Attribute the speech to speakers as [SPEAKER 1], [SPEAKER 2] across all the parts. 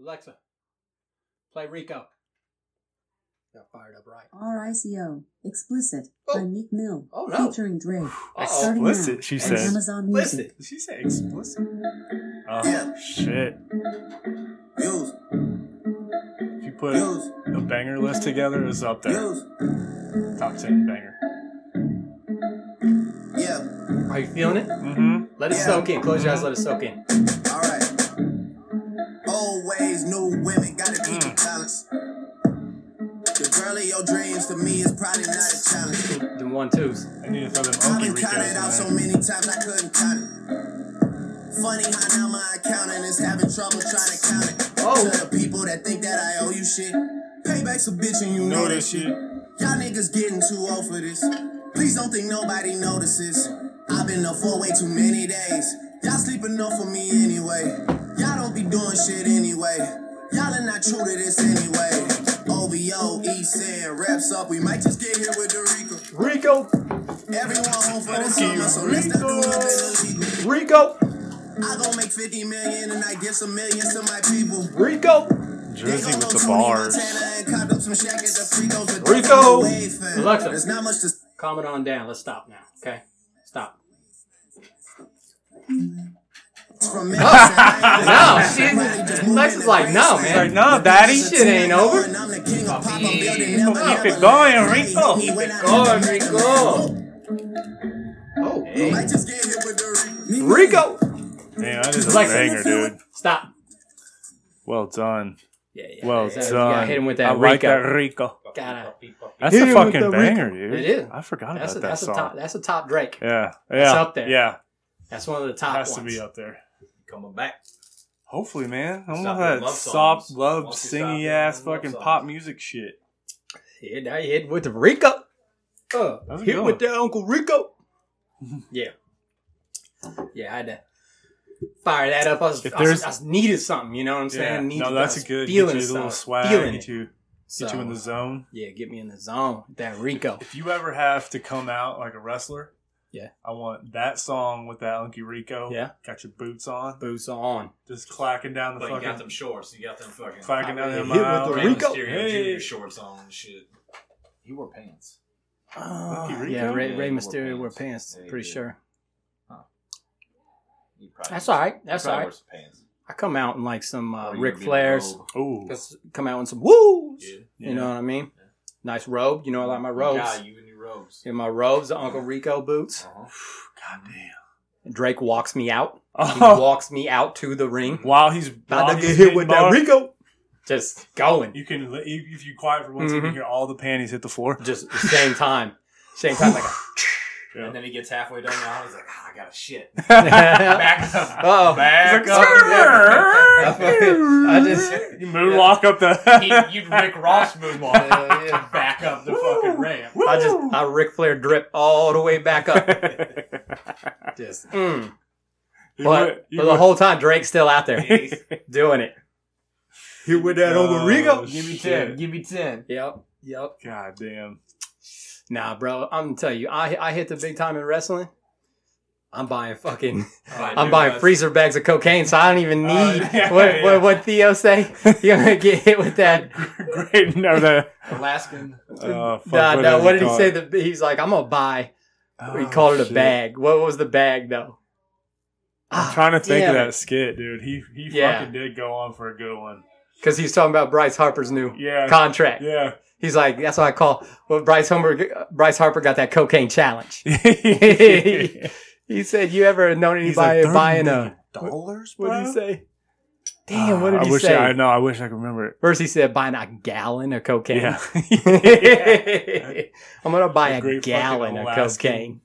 [SPEAKER 1] Alexa, play Rico.
[SPEAKER 2] Got fired up right.
[SPEAKER 3] RICO, Explicit,
[SPEAKER 2] Oh.
[SPEAKER 3] by Meek Mill,
[SPEAKER 2] Oh, no.
[SPEAKER 3] featuring Drake.
[SPEAKER 2] Uh-oh.
[SPEAKER 3] Starting
[SPEAKER 4] Explicit,
[SPEAKER 3] now
[SPEAKER 4] she
[SPEAKER 3] on
[SPEAKER 4] said.
[SPEAKER 3] Amazon Music.
[SPEAKER 2] Listen. Did she say explicit?
[SPEAKER 4] Oh, shit. If you put a banger list together, it's up there. Top 10 banger.
[SPEAKER 5] Yeah,
[SPEAKER 1] Are you feeling it?
[SPEAKER 4] Mm
[SPEAKER 1] Let it
[SPEAKER 5] Yeah.
[SPEAKER 1] soak in. Close your eyes. Let it soak in.
[SPEAKER 5] alright. Old ways, new women, gotta keep the balance. The girl of your dreams to me is probably not a challenge.
[SPEAKER 1] Them one twos.
[SPEAKER 4] hmm. I need to throw them
[SPEAKER 5] I've
[SPEAKER 4] Okie
[SPEAKER 5] been
[SPEAKER 4] Ricos
[SPEAKER 5] counted out so
[SPEAKER 4] in there.
[SPEAKER 5] many times I couldn't count it. Funny how now my accountant is having trouble trying to count it.
[SPEAKER 1] Oh.
[SPEAKER 5] To the people that think that I owe you shit. Payback's a bitch and you
[SPEAKER 4] Know
[SPEAKER 5] know
[SPEAKER 4] that
[SPEAKER 5] that shit.
[SPEAKER 4] shit.
[SPEAKER 5] Y'all niggas getting too old for this. Please don't think nobody notices. I've been up for way too many days. Y'all sleep enough for me anyway. Y'all don't be doing shit anyway. Y'all are not true to this anyway. OVO, East End, wraps E up. We might just get here with Dorico.
[SPEAKER 1] Rico,
[SPEAKER 5] Everyone home for the
[SPEAKER 4] Okay,
[SPEAKER 5] summer, so let's not do nothing illegal.
[SPEAKER 1] Rico,
[SPEAKER 5] I gon' make 50 million and I give some millions to my people.
[SPEAKER 1] Rico.
[SPEAKER 4] Jersey
[SPEAKER 5] They gon'
[SPEAKER 4] with the
[SPEAKER 5] know Tony
[SPEAKER 4] bars.
[SPEAKER 5] Montana and cop up some shack at the free throws with
[SPEAKER 1] Rico!
[SPEAKER 5] Dr. Wayfan.
[SPEAKER 1] Alexa.
[SPEAKER 5] There's not much to
[SPEAKER 1] Calm it on down. Let's stop now. Okay, stop.
[SPEAKER 5] from me. no,
[SPEAKER 1] she- Alexa's like, no, man.
[SPEAKER 4] Like, no, daddy.
[SPEAKER 1] Shit ain't over.
[SPEAKER 5] I'm the king of pop, I'm building
[SPEAKER 4] Keep
[SPEAKER 5] never, never
[SPEAKER 4] it going,
[SPEAKER 5] less.
[SPEAKER 4] Rico.
[SPEAKER 5] Even when I
[SPEAKER 1] going,
[SPEAKER 5] never met the
[SPEAKER 1] Rico.
[SPEAKER 5] man.
[SPEAKER 2] Oh,
[SPEAKER 5] Might just get hit with the
[SPEAKER 1] Rico.
[SPEAKER 4] Man, that is a
[SPEAKER 1] Alexa.
[SPEAKER 4] banger, dude.
[SPEAKER 1] Stop.
[SPEAKER 4] Well done.
[SPEAKER 1] Yeah, yeah.
[SPEAKER 4] Well
[SPEAKER 1] yeah,
[SPEAKER 4] done.
[SPEAKER 1] Yeah, hit him with
[SPEAKER 4] I
[SPEAKER 1] that
[SPEAKER 4] like
[SPEAKER 1] Rico.
[SPEAKER 4] that Rico.
[SPEAKER 1] Gotta-
[SPEAKER 4] That's
[SPEAKER 1] Hit
[SPEAKER 4] a
[SPEAKER 1] him with
[SPEAKER 4] fucking
[SPEAKER 1] that
[SPEAKER 4] banger, dude.
[SPEAKER 1] It is.
[SPEAKER 4] I forgot
[SPEAKER 1] That's a,
[SPEAKER 4] about that
[SPEAKER 1] that's a
[SPEAKER 4] song.
[SPEAKER 1] top. That's a top Drake.
[SPEAKER 4] Yeah, yeah,
[SPEAKER 1] It's up there.
[SPEAKER 4] Yeah,
[SPEAKER 1] That's one of the
[SPEAKER 4] it
[SPEAKER 1] top
[SPEAKER 4] has
[SPEAKER 1] ones.
[SPEAKER 4] to be up there.
[SPEAKER 2] coming back.
[SPEAKER 4] Hopefully, man. I want
[SPEAKER 2] Stop doing
[SPEAKER 4] that
[SPEAKER 2] love
[SPEAKER 4] soft,
[SPEAKER 2] songs.
[SPEAKER 4] love,
[SPEAKER 2] Once you stop
[SPEAKER 4] singy
[SPEAKER 2] doing
[SPEAKER 4] ass
[SPEAKER 2] love
[SPEAKER 4] fucking
[SPEAKER 2] songs.
[SPEAKER 4] pop music shit.
[SPEAKER 1] Yeah, now you hit with the Rico. Uh,
[SPEAKER 4] How's it
[SPEAKER 1] hit
[SPEAKER 4] going?
[SPEAKER 1] with that Uncle Rico. yeah. Yeah, I had to fire that up. I, was,
[SPEAKER 4] If
[SPEAKER 1] I, was-
[SPEAKER 4] there's-
[SPEAKER 1] I was- needed something, you know what I'm saying?
[SPEAKER 4] Yeah,
[SPEAKER 1] Needed-
[SPEAKER 4] no,
[SPEAKER 1] I
[SPEAKER 4] that's
[SPEAKER 1] was
[SPEAKER 4] a good. Get you a
[SPEAKER 1] feeling
[SPEAKER 4] little
[SPEAKER 1] something,
[SPEAKER 4] swag.
[SPEAKER 1] feeling
[SPEAKER 4] Get
[SPEAKER 1] it.
[SPEAKER 4] you, get
[SPEAKER 1] So,
[SPEAKER 4] you in the zone.
[SPEAKER 1] Yeah, get me in the zone. with That Rico.
[SPEAKER 4] If you ever have to come out like a wrestler,
[SPEAKER 1] Yeah.
[SPEAKER 4] I want that song with that Unky Rico.
[SPEAKER 1] Yeah.
[SPEAKER 4] got your boots on,
[SPEAKER 1] Boots on.
[SPEAKER 4] just clacking down the
[SPEAKER 2] But you
[SPEAKER 4] fucking,
[SPEAKER 2] got them shorts. You got them fucking.
[SPEAKER 4] clacking down
[SPEAKER 1] Hit
[SPEAKER 4] the
[SPEAKER 1] with the
[SPEAKER 4] mile.
[SPEAKER 2] Rey
[SPEAKER 1] Rico.
[SPEAKER 2] Mysterio
[SPEAKER 4] Hey.
[SPEAKER 2] Junior shorts on and shit. He wore pants.
[SPEAKER 1] Oh,
[SPEAKER 4] Rico?
[SPEAKER 1] yeah, Ray, Ray
[SPEAKER 2] Yeah, he wore
[SPEAKER 1] Mysterio wore
[SPEAKER 2] pants.
[SPEAKER 1] pants,
[SPEAKER 2] Yeah, he
[SPEAKER 1] pretty
[SPEAKER 2] did.
[SPEAKER 1] sure.
[SPEAKER 2] He probably-
[SPEAKER 1] That's all right. That's
[SPEAKER 2] he probably
[SPEAKER 1] all right.
[SPEAKER 2] wore some Pants.
[SPEAKER 1] I come out in like some uh,
[SPEAKER 2] Or he
[SPEAKER 1] Ric
[SPEAKER 2] would Oh, be in a
[SPEAKER 1] Flair's.
[SPEAKER 2] robe.
[SPEAKER 4] Ooh,
[SPEAKER 1] Just Come out in some woos.
[SPEAKER 2] Yeah.
[SPEAKER 4] yeah.
[SPEAKER 1] You know what I mean?
[SPEAKER 2] Yeah.
[SPEAKER 1] Nice robe. You know, I like my robes.
[SPEAKER 2] Yeah, you and your robes.
[SPEAKER 1] In my robes, the Uncle Rico boots.
[SPEAKER 2] Uh-huh.
[SPEAKER 4] Goddamn.
[SPEAKER 1] Drake walks me out. He
[SPEAKER 4] Oh,
[SPEAKER 1] walks me out to the ring.
[SPEAKER 4] while he's
[SPEAKER 1] About
[SPEAKER 4] while
[SPEAKER 1] to get
[SPEAKER 4] he's
[SPEAKER 1] hit with
[SPEAKER 4] getting
[SPEAKER 1] that
[SPEAKER 4] bar-
[SPEAKER 1] Rico. Just going.
[SPEAKER 4] You can, li- if if you quiet for one second,
[SPEAKER 1] Mhm.
[SPEAKER 4] you hear all the panties hit the floor.
[SPEAKER 1] Just the same time. Same time. Like,
[SPEAKER 4] Yeah.
[SPEAKER 2] And then he gets halfway done now. He's like, ah, I got a shit.
[SPEAKER 1] a-
[SPEAKER 2] Back up.
[SPEAKER 1] oh.
[SPEAKER 2] Back up.
[SPEAKER 1] I fucking- I just.
[SPEAKER 4] You moonwalk up the.
[SPEAKER 2] He, you'd Rick Ross moonwalk
[SPEAKER 1] Yeah, yeah.
[SPEAKER 2] to back up the fucking ramp.
[SPEAKER 1] I just I Ric Flair drip all the way back up. Just, mm.
[SPEAKER 4] You
[SPEAKER 1] but,
[SPEAKER 4] went- you
[SPEAKER 1] but the
[SPEAKER 4] went-
[SPEAKER 1] whole time Drake's still out there doing it. Here with that
[SPEAKER 4] Oh,
[SPEAKER 1] Uncle Rico.
[SPEAKER 4] Give me shit. 10,
[SPEAKER 2] Give me ten.
[SPEAKER 1] Yep, yep.
[SPEAKER 4] God damn.
[SPEAKER 1] Nah, bro, I'm gonna tell you, I I hit the big time in wrestling. I'm buying fucking, I'm buying
[SPEAKER 2] dude, that's-
[SPEAKER 1] freezer bags of cocaine, so I don't even
[SPEAKER 4] Oh,
[SPEAKER 1] need
[SPEAKER 4] yeah,
[SPEAKER 1] what,
[SPEAKER 4] yeah.
[SPEAKER 1] what what Theo say. You're gonna get hit with that.
[SPEAKER 4] Great. No, the.
[SPEAKER 2] Alaskan.
[SPEAKER 4] Uh, fuck,
[SPEAKER 1] nah, nah,
[SPEAKER 4] is
[SPEAKER 1] what
[SPEAKER 4] it
[SPEAKER 1] did he
[SPEAKER 4] called?
[SPEAKER 1] say? The, he's like, I'm gonna buy. he
[SPEAKER 4] Oh,
[SPEAKER 1] called it a
[SPEAKER 4] shit. Ah.
[SPEAKER 1] bag. What was the bag though?
[SPEAKER 4] I'm trying to think of
[SPEAKER 1] damn
[SPEAKER 4] that skit, dude. He he
[SPEAKER 1] Yeah.
[SPEAKER 4] fucking did go on for a good one.
[SPEAKER 1] because he's talking about Bryce Harper's new
[SPEAKER 4] Yeah.
[SPEAKER 1] contract.
[SPEAKER 4] yeah.
[SPEAKER 1] He's like, that's what I call. Well, Bryce Homer, Bryce Harper got that cocaine challenge.
[SPEAKER 4] He's
[SPEAKER 1] He said, "You ever known
[SPEAKER 4] like,
[SPEAKER 1] anybody
[SPEAKER 4] "Thirty
[SPEAKER 1] buying
[SPEAKER 4] million
[SPEAKER 1] a?
[SPEAKER 4] dollars?
[SPEAKER 1] What did he
[SPEAKER 4] bro?"
[SPEAKER 1] say? Damn, what did
[SPEAKER 4] Ah, I
[SPEAKER 1] he
[SPEAKER 4] wish
[SPEAKER 1] say?
[SPEAKER 4] I know. I wish I could remember it.
[SPEAKER 1] First, he said buying a gallon of cocaine.
[SPEAKER 4] Yeah.
[SPEAKER 1] I'm gonna buy
[SPEAKER 4] The
[SPEAKER 1] a,
[SPEAKER 4] great
[SPEAKER 1] gallon
[SPEAKER 4] fucking
[SPEAKER 1] of
[SPEAKER 4] Alaskan
[SPEAKER 1] cocaine.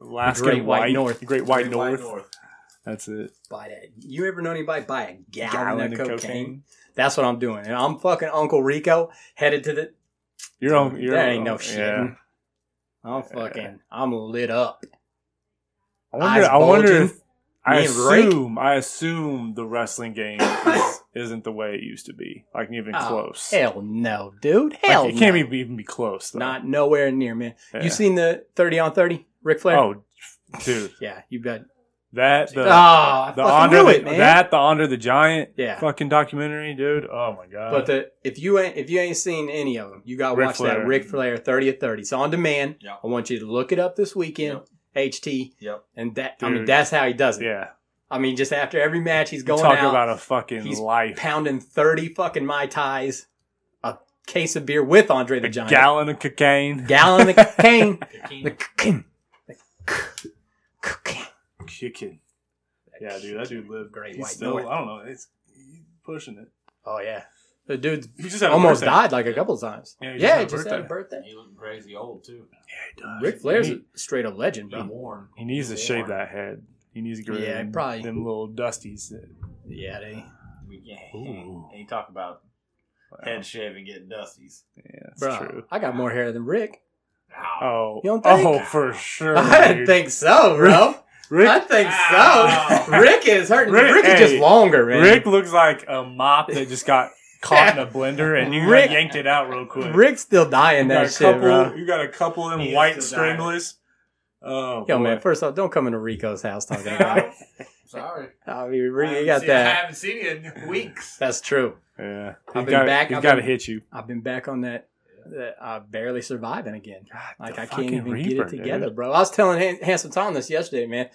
[SPEAKER 4] Alaska
[SPEAKER 1] Great White
[SPEAKER 4] White,
[SPEAKER 1] North.
[SPEAKER 4] Great White North. That's it.
[SPEAKER 1] Buy that. You ever know anybody buy a gallon,
[SPEAKER 4] Gallon
[SPEAKER 1] of cocaine? That's what I'm doing. And I'm fucking Uncle Rico headed to the.
[SPEAKER 4] You're on. You're
[SPEAKER 1] that
[SPEAKER 4] on-
[SPEAKER 1] ain't no shit.
[SPEAKER 4] yeah.
[SPEAKER 1] I'm fucking. I'm lit up.
[SPEAKER 4] I wonder.
[SPEAKER 1] Mm. Eyes
[SPEAKER 4] I wonder.
[SPEAKER 1] bulging.
[SPEAKER 4] If, I
[SPEAKER 1] Me and Rick?
[SPEAKER 4] assume. I assume the wrestling game is, isn't the way it used to be. Like even
[SPEAKER 1] Oh,
[SPEAKER 4] close.
[SPEAKER 1] Hell no, dude.
[SPEAKER 4] Like,
[SPEAKER 1] Hell
[SPEAKER 4] it can't
[SPEAKER 1] no.
[SPEAKER 4] be- be, even be close. Though.
[SPEAKER 1] Not nowhere near, man.
[SPEAKER 4] Yeah.
[SPEAKER 1] You seen the 30 on 30, Ric Flair?
[SPEAKER 4] Oh, dude.
[SPEAKER 1] Yeah, you bet.
[SPEAKER 4] That the
[SPEAKER 1] Ah, I
[SPEAKER 4] the
[SPEAKER 1] fucking
[SPEAKER 4] under
[SPEAKER 1] knew
[SPEAKER 4] the,
[SPEAKER 1] it, man.
[SPEAKER 4] that the under the giant
[SPEAKER 1] Yeah.
[SPEAKER 4] fucking documentary, dude. Oh my god.
[SPEAKER 1] But the, if you ain't if you ain't seen any of them, you gotta
[SPEAKER 4] Ric
[SPEAKER 1] watch
[SPEAKER 4] Flair.
[SPEAKER 1] that Ric Flair thirty at thirty. It's on demand.
[SPEAKER 2] Yeah.
[SPEAKER 1] I want you to look it up this weekend. HT
[SPEAKER 2] Yep.
[SPEAKER 1] and that I mean
[SPEAKER 4] Dude.
[SPEAKER 1] that's how he does it.
[SPEAKER 4] yeah,
[SPEAKER 1] I mean just after every match he's
[SPEAKER 4] you
[SPEAKER 1] going
[SPEAKER 4] talk
[SPEAKER 1] out
[SPEAKER 4] about a fucking
[SPEAKER 1] he's
[SPEAKER 4] life,
[SPEAKER 1] pounding thirty fucking mai tais, a case of beer with Andre the
[SPEAKER 4] a
[SPEAKER 1] Giant,
[SPEAKER 4] gallon of cocaine,
[SPEAKER 1] gallon of cocaine, the cocaine,
[SPEAKER 2] Cocaine.
[SPEAKER 1] the c- cocaine.
[SPEAKER 4] chicken. Yeah, dude, that dude lived
[SPEAKER 1] Great
[SPEAKER 4] He's
[SPEAKER 1] white
[SPEAKER 4] still,
[SPEAKER 1] north.
[SPEAKER 4] I don't know. It's he's pushing it.
[SPEAKER 1] Oh yeah, the dude
[SPEAKER 4] He just had a
[SPEAKER 1] almost
[SPEAKER 4] birthday.
[SPEAKER 1] died like a couple times.
[SPEAKER 4] Yeah,
[SPEAKER 1] Yeah, he
[SPEAKER 4] he just
[SPEAKER 1] just,
[SPEAKER 4] had a
[SPEAKER 1] had a birthday.
[SPEAKER 2] He looked crazy old too.
[SPEAKER 1] Ric Flair's
[SPEAKER 4] He,
[SPEAKER 1] a straight up legend,
[SPEAKER 2] He
[SPEAKER 1] bro.
[SPEAKER 2] worn.
[SPEAKER 4] he needs to
[SPEAKER 2] He
[SPEAKER 4] shave
[SPEAKER 2] worn.
[SPEAKER 4] that head. He needs to grow
[SPEAKER 1] Yeah,
[SPEAKER 4] them-
[SPEAKER 1] probably.
[SPEAKER 4] them little dusties. that-
[SPEAKER 1] Yeah, they,
[SPEAKER 2] We can't.
[SPEAKER 4] Ooh.
[SPEAKER 2] He talk about head shaving, getting dusties.
[SPEAKER 4] Yeah, that's
[SPEAKER 1] bro.
[SPEAKER 4] true.
[SPEAKER 1] I got more hair than Rick.
[SPEAKER 2] Ow.
[SPEAKER 4] Oh,
[SPEAKER 1] You don't think?
[SPEAKER 4] oh, for sure.
[SPEAKER 1] I
[SPEAKER 4] dude.
[SPEAKER 1] didn't think so, bro.
[SPEAKER 4] Rick,
[SPEAKER 1] I think
[SPEAKER 2] Ow.
[SPEAKER 1] so. Rick is hurting.
[SPEAKER 4] Rick-
[SPEAKER 1] Rick, is just
[SPEAKER 4] hey,
[SPEAKER 1] longer, man.
[SPEAKER 4] Rick looks like a mop that just got caught in a blender and you
[SPEAKER 1] Rick-
[SPEAKER 4] yanked it out real quick.
[SPEAKER 1] Rick's still dying
[SPEAKER 4] you got
[SPEAKER 1] that
[SPEAKER 4] a
[SPEAKER 1] shit,
[SPEAKER 4] couple,
[SPEAKER 1] bro.
[SPEAKER 4] You got a couple of them
[SPEAKER 2] He is
[SPEAKER 4] white
[SPEAKER 2] still
[SPEAKER 4] stranglers. Oh,
[SPEAKER 1] Yo,
[SPEAKER 4] boy.
[SPEAKER 1] man. First off, don't come into Rico's house talking about it.
[SPEAKER 2] Ow. Sorry.
[SPEAKER 1] I mean,
[SPEAKER 2] I
[SPEAKER 1] Rick, you
[SPEAKER 2] haven't
[SPEAKER 1] got
[SPEAKER 2] seen- I
[SPEAKER 1] that.
[SPEAKER 2] haven't seen you in weeks.
[SPEAKER 1] That's true.
[SPEAKER 4] yeah,
[SPEAKER 1] I've
[SPEAKER 4] he's
[SPEAKER 1] been
[SPEAKER 4] got,
[SPEAKER 1] back,
[SPEAKER 4] He's
[SPEAKER 1] I've
[SPEAKER 4] got to
[SPEAKER 1] been-
[SPEAKER 4] hit you.
[SPEAKER 1] I've been back on that. that I'm barely surviving again. Like
[SPEAKER 4] the
[SPEAKER 1] I
[SPEAKER 4] fucking
[SPEAKER 1] can't even
[SPEAKER 4] Reaper,
[SPEAKER 1] get it together,
[SPEAKER 4] dude.
[SPEAKER 1] bro. I was telling Han- Handsome Tom this yesterday, man.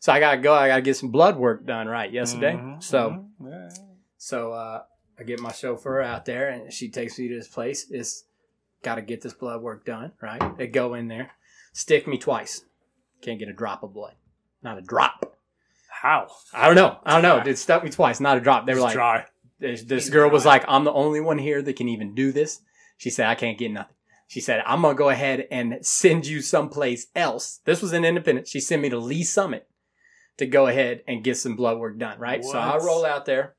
[SPEAKER 1] So I gotta go. I gotta get some blood work done right yesterday.
[SPEAKER 4] Mhm,
[SPEAKER 1] So
[SPEAKER 4] mhm, yeah.
[SPEAKER 1] so uh, I get my chauffeur out there, and she takes me to this place. It's got to get this blood work done, right? They go in there, stick me twice. Can't get a drop of blood. Not a drop.
[SPEAKER 4] how?
[SPEAKER 1] I don't know. I don't know. Dude, stuck me twice. Not a drop. They were
[SPEAKER 4] It's
[SPEAKER 1] like,
[SPEAKER 4] dry.
[SPEAKER 1] this, this girl was like, I'm the only one here that can even do this. She said, I can't get nothing. She said, I'm going to go ahead and send you someplace else. This was in Independence. She sent me to Lee Summit to go ahead and get some blood work done, right? So I
[SPEAKER 4] What?
[SPEAKER 1] roll out there.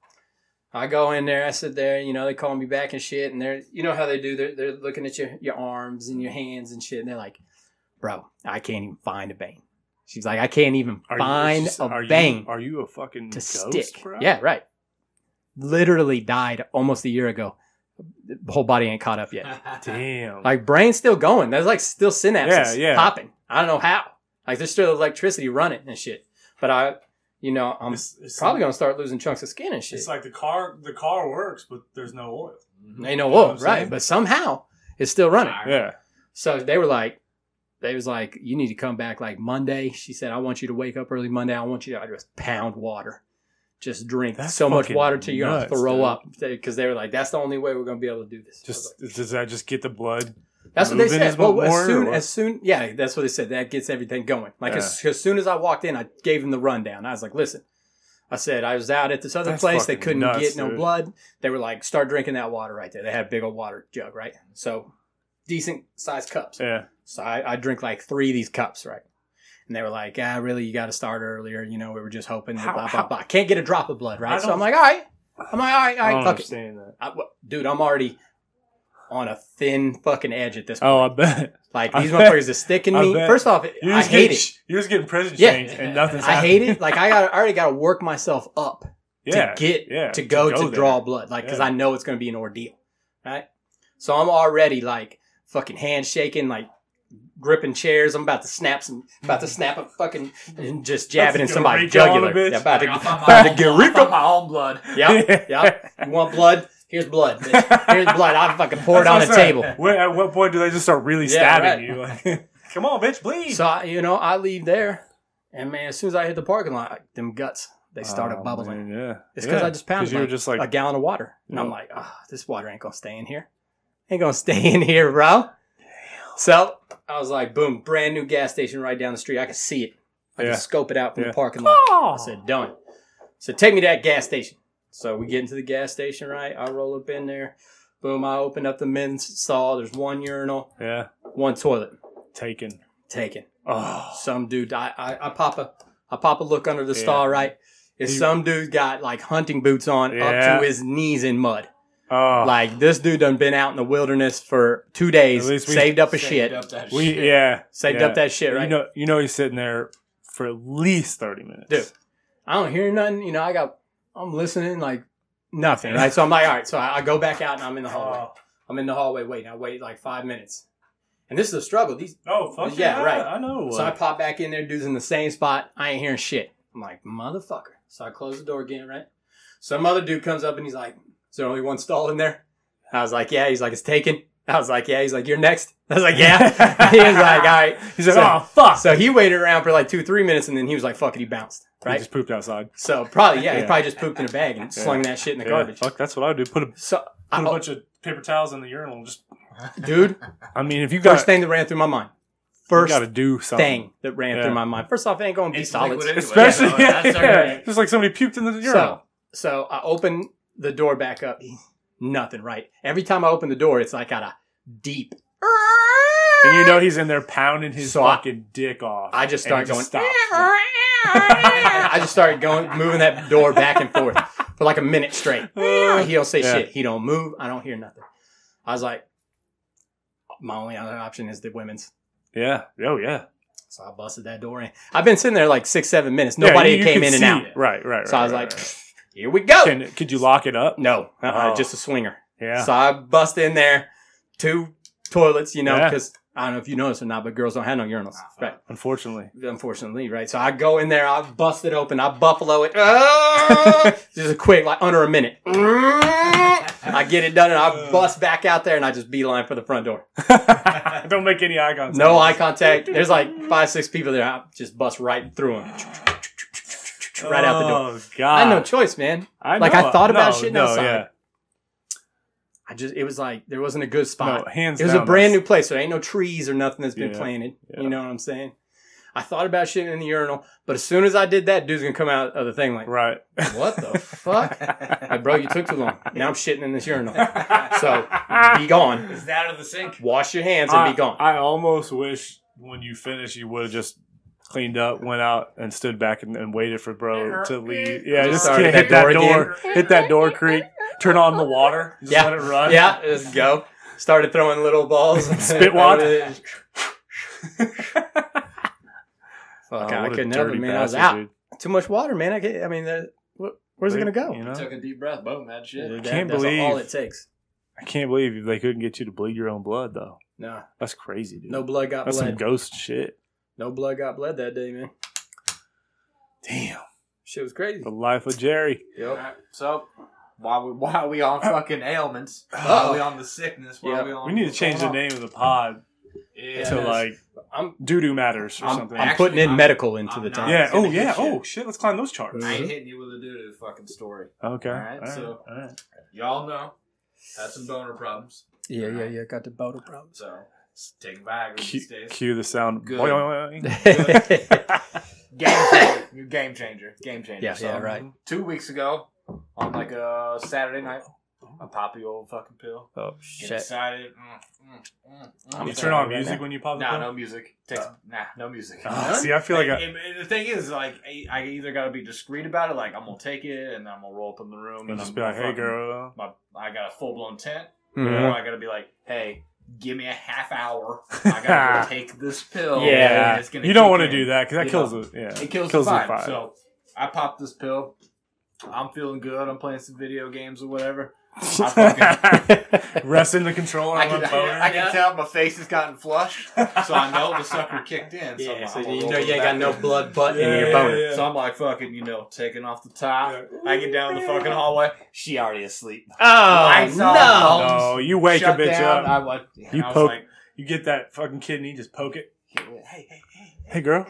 [SPEAKER 1] I go in there. I sit there. You know, they call me back and shit. And they're, you know how they do. They're, they're looking at your, your arms and your hands and shit. And they're like, bro, I can't even find a vein. She's like, I can't even
[SPEAKER 4] Are you-
[SPEAKER 1] find
[SPEAKER 4] it's just-
[SPEAKER 1] a
[SPEAKER 4] are you-
[SPEAKER 1] vein
[SPEAKER 4] are you a fucking
[SPEAKER 1] to
[SPEAKER 4] Mm, ghost,
[SPEAKER 1] stick.
[SPEAKER 4] bro?
[SPEAKER 1] Yeah, right. Literally died almost a year ago. The whole body ain't caught up yet.
[SPEAKER 4] Damn.
[SPEAKER 1] Like brain's still going. There's like still synapses
[SPEAKER 4] Yeah, yeah.
[SPEAKER 1] popping. I don't know how. Like there's still electricity running and shit. But I, you know, I'm
[SPEAKER 4] It's- it's
[SPEAKER 1] probably
[SPEAKER 4] like,
[SPEAKER 1] gonna start losing chunks of skin and shit.
[SPEAKER 4] It's like the car. The car works, but there's no oil.
[SPEAKER 1] ain't
[SPEAKER 2] Mm-hmm.
[SPEAKER 1] no
[SPEAKER 4] you know what
[SPEAKER 1] oil,
[SPEAKER 4] I'm saying?
[SPEAKER 1] right? But somehow it's still running.
[SPEAKER 4] Yeah.
[SPEAKER 1] So they were like, they was like, you need to come back like Monday. She said, I want you to wake up early Monday. I want you to just pound water. Just drink
[SPEAKER 4] That's
[SPEAKER 1] so much
[SPEAKER 4] fucking
[SPEAKER 1] water till you're
[SPEAKER 4] nuts,
[SPEAKER 1] gonna throw
[SPEAKER 4] dude.
[SPEAKER 1] up. Because they were like, that's the only way we're gonna be able to do this. I was
[SPEAKER 4] Just does that just get the blood?
[SPEAKER 1] like, that's what they
[SPEAKER 4] moving is
[SPEAKER 1] said.
[SPEAKER 4] what
[SPEAKER 1] Well, as
[SPEAKER 4] more,
[SPEAKER 1] soon
[SPEAKER 4] or-
[SPEAKER 1] as soon, yeah, that's what they said. That gets everything going. Like as, as soon as I walked in, I gave them the rundown. I was like, listen. I said I was out at this other
[SPEAKER 4] That's
[SPEAKER 1] place. They
[SPEAKER 4] fucking
[SPEAKER 1] couldn't
[SPEAKER 4] nuts,
[SPEAKER 1] get no
[SPEAKER 4] dude.
[SPEAKER 1] blood. They were like, "Start drinking that water right there." They had a big old water jug, right? So, decent sized cups.
[SPEAKER 4] Yeah.
[SPEAKER 1] So I, I drink like three of these cups, right? And they were like, ah, really, you got to start earlier. You know, we were just hoping that
[SPEAKER 4] How-
[SPEAKER 1] blah,
[SPEAKER 4] how-
[SPEAKER 1] blah, blah. Can't get a drop of blood,
[SPEAKER 4] I
[SPEAKER 1] right? So
[SPEAKER 4] don't-
[SPEAKER 1] I'm like, all right. I'm like, all right, all
[SPEAKER 4] I
[SPEAKER 1] right,
[SPEAKER 4] don't
[SPEAKER 1] fuck it.
[SPEAKER 4] understand that.
[SPEAKER 1] I, well, dude, I'm already on a thin fucking edge at this point.
[SPEAKER 4] Oh, I bet.
[SPEAKER 1] like,
[SPEAKER 4] I
[SPEAKER 1] these
[SPEAKER 4] bet.
[SPEAKER 1] motherfuckers are sticking
[SPEAKER 4] I
[SPEAKER 1] me.
[SPEAKER 4] bet.
[SPEAKER 1] First off,
[SPEAKER 4] You're
[SPEAKER 1] I
[SPEAKER 4] just
[SPEAKER 1] hate
[SPEAKER 4] getting,
[SPEAKER 1] it.
[SPEAKER 4] You're just getting prison
[SPEAKER 1] Yeah.
[SPEAKER 4] change and nothing's
[SPEAKER 1] I
[SPEAKER 4] happening.
[SPEAKER 1] hate it. Like, I, got, I already got to work myself up
[SPEAKER 4] Yeah.
[SPEAKER 1] to get
[SPEAKER 4] yeah,
[SPEAKER 1] to go to,
[SPEAKER 4] there.
[SPEAKER 1] draw blood, like because
[SPEAKER 4] Yeah.
[SPEAKER 1] I know it's going to be an ordeal, right? So I'm already like fucking handshaking, like gripping chairs. I'm about to snap some, about to snap a fucking, and just jabbing in
[SPEAKER 4] That's
[SPEAKER 1] somebody's
[SPEAKER 4] gonna
[SPEAKER 1] jugular.
[SPEAKER 4] reach
[SPEAKER 1] Yeah,
[SPEAKER 4] on a bitch.
[SPEAKER 1] about to,
[SPEAKER 2] Like, I'll find
[SPEAKER 1] about
[SPEAKER 2] my
[SPEAKER 1] to
[SPEAKER 2] own
[SPEAKER 1] get
[SPEAKER 2] blood. I'll
[SPEAKER 1] ripped
[SPEAKER 2] find
[SPEAKER 1] up.
[SPEAKER 2] my own blood.
[SPEAKER 1] Yep, yep. You want blood? Here's blood. bitch. Here's blood. I fucking pour it
[SPEAKER 4] That's
[SPEAKER 1] on
[SPEAKER 4] what
[SPEAKER 1] the
[SPEAKER 4] I'm saying.
[SPEAKER 1] table.
[SPEAKER 4] When- at what point do they just start really
[SPEAKER 1] Yeah,
[SPEAKER 4] stabbing you? Like, come on, bitch, bleed.
[SPEAKER 1] So I, you know, I leave there, and man, as soon as I hit the parking lot, like, them guts they started
[SPEAKER 4] Oh,
[SPEAKER 1] bubbling.
[SPEAKER 4] man, yeah.
[SPEAKER 1] It's because
[SPEAKER 4] Yeah.
[SPEAKER 1] I just pounded
[SPEAKER 4] you were
[SPEAKER 1] like,
[SPEAKER 4] just
[SPEAKER 1] a
[SPEAKER 4] like,
[SPEAKER 1] gallon of water. And I'm
[SPEAKER 4] Yeah.
[SPEAKER 1] like, oh, this water ain't going to stay in here. Ain't going to stay in here, bro. So I was like, boom, brand new gas station right down the street. I could see it. I
[SPEAKER 4] Yeah.
[SPEAKER 1] could scope it out from
[SPEAKER 4] Yeah.
[SPEAKER 1] the parking lot. Oh, I said, done. So take me to that gas station. So we get into the gas station, right? I roll up in there. Boom, I open up the men's stall. There's one urinal,
[SPEAKER 4] yeah,
[SPEAKER 1] one toilet.
[SPEAKER 4] taken.
[SPEAKER 1] Taken.
[SPEAKER 4] Oh,
[SPEAKER 1] Some dude, I, I, I pop a, I pop a look under the
[SPEAKER 4] Yeah.
[SPEAKER 1] stall, right? Is
[SPEAKER 4] He-
[SPEAKER 1] some dude got like hunting boots on
[SPEAKER 4] Yeah.
[SPEAKER 1] up to his knees in mud?
[SPEAKER 4] oh.
[SPEAKER 1] Like this dude done been out in the wilderness for two days,
[SPEAKER 4] At least we-
[SPEAKER 1] saved up a
[SPEAKER 2] Saved
[SPEAKER 1] shit,
[SPEAKER 2] up that
[SPEAKER 4] we
[SPEAKER 2] shit.
[SPEAKER 4] yeah,
[SPEAKER 1] saved
[SPEAKER 4] yeah.
[SPEAKER 1] up that shit, right?
[SPEAKER 4] You know, you know, he's sitting there for at least thirty minutes.
[SPEAKER 1] Dude. I don't hear nothing. You know, I got, I'm listening like nothing, right? So I'm like, all right. So I, I go back out and I'm in the hallway.
[SPEAKER 4] Oh,
[SPEAKER 1] I'm in the hallway waiting. I wait like five minutes, and this is a struggle. These
[SPEAKER 4] oh fuck
[SPEAKER 1] Yeah,
[SPEAKER 4] yeah,
[SPEAKER 1] right.
[SPEAKER 4] I know.
[SPEAKER 1] so I pop back in there, dudes in the same spot. I ain't hearing shit. I'm I'm like, motherfucker. So I close the door again, right? Some other dude comes up and he's like, Is there only one stall in there? I was like, Yeah. He's like, It's taken. I was like, Yeah. He's like, You're next. I was like, Yeah. he was like, uh, All right.
[SPEAKER 4] He said,
[SPEAKER 1] So-
[SPEAKER 4] "Oh fuck!"
[SPEAKER 1] So he waited around for like two, three minutes and then he was like, Fuck it. He bounced,
[SPEAKER 4] He
[SPEAKER 1] right?
[SPEAKER 4] just pooped outside.
[SPEAKER 1] So probably, yeah, he
[SPEAKER 4] Yeah.
[SPEAKER 1] probably just pooped in a bag and
[SPEAKER 4] Yeah.
[SPEAKER 1] slung that shit in the
[SPEAKER 4] Yeah,
[SPEAKER 1] garbage.
[SPEAKER 4] Fuck, that's what I would do. Put a,
[SPEAKER 1] So,
[SPEAKER 4] put a
[SPEAKER 1] I,
[SPEAKER 4] bunch of paper towels in the urinal. and Just,
[SPEAKER 1] dude,
[SPEAKER 4] I mean, if you got,
[SPEAKER 1] first thing that ran through my mind.
[SPEAKER 4] you
[SPEAKER 1] First
[SPEAKER 4] got to do something.
[SPEAKER 1] thing that ran
[SPEAKER 4] Yeah.
[SPEAKER 1] through my mind. First off, it ain't going to be
[SPEAKER 2] It's
[SPEAKER 1] solid.
[SPEAKER 2] liquid anyway,
[SPEAKER 4] Especially,
[SPEAKER 2] so that's
[SPEAKER 4] yeah,
[SPEAKER 2] okay.
[SPEAKER 4] just like somebody puked in the urinal.
[SPEAKER 1] So, so I open the door back up. Nothing, right? Every time I open the door, it's like got a deep.
[SPEAKER 4] and you know he's in there pounding his
[SPEAKER 1] So I-
[SPEAKER 4] fucking dick off.
[SPEAKER 1] I just start
[SPEAKER 4] and it
[SPEAKER 1] going.
[SPEAKER 4] stops.
[SPEAKER 1] I just started going, moving that door back and forth for like a minute straight. He don't say
[SPEAKER 4] Uh, Yeah.
[SPEAKER 1] shit. He don't move. I don't hear nothing. I was like, my only other option is the women's.
[SPEAKER 4] yeah. Oh yeah.
[SPEAKER 1] So I busted that door in. I've been sitting there like six, seven minutes.
[SPEAKER 4] Yeah,
[SPEAKER 1] Nobody
[SPEAKER 4] you- you
[SPEAKER 1] came
[SPEAKER 4] could
[SPEAKER 1] in and
[SPEAKER 4] see
[SPEAKER 1] out.
[SPEAKER 4] it. Right. Right.
[SPEAKER 1] So I
[SPEAKER 4] right,
[SPEAKER 1] was
[SPEAKER 4] right,
[SPEAKER 1] like,
[SPEAKER 4] right.
[SPEAKER 1] here we go.
[SPEAKER 4] Can, could you lock it up?
[SPEAKER 1] no, uh-uh,
[SPEAKER 4] Oh.
[SPEAKER 1] just a swinger.
[SPEAKER 4] Yeah.
[SPEAKER 1] So I bust in there, two toilets, you know,
[SPEAKER 4] Yeah.
[SPEAKER 1] because I don't know if you noticed or not, but girls don't have no urinals, right?
[SPEAKER 4] Unfortunately.
[SPEAKER 1] Unfortunately, right? So I go in there, I bust it open, I buffalo it, Ah! just a quick, like under a minute. I get it done, and I bust back out there, and I just beeline for the front door.
[SPEAKER 4] Don't make any eye contact.
[SPEAKER 1] No eye contact. There's like five, six people there. I just bust right through them, right out the door.
[SPEAKER 4] Oh God.
[SPEAKER 1] I had no choice, man.
[SPEAKER 4] I
[SPEAKER 1] Like, I thought about
[SPEAKER 4] no,
[SPEAKER 1] shit and I
[SPEAKER 4] No,
[SPEAKER 1] was like,
[SPEAKER 4] yeah.
[SPEAKER 1] I just it was like there wasn't a good spot.
[SPEAKER 4] No, hands
[SPEAKER 1] It was
[SPEAKER 4] down,
[SPEAKER 1] a brand new
[SPEAKER 4] that's-
[SPEAKER 1] place. so There ain't no trees or nothing that's been
[SPEAKER 4] Yeah,
[SPEAKER 1] planted.
[SPEAKER 4] yeah.
[SPEAKER 1] You know what I'm saying? I thought about shitting in the urinal, but as soon as I did that, dude's gonna come out of the thing like,
[SPEAKER 4] Right.
[SPEAKER 1] "What the fuck, like, bro? You took too long. Now I'm shitting in this urinal. So be gone.
[SPEAKER 2] Is that out of the sink?
[SPEAKER 1] Wash your hands and be gone."
[SPEAKER 4] I almost wish when you finished, you would have just cleaned up, went out, and stood back and, and waited for bro to leave. Yeah,
[SPEAKER 1] Just
[SPEAKER 4] just
[SPEAKER 1] started
[SPEAKER 4] yeah,
[SPEAKER 1] that
[SPEAKER 4] hit that
[SPEAKER 1] door
[SPEAKER 4] door, hit that door creak, turn on the water, just
[SPEAKER 1] Yeah.
[SPEAKER 4] let it run.
[SPEAKER 1] yeah, just go. Started throwing little balls.
[SPEAKER 4] Spit wad. Oh,
[SPEAKER 1] Fuck, I
[SPEAKER 4] what a
[SPEAKER 1] couldn't help it,
[SPEAKER 4] dirty
[SPEAKER 1] man. I was
[SPEAKER 4] bastard,
[SPEAKER 1] out.
[SPEAKER 4] dude.
[SPEAKER 1] Too much water, man. I, can't, I mean, that- wh- where's it gonna go?
[SPEAKER 4] You know?
[SPEAKER 2] Took a deep breath. Boom, that shit.
[SPEAKER 1] That-
[SPEAKER 4] can't
[SPEAKER 1] that's
[SPEAKER 4] believe-
[SPEAKER 1] all it takes.
[SPEAKER 4] I can't believe they couldn't get you to bleed your own blood though.
[SPEAKER 1] Nah,
[SPEAKER 4] That's crazy, dude.
[SPEAKER 1] no blood got
[SPEAKER 4] That's some
[SPEAKER 1] bled.
[SPEAKER 4] ghost shit.
[SPEAKER 1] no blood got bled that day, man.
[SPEAKER 4] Damn,
[SPEAKER 1] Shit was crazy.
[SPEAKER 4] the life of Jerry.
[SPEAKER 1] Yep.
[SPEAKER 2] Alright, So, why we, why are we on fucking ailments? Why
[SPEAKER 1] Uh-oh.
[SPEAKER 2] are we on the sickness? Why
[SPEAKER 1] Yeah.
[SPEAKER 2] are we on?
[SPEAKER 4] We need to change the name of the pod
[SPEAKER 2] Yeah.
[SPEAKER 4] to like
[SPEAKER 1] I'm
[SPEAKER 4] doo doo matters or
[SPEAKER 1] I'm,
[SPEAKER 4] something.
[SPEAKER 1] I'm
[SPEAKER 2] Actually,
[SPEAKER 1] putting in
[SPEAKER 2] I'm-
[SPEAKER 1] medical into
[SPEAKER 2] I'm
[SPEAKER 1] the
[SPEAKER 2] not.
[SPEAKER 1] top.
[SPEAKER 4] yeah.
[SPEAKER 2] it's
[SPEAKER 4] Oh
[SPEAKER 2] gonna
[SPEAKER 4] yeah.
[SPEAKER 2] get you.
[SPEAKER 4] Oh shit. Let's climb those charts.
[SPEAKER 2] I ain't hitting you with a doo-doo fucking story.
[SPEAKER 4] Okay.
[SPEAKER 2] All right, so-
[SPEAKER 4] all right.
[SPEAKER 2] Y'all know, had some boner problems,
[SPEAKER 1] Yeah, yeah, yeah. Got the boner problems.
[SPEAKER 2] so it's taking Viagra
[SPEAKER 4] Cue,
[SPEAKER 2] these days.
[SPEAKER 4] cue the sound.
[SPEAKER 2] Good.
[SPEAKER 4] Boing.
[SPEAKER 2] Game changer, You're game changer, game changer.
[SPEAKER 1] Yeah,
[SPEAKER 2] so,
[SPEAKER 1] yeah, right.
[SPEAKER 2] Two weeks ago, on like a Saturday night, I pop the old fucking pill.
[SPEAKER 1] oh
[SPEAKER 2] Get
[SPEAKER 1] shit.
[SPEAKER 2] excited. Mm, mm, mm, mm.
[SPEAKER 1] I'm
[SPEAKER 4] You
[SPEAKER 1] sorry,
[SPEAKER 4] turn on
[SPEAKER 1] right
[SPEAKER 4] music
[SPEAKER 1] now.
[SPEAKER 4] when you pop the
[SPEAKER 2] Nah,
[SPEAKER 4] pill?
[SPEAKER 2] no music. Takes, nah, no music.
[SPEAKER 4] Ah, see, I feel like I,
[SPEAKER 2] And- and the thing is, like, I I either got to be discreet about it, like I'm gonna take it, and then I'm gonna roll up in the room,
[SPEAKER 4] and
[SPEAKER 2] and
[SPEAKER 4] just
[SPEAKER 2] I'm
[SPEAKER 4] be like,
[SPEAKER 2] gonna
[SPEAKER 4] "Hey,
[SPEAKER 2] fucking-
[SPEAKER 4] girl."
[SPEAKER 2] my, I got a full blown tent,
[SPEAKER 1] Mhm.
[SPEAKER 4] Mm-hmm.
[SPEAKER 2] or I got to be like, hey, give me a half hour. I got to take this pill.
[SPEAKER 4] Yeah,
[SPEAKER 2] and Oh, it's gonna
[SPEAKER 4] you don't
[SPEAKER 2] kick
[SPEAKER 4] want to
[SPEAKER 2] in.
[SPEAKER 4] do that because that
[SPEAKER 2] You
[SPEAKER 4] kills
[SPEAKER 2] know,
[SPEAKER 4] it. Yeah,
[SPEAKER 2] It kills, the vibe. So I pop this pill. I'm feeling good. I'm playing some video games or whatever. I fucking-
[SPEAKER 4] Rest in the controller.
[SPEAKER 2] I
[SPEAKER 4] I
[SPEAKER 2] can, I can tell my face has gotten flushed, so I know the sucker kicked in. So, I'm
[SPEAKER 1] Yeah,
[SPEAKER 2] like,
[SPEAKER 1] so
[SPEAKER 2] I'm gonna
[SPEAKER 1] you
[SPEAKER 2] roll
[SPEAKER 1] know you ain't
[SPEAKER 2] back
[SPEAKER 1] got no
[SPEAKER 2] in.
[SPEAKER 1] blood but in
[SPEAKER 4] Yeah,
[SPEAKER 1] your
[SPEAKER 4] yeah,
[SPEAKER 1] boner.
[SPEAKER 4] yeah.
[SPEAKER 2] So I'm like fucking, you know, taking off the top. I get down the fucking hallway. She already asleep.
[SPEAKER 1] Oh
[SPEAKER 2] Lights
[SPEAKER 1] no!
[SPEAKER 2] off.
[SPEAKER 4] no, you wake
[SPEAKER 2] Shut
[SPEAKER 4] a bitch
[SPEAKER 2] down.
[SPEAKER 4] up.
[SPEAKER 2] I, went, and
[SPEAKER 4] You
[SPEAKER 2] I was
[SPEAKER 4] poke-
[SPEAKER 2] like,
[SPEAKER 4] You get that fucking kidney, just poke it.
[SPEAKER 2] hey, hey, hey.
[SPEAKER 4] Hey, girl.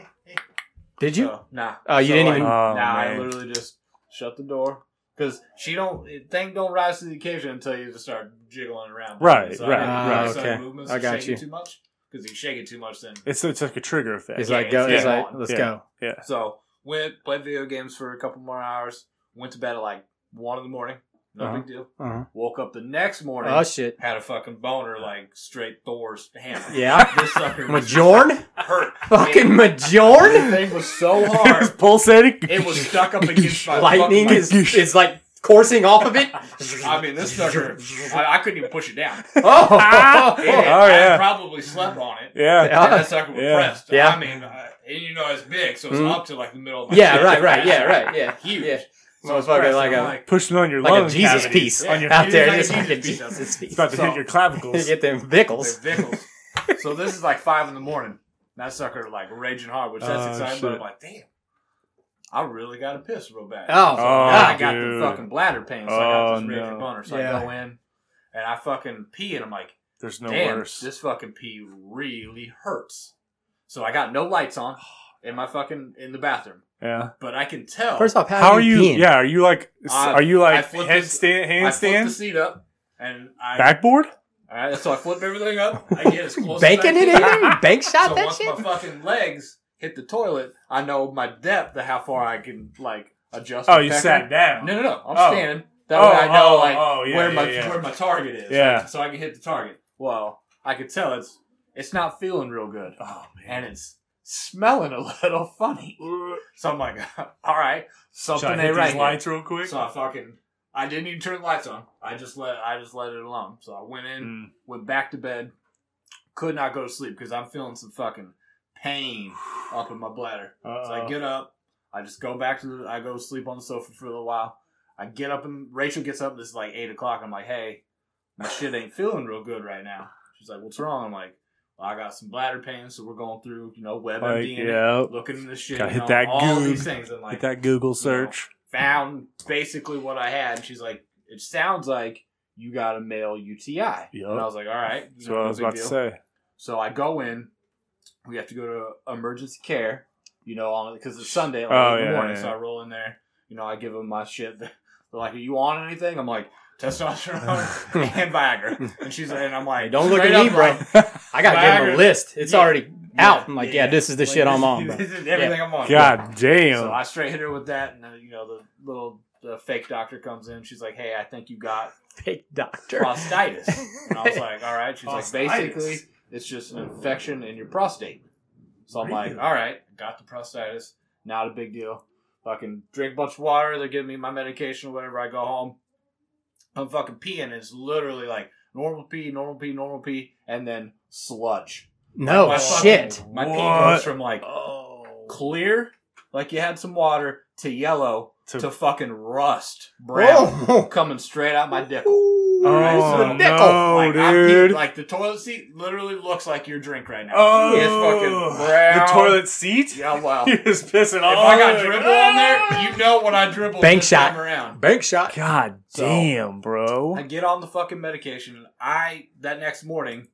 [SPEAKER 1] Did you?
[SPEAKER 2] So, nah.
[SPEAKER 1] Oh, you
[SPEAKER 2] So,
[SPEAKER 1] didn't
[SPEAKER 2] like,
[SPEAKER 1] even-
[SPEAKER 4] Oh,
[SPEAKER 2] nah, I
[SPEAKER 4] man.
[SPEAKER 2] literally just shut the door because she don't it- thing don't rise to the occasion until you just start jiggling around.
[SPEAKER 4] Right,
[SPEAKER 2] I
[SPEAKER 4] right,
[SPEAKER 2] didn't do
[SPEAKER 1] right.
[SPEAKER 2] any sudden
[SPEAKER 1] Okay.
[SPEAKER 2] movements
[SPEAKER 1] I
[SPEAKER 2] to
[SPEAKER 1] got
[SPEAKER 2] shake it
[SPEAKER 1] you.
[SPEAKER 2] Too much because if you shake it too much, then
[SPEAKER 4] It's it's like a trigger effect.
[SPEAKER 1] It's
[SPEAKER 2] Yeah,
[SPEAKER 1] like go.
[SPEAKER 2] it's
[SPEAKER 1] It's
[SPEAKER 2] game
[SPEAKER 1] like
[SPEAKER 2] on.
[SPEAKER 1] let's
[SPEAKER 4] Yeah.
[SPEAKER 1] go.
[SPEAKER 4] yeah,
[SPEAKER 2] so went played video games for a couple more hours. Went to bed at like one in the morning. No
[SPEAKER 1] Uh-huh.
[SPEAKER 2] big deal.
[SPEAKER 1] Uh-huh.
[SPEAKER 2] Woke up the next morning.
[SPEAKER 1] Oh shit!
[SPEAKER 2] had a fucking boner like straight Thor's hammer.
[SPEAKER 1] Yeah,
[SPEAKER 2] This sucker was
[SPEAKER 1] Majorn,
[SPEAKER 2] hurt.
[SPEAKER 1] fucking
[SPEAKER 2] The
[SPEAKER 1] Majorn.
[SPEAKER 2] thing was so
[SPEAKER 4] it was
[SPEAKER 2] hard.
[SPEAKER 4] pulsating.
[SPEAKER 2] It was stuck up against my
[SPEAKER 1] Lightning
[SPEAKER 2] fucking-
[SPEAKER 1] is is like coursing off of it.
[SPEAKER 2] I mean, this sucker. I, I couldn't even push it down.
[SPEAKER 1] Oh,
[SPEAKER 2] It,
[SPEAKER 4] Oh,
[SPEAKER 2] I
[SPEAKER 4] yeah.
[SPEAKER 2] probably slept on it.
[SPEAKER 4] yeah.
[SPEAKER 2] And that sucker was
[SPEAKER 4] Yeah.
[SPEAKER 2] pressed.
[SPEAKER 1] Yeah.
[SPEAKER 2] I mean, uh, and you know it's big, so it's
[SPEAKER 1] Mhm.
[SPEAKER 2] up to like the middle of my
[SPEAKER 1] yeah,
[SPEAKER 2] chest.
[SPEAKER 1] right, right, yeah,
[SPEAKER 2] That's
[SPEAKER 1] right, yeah,
[SPEAKER 2] Huge.
[SPEAKER 1] yeah.
[SPEAKER 2] So it's
[SPEAKER 1] Motherfucker,
[SPEAKER 2] pressed,
[SPEAKER 1] like
[SPEAKER 2] and I'm
[SPEAKER 1] a-
[SPEAKER 2] like
[SPEAKER 4] Pushing on your
[SPEAKER 1] like
[SPEAKER 4] lung
[SPEAKER 1] a Jesus
[SPEAKER 4] cavity.
[SPEAKER 1] piece
[SPEAKER 2] Yeah.
[SPEAKER 4] on your.
[SPEAKER 1] out there.
[SPEAKER 2] Like a
[SPEAKER 1] just like a
[SPEAKER 2] Jesus piece.
[SPEAKER 1] Jesus piece.
[SPEAKER 4] It's about to
[SPEAKER 2] So-
[SPEAKER 4] hit your clavicles.
[SPEAKER 1] Get them vickles.
[SPEAKER 2] they're vickles. so this is like five in the morning. That sucker like raging hard, which that's
[SPEAKER 4] Oh,
[SPEAKER 2] exciting. But I'm
[SPEAKER 4] shit.
[SPEAKER 2] like, damn, I really got to piss real bad.
[SPEAKER 1] Oh,
[SPEAKER 2] So
[SPEAKER 4] Oh,
[SPEAKER 2] now "Ah, I got the
[SPEAKER 4] dude.
[SPEAKER 2] fucking bladder pain. So I got
[SPEAKER 4] Oh,
[SPEAKER 2] this raging
[SPEAKER 4] no.
[SPEAKER 2] boner. So
[SPEAKER 1] Yeah.
[SPEAKER 2] I go in and I fucking pee, and I'm like,
[SPEAKER 4] There's no
[SPEAKER 2] damn,
[SPEAKER 4] worse.
[SPEAKER 2] this fucking pee really hurts. So I got no lights on in my fucking in the bathroom,
[SPEAKER 4] yeah.
[SPEAKER 2] but I can tell.
[SPEAKER 1] First off, how,
[SPEAKER 4] How are you?
[SPEAKER 1] peeing?
[SPEAKER 4] Yeah. Are you like? s-
[SPEAKER 2] I-
[SPEAKER 4] are you
[SPEAKER 2] I
[SPEAKER 4] like
[SPEAKER 2] flipped
[SPEAKER 4] headstand,
[SPEAKER 2] I flipped the
[SPEAKER 4] handstand,
[SPEAKER 2] seat up, and I
[SPEAKER 4] backboard?
[SPEAKER 2] All right, so I flip everything up. I get as close
[SPEAKER 1] Banking
[SPEAKER 2] as I
[SPEAKER 1] it
[SPEAKER 2] can.
[SPEAKER 1] in? You Bank shot
[SPEAKER 2] So
[SPEAKER 1] that
[SPEAKER 2] once
[SPEAKER 1] shit?
[SPEAKER 2] my fucking legs hit the toilet, I know my depth of how far I can like adjust.
[SPEAKER 4] Oh,
[SPEAKER 2] my
[SPEAKER 4] you
[SPEAKER 2] pecking.
[SPEAKER 4] sat down.
[SPEAKER 2] No, no, no. I'm
[SPEAKER 4] Oh.
[SPEAKER 2] standing. That
[SPEAKER 4] Oh,
[SPEAKER 2] way I know
[SPEAKER 4] oh,
[SPEAKER 2] like
[SPEAKER 4] oh, yeah,
[SPEAKER 2] where my
[SPEAKER 4] yeah, yeah.
[SPEAKER 2] where my target is.
[SPEAKER 4] Yeah.
[SPEAKER 2] So I can hit the target. Well, I could tell it's it's not feeling real good,
[SPEAKER 4] Oh
[SPEAKER 2] and it's smelling a little funny. So I'm like, all right,
[SPEAKER 4] Should
[SPEAKER 2] something
[SPEAKER 4] I
[SPEAKER 2] ain't
[SPEAKER 4] hit
[SPEAKER 2] right.
[SPEAKER 4] these
[SPEAKER 2] here.
[SPEAKER 4] lights real quick?
[SPEAKER 2] So I fucking I didn't even turn the lights on. I just let I just let it alone. So I went in,
[SPEAKER 4] Mm.
[SPEAKER 2] went back to bed, could not go to sleep because I'm feeling some fucking pain up in my bladder. So I
[SPEAKER 4] Uh-oh.
[SPEAKER 2] get up, I just go back to the I go sleep on the sofa for a little while. I get up and Rachel gets up. This is like eight o'clock. I'm like, hey, my shit ain't feeling real good right now. She's like, what's wrong? I'm like, well, I got some bladder pain, so we're going through you know WebMD
[SPEAKER 4] Like,
[SPEAKER 2] and
[SPEAKER 4] yeah.
[SPEAKER 2] looking at this shit,
[SPEAKER 4] Gotta hit
[SPEAKER 2] you know,
[SPEAKER 4] that
[SPEAKER 2] all
[SPEAKER 4] goob.
[SPEAKER 2] these things. I'm like,
[SPEAKER 4] Hit that Google search.
[SPEAKER 2] found basically what I had. And she's like, it sounds like you got a male UTI. And I was like, all right.
[SPEAKER 4] That's what I was
[SPEAKER 2] no
[SPEAKER 4] about
[SPEAKER 2] big
[SPEAKER 4] to
[SPEAKER 2] deal.
[SPEAKER 4] say.
[SPEAKER 2] So I go in. We have to go to emergency care, you know, because it's Sunday like,
[SPEAKER 4] Oh,
[SPEAKER 2] in the
[SPEAKER 4] yeah,
[SPEAKER 2] morning.
[SPEAKER 4] yeah.
[SPEAKER 2] So I roll in there. You know, I give them my shit. They're like, are you on anything? I'm like, testosterone and Viagra. And she's like, and I'm like,
[SPEAKER 1] Hey, don't look
[SPEAKER 2] straight
[SPEAKER 1] at me,
[SPEAKER 2] up,
[SPEAKER 1] bro.
[SPEAKER 2] like,
[SPEAKER 1] I got to give him
[SPEAKER 2] Viagra.
[SPEAKER 1] a list. It's
[SPEAKER 2] Yeah.
[SPEAKER 1] already out. I'm like,
[SPEAKER 2] Yeah.
[SPEAKER 1] yeah, this is the
[SPEAKER 2] like,
[SPEAKER 1] shit
[SPEAKER 2] this
[SPEAKER 1] I'm
[SPEAKER 2] is-
[SPEAKER 1] on, bro.
[SPEAKER 2] This is everything I'm on.
[SPEAKER 4] God damn.
[SPEAKER 2] So I straight hit her with that, and then, you know the little the fake doctor comes in. She's like, "Hey, I think you got
[SPEAKER 1] Fake doctor.
[SPEAKER 2] prostatitis," and I was like, "All right." She's like,
[SPEAKER 4] Prostatitis.
[SPEAKER 2] "Basically, it's just an infection in your prostate." So I'm like,
[SPEAKER 4] Really?
[SPEAKER 2] "All right, got the prostatitis. Not a big deal. Fucking drink a bunch of water. They give me my medication or whatever. I go home. I'm fucking peeing. It's literally like normal pee, normal pee, normal pee, and then sludge.
[SPEAKER 1] No
[SPEAKER 2] My fucking-
[SPEAKER 1] Oh, shit.
[SPEAKER 2] My pee
[SPEAKER 4] What?
[SPEAKER 2] goes from like Oh, clear, like you had some water, to yellow, to,
[SPEAKER 4] To-
[SPEAKER 2] fucking rust, brown,
[SPEAKER 1] Oh.
[SPEAKER 2] coming straight out my dick. Alright, so
[SPEAKER 4] oh,
[SPEAKER 2] the
[SPEAKER 1] nickel,
[SPEAKER 4] no,
[SPEAKER 2] like, I
[SPEAKER 4] dude.
[SPEAKER 2] peed- like the toilet seat literally looks like your drink right now.
[SPEAKER 4] oh,
[SPEAKER 2] It's fucking brown.
[SPEAKER 4] The toilet seat?
[SPEAKER 2] Yeah, wow.
[SPEAKER 4] You're just pissing
[SPEAKER 2] if
[SPEAKER 4] all
[SPEAKER 2] I got
[SPEAKER 4] over.
[SPEAKER 2] dribble on there, you know when I dribble
[SPEAKER 1] Bank
[SPEAKER 2] this
[SPEAKER 1] shot.
[SPEAKER 2] time around.
[SPEAKER 1] Bank shot.
[SPEAKER 4] God
[SPEAKER 2] So-
[SPEAKER 4] damn, bro.
[SPEAKER 2] I get on the fucking medication. And I that next morning,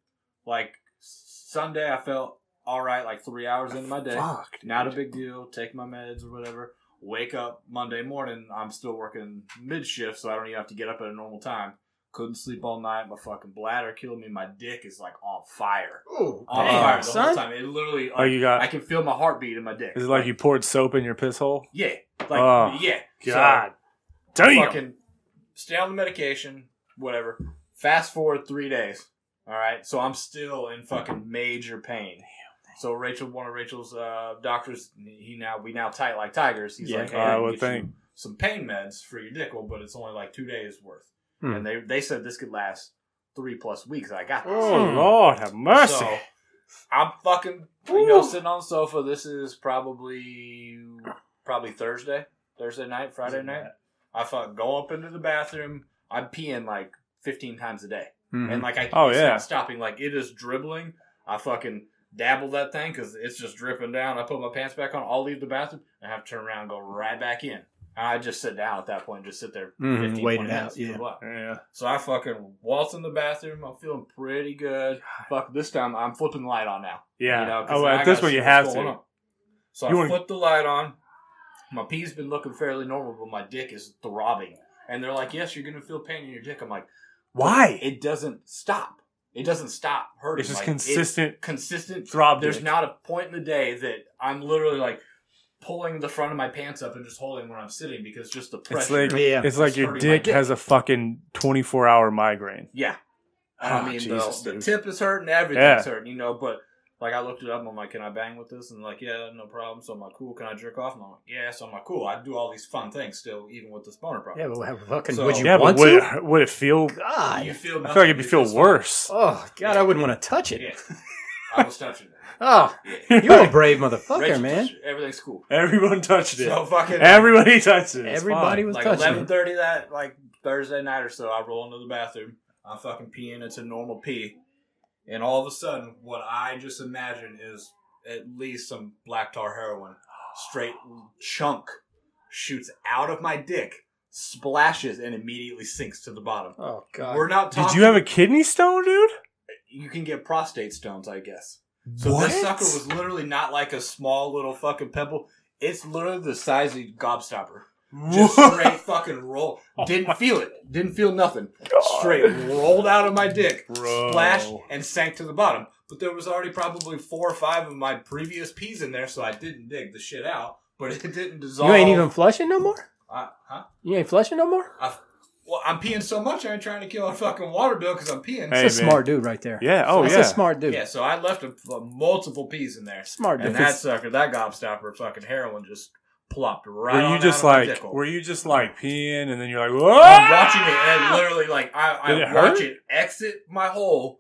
[SPEAKER 2] like Sunday, I felt all right. Like three hours into my day,
[SPEAKER 4] Fuck.
[SPEAKER 2] not a big deal. Take my meds or whatever. Wake up Monday morning. I'm still working mid shift, so I don't even have to get up at a normal time. Couldn't sleep all night. My fucking bladder killed me. My dick is like on fire. On
[SPEAKER 4] Damn,
[SPEAKER 2] fire the whole
[SPEAKER 1] son.
[SPEAKER 2] time. It literally.
[SPEAKER 4] Oh, you
[SPEAKER 2] I
[SPEAKER 4] got.
[SPEAKER 2] can feel my heartbeat in my dick.
[SPEAKER 4] Is it like you poured soap in your piss hole?
[SPEAKER 2] Yeah. Like
[SPEAKER 4] Oh,
[SPEAKER 2] yeah. So,
[SPEAKER 4] God damn.
[SPEAKER 2] fucking stay on the medication, whatever. Fast forward three days. All right, so I'm still in fucking major pain. So Rachel, one of Rachel's uh, doctors, he now we now tight like tigers. He's
[SPEAKER 1] Yeah.
[SPEAKER 2] like, hey,
[SPEAKER 4] I
[SPEAKER 2] can
[SPEAKER 4] would
[SPEAKER 2] get you
[SPEAKER 4] think.
[SPEAKER 2] some pain meds for your nickel, but it's only like two days worth.
[SPEAKER 1] Hmm.
[SPEAKER 2] And they they said this could last three plus weeks. I got this.
[SPEAKER 4] Oh, Lord, have mercy.
[SPEAKER 2] Hmm. So I'm fucking you know
[SPEAKER 4] Woo.
[SPEAKER 2] sitting on the sofa. This is probably probably Thursday, Thursday night, Friday night. I fuck go up into the bathroom. I'm peeing like 15 times a day,
[SPEAKER 1] Mm-hmm.
[SPEAKER 2] and like I
[SPEAKER 4] Oh,
[SPEAKER 2] it's
[SPEAKER 4] yeah.
[SPEAKER 2] not stopping. Like it is dribbling. I fucking dabble that thing because it's just dripping down. I put my pants back on. I'll leave the bathroom and have to turn around and go right back in. And I just sit down at that point, just sit there,
[SPEAKER 1] Mhm,
[SPEAKER 2] 15,
[SPEAKER 1] wait
[SPEAKER 2] 20
[SPEAKER 1] it out,
[SPEAKER 2] minutes,
[SPEAKER 1] yeah.
[SPEAKER 2] blah.
[SPEAKER 4] yeah.
[SPEAKER 2] So I fucking waltz in the bathroom. I'm feeling pretty good. Fuck, this time I'm flipping the light on now.
[SPEAKER 4] Yeah.
[SPEAKER 2] You know, 'cause
[SPEAKER 4] oh,
[SPEAKER 2] I
[SPEAKER 4] at
[SPEAKER 2] gotta
[SPEAKER 4] this one,
[SPEAKER 2] see
[SPEAKER 4] you
[SPEAKER 2] what's
[SPEAKER 4] have
[SPEAKER 2] going
[SPEAKER 4] to.
[SPEAKER 2] on. So
[SPEAKER 4] You
[SPEAKER 2] I
[SPEAKER 4] wanna-
[SPEAKER 2] flipped the light on. My pee's been looking fairly normal, but my dick is throbbing. And they're like, yes, you're going to feel pain in your dick. I'm like,
[SPEAKER 4] Why?
[SPEAKER 2] it doesn't stop. It doesn't stop hurting.
[SPEAKER 4] It's just
[SPEAKER 2] Like,
[SPEAKER 4] consistent
[SPEAKER 2] consistent.
[SPEAKER 4] throb.
[SPEAKER 2] There's
[SPEAKER 4] dick.
[SPEAKER 2] not a point in the day that I'm literally like pulling the front of my pants up and just holding when I'm sitting because just the pressure.
[SPEAKER 4] It's like
[SPEAKER 1] Yeah.
[SPEAKER 4] it's like your
[SPEAKER 2] Hurting my
[SPEAKER 4] dick,
[SPEAKER 2] dick.
[SPEAKER 4] has a fucking 24 hour migraine.
[SPEAKER 2] Yeah.
[SPEAKER 4] Ah,
[SPEAKER 2] I mean,
[SPEAKER 4] Jesus,
[SPEAKER 2] the, the
[SPEAKER 4] dude.
[SPEAKER 2] tip is hurting, everything's
[SPEAKER 4] Yeah.
[SPEAKER 2] hurting, you know, but like I looked it up, I'm like, can I bang with this? And like, yeah, no problem. So I'm like, cool, can I jerk off? And I'm like, yeah, so I'm like, cool, I do all these fun things still, even with this boner problem.
[SPEAKER 1] Yeah, but what- fucking,
[SPEAKER 2] So-
[SPEAKER 1] would you
[SPEAKER 4] Yeah, but
[SPEAKER 1] want
[SPEAKER 4] would
[SPEAKER 1] to?
[SPEAKER 4] it, would it feel?
[SPEAKER 2] you
[SPEAKER 1] God.
[SPEAKER 2] feel
[SPEAKER 4] I feel like it'd
[SPEAKER 2] nothing,
[SPEAKER 4] be feel
[SPEAKER 2] just-
[SPEAKER 4] worse.
[SPEAKER 1] Oh, God, I wouldn't want to touch it.
[SPEAKER 2] Yeah. I was touching it.
[SPEAKER 1] Oh,
[SPEAKER 2] Yeah.
[SPEAKER 1] you're a brave motherfucker,
[SPEAKER 2] Rachel
[SPEAKER 1] man.
[SPEAKER 2] touched it. Everything's cool.
[SPEAKER 4] Everyone touched it.
[SPEAKER 2] So fucking
[SPEAKER 4] Everybody touched it. It's
[SPEAKER 1] Everybody
[SPEAKER 4] fine.
[SPEAKER 1] was
[SPEAKER 2] like
[SPEAKER 1] touching
[SPEAKER 2] eleven
[SPEAKER 1] it.
[SPEAKER 2] thirty that like Thursday night or so, I roll into the bathroom. I'm fucking peeing. It's a normal pee, and all of a sudden, what I just imagine is at least some black tar heroin, straight chunk shoots out of my dick, splashes, and immediately sinks to the bottom.
[SPEAKER 1] Oh God.
[SPEAKER 2] We're not talking.
[SPEAKER 4] Uh, Did you have a kidney stone, dude?
[SPEAKER 2] You can get prostate stones, I guess. So
[SPEAKER 4] what?
[SPEAKER 2] this sucker was literally not like a small little fucking pebble. It's literally the size of a gobstopper. Just straight fucking roll.
[SPEAKER 4] Oh
[SPEAKER 2] Didn't feel it. Didn't feel nothing. Straight rolled out of my dick,
[SPEAKER 4] Bro.
[SPEAKER 2] splashed, and sank to the bottom. But there was already probably four or five of my previous peas in there, so I didn't dig the shit out. But it didn't dissolve.
[SPEAKER 1] You ain't even flushing no more.
[SPEAKER 2] I, huh?
[SPEAKER 1] You ain't flushing no more.
[SPEAKER 2] I, well, I'm peeing so much, I ain't trying to kill a fucking water bill because I'm peeing.
[SPEAKER 4] Hey,
[SPEAKER 1] That's a
[SPEAKER 4] man.
[SPEAKER 1] smart dude right there.
[SPEAKER 4] Yeah. Oh,
[SPEAKER 1] That's
[SPEAKER 4] yeah.
[SPEAKER 1] a smart dude.
[SPEAKER 2] Yeah, so I left a, a multiple peas in there.
[SPEAKER 1] Smart
[SPEAKER 2] And
[SPEAKER 1] dude.
[SPEAKER 2] that sucker, that gobstopper, fucking heroin just plopped right.
[SPEAKER 4] Were
[SPEAKER 2] on
[SPEAKER 4] you just
[SPEAKER 2] out of my Oh,
[SPEAKER 4] like?
[SPEAKER 2] dickle.
[SPEAKER 4] Were you just like peeing, and then you're like,
[SPEAKER 2] I'm
[SPEAKER 4] "Whoa!"
[SPEAKER 2] watching it and literally like I, I
[SPEAKER 4] Ah! Did it
[SPEAKER 2] watch
[SPEAKER 4] hurt?
[SPEAKER 2] it exit my hole,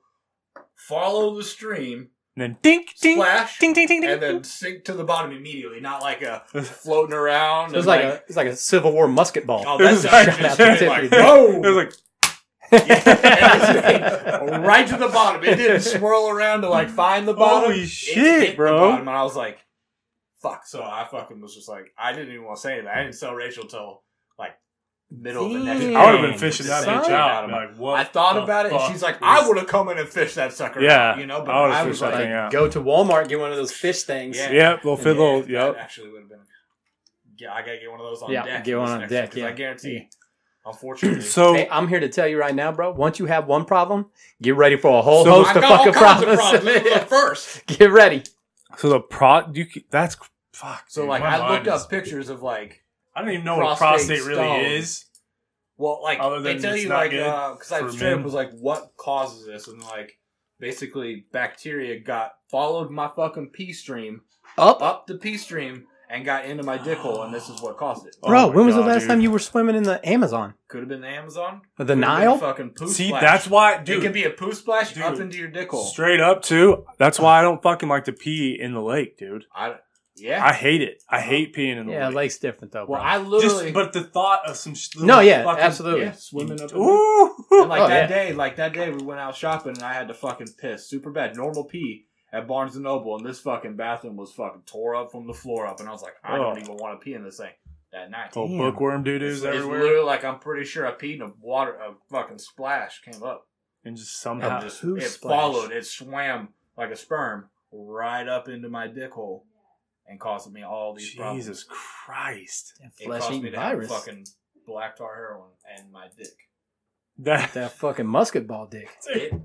[SPEAKER 2] follow the stream,
[SPEAKER 4] And then dink, dink,
[SPEAKER 2] Splash,
[SPEAKER 4] ding, ding, ding, ding.
[SPEAKER 2] and then sink to the bottom immediately. Not like a floating around.
[SPEAKER 1] It was
[SPEAKER 2] and
[SPEAKER 1] like a it's like a Civil War musket ball.
[SPEAKER 2] oh,
[SPEAKER 4] It
[SPEAKER 2] that's
[SPEAKER 4] was like-
[SPEAKER 2] just
[SPEAKER 1] it was
[SPEAKER 2] been
[SPEAKER 1] like-
[SPEAKER 2] like
[SPEAKER 4] it
[SPEAKER 2] whoa,
[SPEAKER 4] was like,
[SPEAKER 2] Yeah, it was right to the bottom. It didn't swirl around to like find the bottom.
[SPEAKER 4] Holy
[SPEAKER 2] It
[SPEAKER 4] shit,
[SPEAKER 2] hit the
[SPEAKER 4] bro.
[SPEAKER 2] bottom, and I was like, fuck. So I fucking was just like, I didn't even want to say anything. I didn't tell Rachel till like middle of the next.
[SPEAKER 1] Damn.
[SPEAKER 4] I would have
[SPEAKER 1] Dang,
[SPEAKER 4] been fishing that
[SPEAKER 1] son.
[SPEAKER 4] bitch out.
[SPEAKER 2] Adam.
[SPEAKER 4] Like, what?
[SPEAKER 2] I thought
[SPEAKER 4] the
[SPEAKER 2] about it, and
[SPEAKER 4] fuck
[SPEAKER 2] she's like,
[SPEAKER 4] is-
[SPEAKER 2] "I would have come in and fished that sucker."
[SPEAKER 4] Yeah,
[SPEAKER 2] you know, but
[SPEAKER 4] I would've
[SPEAKER 2] I,
[SPEAKER 4] fished
[SPEAKER 2] was
[SPEAKER 4] that
[SPEAKER 2] like,
[SPEAKER 4] thing out.
[SPEAKER 1] Go to Walmart, get one of those fish things.
[SPEAKER 2] Yeah.
[SPEAKER 4] Yep, little fiddle.
[SPEAKER 2] Yeah, that
[SPEAKER 4] Yep.
[SPEAKER 2] Actually, would have been. Yeah, I gotta get one of those on
[SPEAKER 1] Yeah,
[SPEAKER 2] deck.
[SPEAKER 1] get
[SPEAKER 2] for
[SPEAKER 1] one
[SPEAKER 2] this
[SPEAKER 1] on
[SPEAKER 2] next
[SPEAKER 1] deck,
[SPEAKER 2] 'cause
[SPEAKER 1] yeah.
[SPEAKER 2] I guarantee. Unfortunately,
[SPEAKER 4] So
[SPEAKER 1] Hey, I'm here to tell you right now, bro. Once you have one problem, get ready for a whole
[SPEAKER 4] So-
[SPEAKER 1] host
[SPEAKER 2] I
[SPEAKER 1] of
[SPEAKER 2] got all
[SPEAKER 1] fucking
[SPEAKER 2] kinds of
[SPEAKER 1] problems.
[SPEAKER 2] problems. This was the first.
[SPEAKER 1] get ready.
[SPEAKER 4] So the pro, you c- that's fuck.
[SPEAKER 2] So
[SPEAKER 4] dude,
[SPEAKER 2] like,
[SPEAKER 4] my
[SPEAKER 2] I looked
[SPEAKER 4] mind
[SPEAKER 2] up
[SPEAKER 4] is-
[SPEAKER 2] pictures of like
[SPEAKER 4] I don't even know what
[SPEAKER 2] prostate
[SPEAKER 4] prostate really
[SPEAKER 2] stone.
[SPEAKER 4] is.
[SPEAKER 2] Well, like
[SPEAKER 4] Other
[SPEAKER 2] they
[SPEAKER 4] than
[SPEAKER 2] tell
[SPEAKER 4] it's
[SPEAKER 2] you,
[SPEAKER 4] not
[SPEAKER 2] like
[SPEAKER 4] good
[SPEAKER 2] because I
[SPEAKER 4] for
[SPEAKER 2] straight up
[SPEAKER 4] men.
[SPEAKER 2] was like, what causes this? And like, basically, bacteria got followed my fucking pee stream
[SPEAKER 1] Up,
[SPEAKER 2] up the pee stream and got into my dick hole, and this is what caused it.
[SPEAKER 4] Oh
[SPEAKER 1] bro.
[SPEAKER 4] my
[SPEAKER 1] when was the
[SPEAKER 4] God,
[SPEAKER 1] last
[SPEAKER 4] dude.
[SPEAKER 1] time you were swimming in the Amazon,
[SPEAKER 2] Could have been the Amazon,
[SPEAKER 1] the
[SPEAKER 2] Could've been
[SPEAKER 1] Nile?
[SPEAKER 2] fucking poo
[SPEAKER 4] See,
[SPEAKER 2] splash.
[SPEAKER 4] that's why,
[SPEAKER 2] it can
[SPEAKER 4] dude.
[SPEAKER 2] be a poo splash
[SPEAKER 4] Dude.
[SPEAKER 2] up into your dick hole.
[SPEAKER 4] Straight up, too. That's why I don't fucking like to pee in the lake, dude.
[SPEAKER 2] I, yeah.
[SPEAKER 4] I hate it. I hate peeing in the
[SPEAKER 1] yeah,
[SPEAKER 4] lake.
[SPEAKER 1] lake's different though, bro.
[SPEAKER 2] well, I literally,
[SPEAKER 4] Just, but the thought of some. sh- little
[SPEAKER 1] no, yeah,
[SPEAKER 4] fucking-
[SPEAKER 1] absolutely.
[SPEAKER 2] yeah, swimming up. in-
[SPEAKER 4] Ooh,
[SPEAKER 2] And like
[SPEAKER 1] Oh,
[SPEAKER 2] that day, like that day, we went out shopping and I had to fucking piss super bad, normal pee at Barnes and Noble, and this fucking bathroom was fucking tore up from the floor up, and I was like, I
[SPEAKER 4] Oh.
[SPEAKER 2] don't even want to pee in this thing that night.
[SPEAKER 4] Little
[SPEAKER 1] Damn.
[SPEAKER 4] bookworm doo
[SPEAKER 2] It's,
[SPEAKER 4] doos
[SPEAKER 2] it's
[SPEAKER 4] everywhere,
[SPEAKER 2] literally like I'm pretty sure I peed and a water, a fucking splash came up.
[SPEAKER 4] and just
[SPEAKER 2] And
[SPEAKER 4] somehow.
[SPEAKER 2] just,
[SPEAKER 1] who
[SPEAKER 2] it
[SPEAKER 1] splashed?
[SPEAKER 2] followed, it swam like a sperm right up into my dick hole, and caused me all these problems.
[SPEAKER 4] Jesus Christ,
[SPEAKER 1] That
[SPEAKER 2] It caused me
[SPEAKER 1] flesh-eating
[SPEAKER 2] to have
[SPEAKER 1] virus.
[SPEAKER 2] fucking black tar heroin and my dick.
[SPEAKER 4] that,
[SPEAKER 1] That fucking musket ball dick.
[SPEAKER 2] It,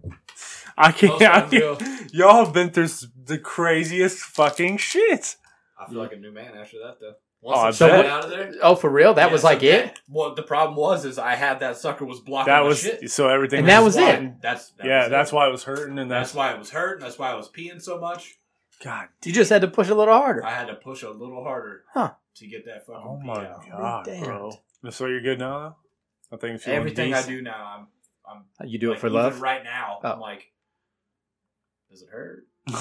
[SPEAKER 4] I can't.
[SPEAKER 2] Those
[SPEAKER 4] I
[SPEAKER 2] ones
[SPEAKER 4] can't y'all have been through s- the craziest fucking shit.
[SPEAKER 2] I feel like a new man after that though. Once
[SPEAKER 4] Oh, I
[SPEAKER 2] I'm so
[SPEAKER 4] bet.
[SPEAKER 2] out of there,
[SPEAKER 1] Oh, for real? That
[SPEAKER 2] Yeah,
[SPEAKER 1] was
[SPEAKER 2] so
[SPEAKER 1] like
[SPEAKER 2] that-
[SPEAKER 1] it.
[SPEAKER 2] Well, the problem was is I had that sucker was blocking
[SPEAKER 4] That
[SPEAKER 2] my
[SPEAKER 4] was
[SPEAKER 2] shit.
[SPEAKER 4] so everything.
[SPEAKER 1] And that
[SPEAKER 4] just
[SPEAKER 1] was it.
[SPEAKER 4] rotten.
[SPEAKER 2] That's that
[SPEAKER 4] yeah,
[SPEAKER 2] was
[SPEAKER 4] that's
[SPEAKER 2] it.
[SPEAKER 4] why it was hurting, and
[SPEAKER 2] That's
[SPEAKER 4] that's
[SPEAKER 2] why it was hurting. That's why I was peeing so much.
[SPEAKER 4] God.
[SPEAKER 1] You just had to push a little harder.
[SPEAKER 2] I had to push a little harder
[SPEAKER 1] Huh.
[SPEAKER 2] to get that fucking
[SPEAKER 4] Oh
[SPEAKER 2] pee
[SPEAKER 4] my
[SPEAKER 2] out.
[SPEAKER 4] god,
[SPEAKER 1] Damn.
[SPEAKER 4] bro. So you're good now. though? I think if you
[SPEAKER 2] Everything I do now, I'm I'm
[SPEAKER 1] you do
[SPEAKER 2] like,
[SPEAKER 1] it for
[SPEAKER 2] even
[SPEAKER 1] love.
[SPEAKER 2] Right now,
[SPEAKER 1] Oh.
[SPEAKER 2] I'm like, does it hurt? You know,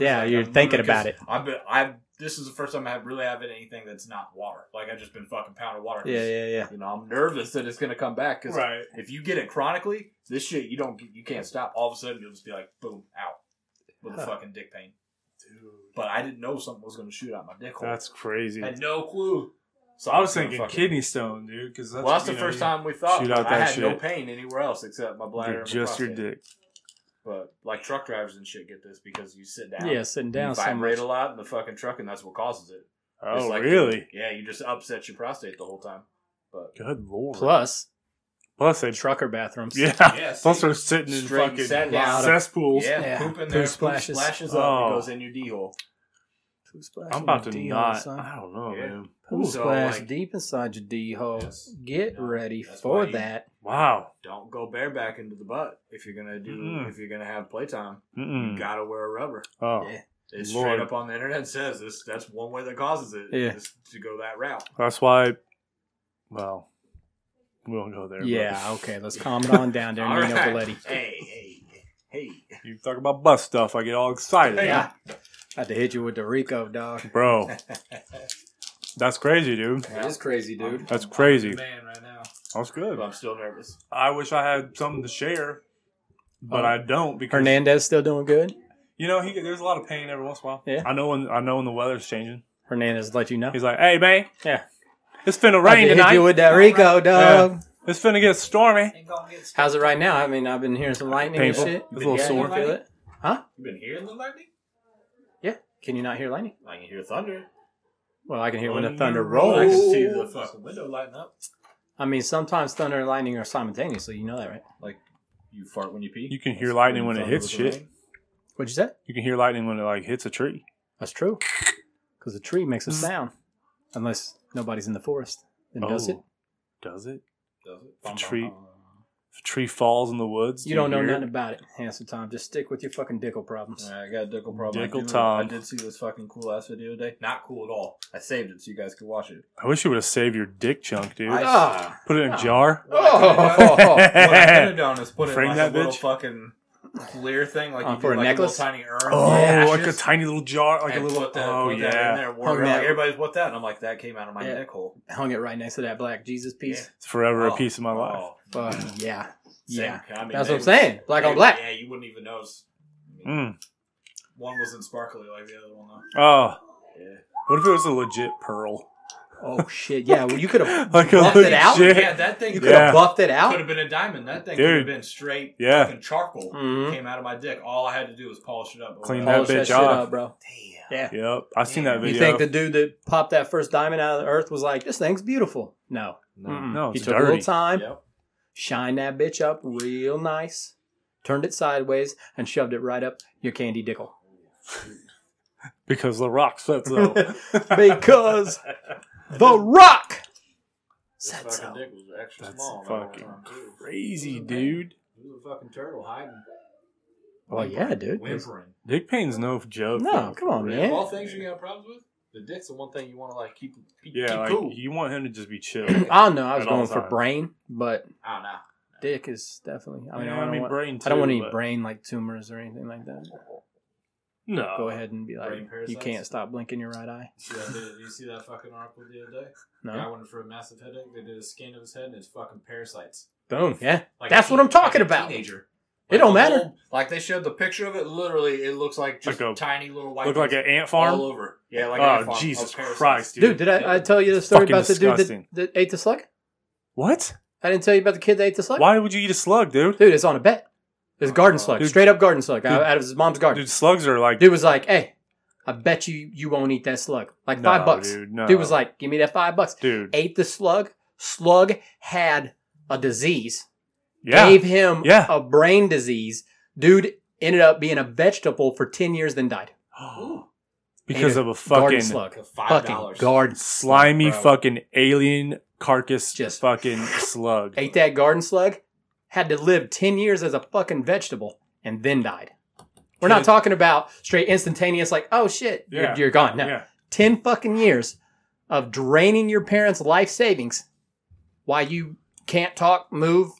[SPEAKER 1] Yeah,
[SPEAKER 2] like,
[SPEAKER 1] you're
[SPEAKER 2] I'm
[SPEAKER 1] thinking
[SPEAKER 2] literally- 'cause
[SPEAKER 1] about it.
[SPEAKER 2] I've been I've this is the first time I have really having anything that's not water. Like I've just been fucking pounding water. 'cause,
[SPEAKER 1] Yeah, yeah, yeah.
[SPEAKER 2] You know, I'm nervous that it's gonna come back because
[SPEAKER 4] right.
[SPEAKER 2] if you get it chronically, this shit you don't you can't stop. All of a sudden you'll just be like boom out with a
[SPEAKER 1] Huh.
[SPEAKER 2] fucking dick pain. But I didn't know something was going to shoot out my dick hole.
[SPEAKER 4] That's crazy.
[SPEAKER 2] I had no clue.
[SPEAKER 4] So I was thinking kidney stone, dude. Because that's,
[SPEAKER 2] Well, that's
[SPEAKER 4] you
[SPEAKER 2] the
[SPEAKER 4] know,
[SPEAKER 2] first
[SPEAKER 4] you-
[SPEAKER 2] time we thought
[SPEAKER 4] shoot out
[SPEAKER 2] I
[SPEAKER 4] that
[SPEAKER 2] had no
[SPEAKER 4] shit.
[SPEAKER 2] pain anywhere else except my bladder.
[SPEAKER 4] Dude,
[SPEAKER 2] and my
[SPEAKER 4] just your
[SPEAKER 2] prostate.
[SPEAKER 4] dick.
[SPEAKER 2] But like truck drivers and shit get this because you sit down.
[SPEAKER 1] Yeah, sitting
[SPEAKER 2] You
[SPEAKER 1] down somewhere.
[SPEAKER 2] vibrate a lot in the fucking truck, and that's what causes it. It's
[SPEAKER 4] Oh,
[SPEAKER 2] like-
[SPEAKER 4] really?
[SPEAKER 2] Yeah, you just upset your prostate the whole time. But
[SPEAKER 4] Good lord.
[SPEAKER 1] Plus,
[SPEAKER 4] plus they.
[SPEAKER 1] trucker bathrooms.
[SPEAKER 4] Yeah.
[SPEAKER 2] Yeah,
[SPEAKER 4] plus
[SPEAKER 2] see?
[SPEAKER 4] they're sitting in
[SPEAKER 2] Straight
[SPEAKER 4] fucking
[SPEAKER 2] sat down.
[SPEAKER 4] cesspools.
[SPEAKER 2] yeah,
[SPEAKER 1] Yeah.
[SPEAKER 2] poop in
[SPEAKER 1] Poop
[SPEAKER 2] there, poop
[SPEAKER 1] splashes.
[SPEAKER 2] splashes, up,
[SPEAKER 4] Oh.
[SPEAKER 2] and goes in your d hole.
[SPEAKER 1] Poo splash
[SPEAKER 4] I'm
[SPEAKER 1] in
[SPEAKER 4] about to
[SPEAKER 1] your D hole,
[SPEAKER 4] not.
[SPEAKER 1] son.
[SPEAKER 4] I don't know,
[SPEAKER 2] Yeah.
[SPEAKER 4] man.
[SPEAKER 1] Poo
[SPEAKER 2] So,
[SPEAKER 1] splash
[SPEAKER 2] like-
[SPEAKER 1] deep inside your D hole.
[SPEAKER 2] Yes.
[SPEAKER 1] Get
[SPEAKER 2] No,
[SPEAKER 1] ready
[SPEAKER 2] that's
[SPEAKER 1] for
[SPEAKER 2] why you-
[SPEAKER 1] that.
[SPEAKER 4] Wow.
[SPEAKER 2] Don't go bareback into the butt if you're gonna do
[SPEAKER 4] Mm-mm.
[SPEAKER 2] if you're gonna have playtime. You
[SPEAKER 4] Mm-mm.
[SPEAKER 2] gotta wear a rubber.
[SPEAKER 4] Oh,
[SPEAKER 1] Yeah.
[SPEAKER 2] It's
[SPEAKER 4] Hmm. Lord.
[SPEAKER 2] straight up on the internet says this. That's one way that causes it.
[SPEAKER 1] Yeah.
[SPEAKER 2] is to go that route.
[SPEAKER 4] that's why. Well, we won't go there. but-
[SPEAKER 1] Yeah, okay. Let's calm it on down there,
[SPEAKER 2] All
[SPEAKER 1] Nino
[SPEAKER 2] right.
[SPEAKER 1] Belletti.
[SPEAKER 2] Hey, hey, hey.
[SPEAKER 4] You talk about bus stuff. I get all excited.
[SPEAKER 2] Hey.
[SPEAKER 1] Yeah. I had to hit you with the Rico, dog.
[SPEAKER 4] Bro, that's crazy, dude.
[SPEAKER 1] That is crazy, dude.
[SPEAKER 4] That's crazy.
[SPEAKER 2] I'm a man right now,
[SPEAKER 4] That's good.
[SPEAKER 2] but I'm still nervous.
[SPEAKER 4] I wish I had something to share, but
[SPEAKER 1] Oh.
[SPEAKER 4] I don't because
[SPEAKER 1] Hernandez still doing good?
[SPEAKER 4] you know he there's a lot of pain every once in a while.
[SPEAKER 1] Yeah.
[SPEAKER 4] I know when I know when the weather's changing.
[SPEAKER 1] Hernandez let you know.
[SPEAKER 4] He's like, "Hey, man,
[SPEAKER 1] Yeah.
[SPEAKER 4] It's finna rain
[SPEAKER 1] Hit you
[SPEAKER 4] tonight.
[SPEAKER 1] with that Rico, dog.
[SPEAKER 4] It's finna get stormy.
[SPEAKER 6] Ain't gonna get
[SPEAKER 1] How's it right now? I mean, I've been hearing some lightning
[SPEAKER 4] Painful.
[SPEAKER 1] and shit.
[SPEAKER 4] It's a little
[SPEAKER 1] Yeah,
[SPEAKER 4] sore.
[SPEAKER 1] You feel it?
[SPEAKER 2] You been hearing the lightning?
[SPEAKER 1] Yeah. Can you not hear lightning?
[SPEAKER 2] I can hear thunder.
[SPEAKER 1] Well, I can hear when the
[SPEAKER 4] Thunder
[SPEAKER 1] thunder
[SPEAKER 2] I
[SPEAKER 1] rolls.
[SPEAKER 2] can see the fucking window lighting up.
[SPEAKER 1] I mean, sometimes thunder and lightning are simultaneously. You know that, right?
[SPEAKER 2] You fart when you pee.
[SPEAKER 4] You can hear lightning when it
[SPEAKER 2] Thunder
[SPEAKER 4] hits
[SPEAKER 2] with
[SPEAKER 4] shit.
[SPEAKER 2] rain.
[SPEAKER 1] What'd you say?
[SPEAKER 4] You can hear lightning when it like hits a tree.
[SPEAKER 1] That's true. Because the tree makes a sound. Unless nobody's in the forest. Then does it?
[SPEAKER 4] Oh. Does it?
[SPEAKER 2] Does it?
[SPEAKER 4] If a tree, if a tree falls in the woods.
[SPEAKER 1] You, don't know
[SPEAKER 4] hear it?
[SPEAKER 1] nothing about it, handsome Tom. Just stick with your fucking dickle problems.
[SPEAKER 2] Alright, I got a dickle problem. I
[SPEAKER 4] Dickle
[SPEAKER 2] do-
[SPEAKER 4] Tom.
[SPEAKER 2] I did see this fucking cool ass video today. Not cool at all. I saved it so you guys could watch it.
[SPEAKER 4] I wish you would have saved your dick chunk, dude.
[SPEAKER 2] I-
[SPEAKER 1] Ah.
[SPEAKER 4] Put it in a
[SPEAKER 1] Ah.
[SPEAKER 4] jar.
[SPEAKER 1] Oh.
[SPEAKER 2] What I could have done is put it in
[SPEAKER 4] Frame
[SPEAKER 2] like
[SPEAKER 4] that
[SPEAKER 2] a little
[SPEAKER 4] bitch.
[SPEAKER 2] fucking clear thing, like
[SPEAKER 1] Uh,
[SPEAKER 2] you
[SPEAKER 1] for a
[SPEAKER 2] do, like
[SPEAKER 1] necklace?
[SPEAKER 2] a little tiny urn.
[SPEAKER 4] Oh,
[SPEAKER 1] Yeah,
[SPEAKER 4] like a
[SPEAKER 1] just-
[SPEAKER 4] tiny little jar, like
[SPEAKER 2] and
[SPEAKER 4] a little.
[SPEAKER 2] put that,
[SPEAKER 4] oh
[SPEAKER 2] put
[SPEAKER 4] yeah.
[SPEAKER 2] that in there. We're
[SPEAKER 1] Hung
[SPEAKER 2] like,
[SPEAKER 1] that-
[SPEAKER 2] everybody's what that? And I'm like, that came out of my
[SPEAKER 1] Yeah.
[SPEAKER 2] neck hole.
[SPEAKER 1] Hung it right next to that black Jesus piece.
[SPEAKER 4] It's forever
[SPEAKER 2] Oh,
[SPEAKER 4] a piece of my
[SPEAKER 2] oh,
[SPEAKER 4] life.
[SPEAKER 1] Fuck
[SPEAKER 2] same.
[SPEAKER 1] yeah. Yeah.
[SPEAKER 2] I
[SPEAKER 1] That's
[SPEAKER 2] mean, they
[SPEAKER 1] what I'm
[SPEAKER 2] was-
[SPEAKER 1] saying. Black
[SPEAKER 2] they-
[SPEAKER 1] on black.
[SPEAKER 2] Yeah, you wouldn't even notice.
[SPEAKER 1] Oh.
[SPEAKER 4] Mm.
[SPEAKER 2] One wasn't sparkly like the other one though.
[SPEAKER 4] Oh,
[SPEAKER 2] Yeah.
[SPEAKER 4] what if it was a legit pearl?
[SPEAKER 1] Oh shit. Yeah. Well, you could have
[SPEAKER 4] Like a
[SPEAKER 1] Buff it out?
[SPEAKER 4] legit.
[SPEAKER 2] Yeah, that thing
[SPEAKER 1] you
[SPEAKER 2] could
[SPEAKER 1] could
[SPEAKER 4] Yeah.
[SPEAKER 1] have buffed it out.
[SPEAKER 2] have been a diamond. That thing
[SPEAKER 4] Dude.
[SPEAKER 2] could have been straight
[SPEAKER 4] Yeah.
[SPEAKER 2] fucking charcoal.
[SPEAKER 1] Mhm.
[SPEAKER 2] Came out of my dick. All I had to do was polish it up.
[SPEAKER 4] Clean
[SPEAKER 2] Well,
[SPEAKER 1] Polish
[SPEAKER 4] bitch
[SPEAKER 1] that shit
[SPEAKER 4] off.
[SPEAKER 1] up, bro.
[SPEAKER 2] Damn.
[SPEAKER 1] Yeah.
[SPEAKER 4] Yep, I've seen that video.
[SPEAKER 1] You think the dude that popped that first diamond out of the earth was like, "This thing's beautiful"? No, Mm-mm.
[SPEAKER 4] No,
[SPEAKER 1] He
[SPEAKER 4] it's
[SPEAKER 1] took a
[SPEAKER 4] dirty.
[SPEAKER 1] little time,
[SPEAKER 2] Yep.
[SPEAKER 1] shined that bitch up real nice, turned it sideways, and shoved it right up your candy dickle.
[SPEAKER 4] because the rock said so.
[SPEAKER 1] Because the Rock
[SPEAKER 2] This
[SPEAKER 1] said
[SPEAKER 2] fucking
[SPEAKER 1] so.
[SPEAKER 2] dick was extra
[SPEAKER 4] That's
[SPEAKER 2] small.
[SPEAKER 4] fucking
[SPEAKER 2] crazy.
[SPEAKER 4] Crazy dude.
[SPEAKER 2] He was a fucking turtle hiding,
[SPEAKER 1] Well, Oh, yeah, dude.
[SPEAKER 2] whimpering.
[SPEAKER 4] Dick pain's no joke.
[SPEAKER 1] No,
[SPEAKER 4] though.
[SPEAKER 1] come on,
[SPEAKER 2] Of
[SPEAKER 1] man.
[SPEAKER 2] all things you got problems with, the dick's the one thing you want to like keep, keep,
[SPEAKER 4] Yeah,
[SPEAKER 2] keep
[SPEAKER 4] like,
[SPEAKER 2] cool.
[SPEAKER 4] you want him to just be chill.
[SPEAKER 1] I don't know. I was
[SPEAKER 4] At all
[SPEAKER 1] going for
[SPEAKER 4] times.
[SPEAKER 1] brain, but
[SPEAKER 2] I don't know.
[SPEAKER 1] dick is definitely. I mean,
[SPEAKER 4] Yeah,
[SPEAKER 1] I don't want.
[SPEAKER 4] brain. Too,
[SPEAKER 1] I don't want any
[SPEAKER 4] but-
[SPEAKER 1] brain like tumors or anything like that.
[SPEAKER 4] No,
[SPEAKER 1] Go ahead and be like,
[SPEAKER 2] Uh, brain
[SPEAKER 1] you
[SPEAKER 2] parasites?
[SPEAKER 1] can't stop blinking your right eye.
[SPEAKER 2] You see that, dude- you see that fucking article the other day?
[SPEAKER 1] No.
[SPEAKER 2] Guy went for a massive headache. They did a scan of his head and it's fucking parasites.
[SPEAKER 1] Boom. Yeah.
[SPEAKER 2] Like
[SPEAKER 1] That's
[SPEAKER 2] a
[SPEAKER 1] what I'm talking
[SPEAKER 2] like a
[SPEAKER 1] about.
[SPEAKER 2] Teenager.
[SPEAKER 1] It don't
[SPEAKER 2] the
[SPEAKER 1] matter.
[SPEAKER 2] whole- like they showed the picture of it. Literally, it looks like just
[SPEAKER 4] Like a-
[SPEAKER 2] tiny little white.
[SPEAKER 4] Look like
[SPEAKER 2] things
[SPEAKER 4] an ant
[SPEAKER 2] all
[SPEAKER 4] farm.
[SPEAKER 2] over. Yeah, like an ant
[SPEAKER 4] Oh
[SPEAKER 2] farm of
[SPEAKER 4] Jesus
[SPEAKER 2] parasites.
[SPEAKER 4] Christ, dude!
[SPEAKER 1] Dude, did I, I tell you the story
[SPEAKER 4] Fucking
[SPEAKER 1] about the dude
[SPEAKER 4] disgusting.
[SPEAKER 1] that, that ate the slug?
[SPEAKER 4] What?
[SPEAKER 1] I didn't tell you about the kid that ate the slug.
[SPEAKER 4] Why would you eat a slug, dude?
[SPEAKER 1] Dude, it's on a bet. It's a garden slug,
[SPEAKER 4] Dude.
[SPEAKER 1] straight up garden slug out, out of his mom's garden.
[SPEAKER 4] Dude, slugs are like
[SPEAKER 1] Dude was like, "Hey, I bet you you won't eat that slug. Like
[SPEAKER 4] No,
[SPEAKER 1] five bucks."
[SPEAKER 4] Dude, no.
[SPEAKER 1] Dude was like, "Give me that five bucks."
[SPEAKER 4] dude,
[SPEAKER 1] Ate the slug. Slug had a disease.
[SPEAKER 4] yeah,
[SPEAKER 1] Gave him
[SPEAKER 4] Yeah.
[SPEAKER 1] a brain disease. Dude ended up being a vegetable for ten years, then died.
[SPEAKER 4] because
[SPEAKER 1] Ate
[SPEAKER 4] of a
[SPEAKER 1] garden
[SPEAKER 4] fucking
[SPEAKER 1] slug,
[SPEAKER 2] Like five
[SPEAKER 1] fucking
[SPEAKER 2] dollars.
[SPEAKER 1] garden
[SPEAKER 4] slimy
[SPEAKER 1] slug, bro.
[SPEAKER 4] fucking alien carcass,
[SPEAKER 1] Just-
[SPEAKER 4] fucking slug.
[SPEAKER 1] Ate that garden slug. Had to live ten years as a fucking vegetable, and then died. We're not
[SPEAKER 4] Dude.
[SPEAKER 1] talking about straight instantaneous, like, oh shit,
[SPEAKER 4] Yeah.
[SPEAKER 1] you're, you're gone. No. 10 fucking years of draining your parents' life savings while you can't talk, move,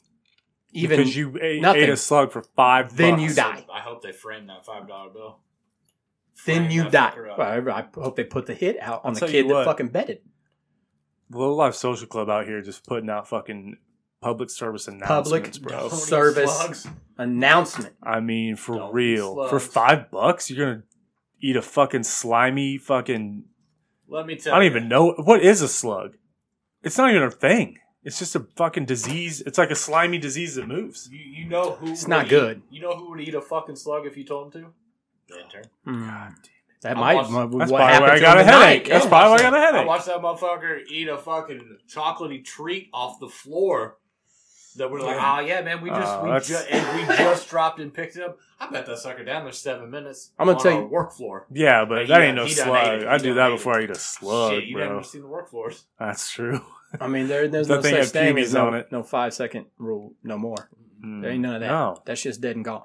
[SPEAKER 1] even.
[SPEAKER 4] because you ate,
[SPEAKER 1] nothing.
[SPEAKER 4] ate a slug for five.
[SPEAKER 1] Then
[SPEAKER 4] bucks.
[SPEAKER 1] you die.
[SPEAKER 2] I hope they framed that five dollar bill.
[SPEAKER 1] then
[SPEAKER 2] Frame
[SPEAKER 1] you
[SPEAKER 2] that
[SPEAKER 1] die.
[SPEAKER 2] fucker up.
[SPEAKER 1] Well, I, I hope they put the hit out on
[SPEAKER 4] I'll
[SPEAKER 1] the
[SPEAKER 4] tell
[SPEAKER 1] kid
[SPEAKER 4] you
[SPEAKER 1] that
[SPEAKER 4] what.
[SPEAKER 1] fucking betted.
[SPEAKER 4] The Little Life Social Club out here just putting out fucking public service
[SPEAKER 1] Public
[SPEAKER 4] announcements, bro.
[SPEAKER 2] Don't eat
[SPEAKER 1] service
[SPEAKER 2] slugs.
[SPEAKER 1] announcement.
[SPEAKER 4] I mean, for
[SPEAKER 2] Don't eat
[SPEAKER 4] real, for
[SPEAKER 2] slugs.
[SPEAKER 4] five bucks, you're gonna eat a fucking slimy fucking.
[SPEAKER 2] Let me
[SPEAKER 4] I
[SPEAKER 2] tell.
[SPEAKER 4] don't
[SPEAKER 2] you.
[SPEAKER 4] even know what is a slug. It's not even a thing. It's just a fucking disease. It's like a slimy disease that moves.
[SPEAKER 2] You, you know who?
[SPEAKER 1] It's
[SPEAKER 2] would
[SPEAKER 1] not
[SPEAKER 2] eat-
[SPEAKER 1] good.
[SPEAKER 2] You know who would eat a fucking slug if you told him to? The intern.
[SPEAKER 1] Mm.
[SPEAKER 4] God
[SPEAKER 1] That
[SPEAKER 2] I
[SPEAKER 1] might
[SPEAKER 2] watched-
[SPEAKER 1] might be
[SPEAKER 4] That's
[SPEAKER 1] what
[SPEAKER 4] probably
[SPEAKER 1] happened
[SPEAKER 4] why I
[SPEAKER 1] to
[SPEAKER 4] got a
[SPEAKER 1] him tonight.
[SPEAKER 4] headache.
[SPEAKER 1] Oh,
[SPEAKER 4] That's
[SPEAKER 1] Yeah.
[SPEAKER 4] probably why I got a
[SPEAKER 2] I
[SPEAKER 4] headache.
[SPEAKER 2] watched that motherfucker eat a fucking chocolatey treat off the floor. That we're like, oh yeah, man, we just
[SPEAKER 4] Oh,
[SPEAKER 2] we,
[SPEAKER 4] that's-
[SPEAKER 2] ju- and we just dropped and picked it up. I bet that sucker down there seven minutes.
[SPEAKER 1] I'm gonna
[SPEAKER 2] on
[SPEAKER 1] tell
[SPEAKER 2] our
[SPEAKER 1] you-
[SPEAKER 2] work floor.
[SPEAKER 4] Yeah, but
[SPEAKER 2] Like,
[SPEAKER 4] that
[SPEAKER 2] he
[SPEAKER 4] ain't
[SPEAKER 2] done-
[SPEAKER 4] no
[SPEAKER 2] he done ate
[SPEAKER 4] slug.
[SPEAKER 2] it.
[SPEAKER 4] I
[SPEAKER 2] He
[SPEAKER 4] do
[SPEAKER 2] done
[SPEAKER 4] that
[SPEAKER 2] ate
[SPEAKER 4] before
[SPEAKER 2] it.
[SPEAKER 4] I eat a slug,
[SPEAKER 2] Shit, you
[SPEAKER 4] bro.
[SPEAKER 2] never seen the work floors.
[SPEAKER 4] That's true.
[SPEAKER 1] I mean, there, there's
[SPEAKER 4] That
[SPEAKER 1] no
[SPEAKER 4] thing
[SPEAKER 1] such
[SPEAKER 4] had
[SPEAKER 1] thing
[SPEAKER 4] pubes
[SPEAKER 1] as no,
[SPEAKER 4] on it. Mm.
[SPEAKER 1] no five second rule no more. There ain't none of that.
[SPEAKER 4] No.
[SPEAKER 1] That shit's dead and gone.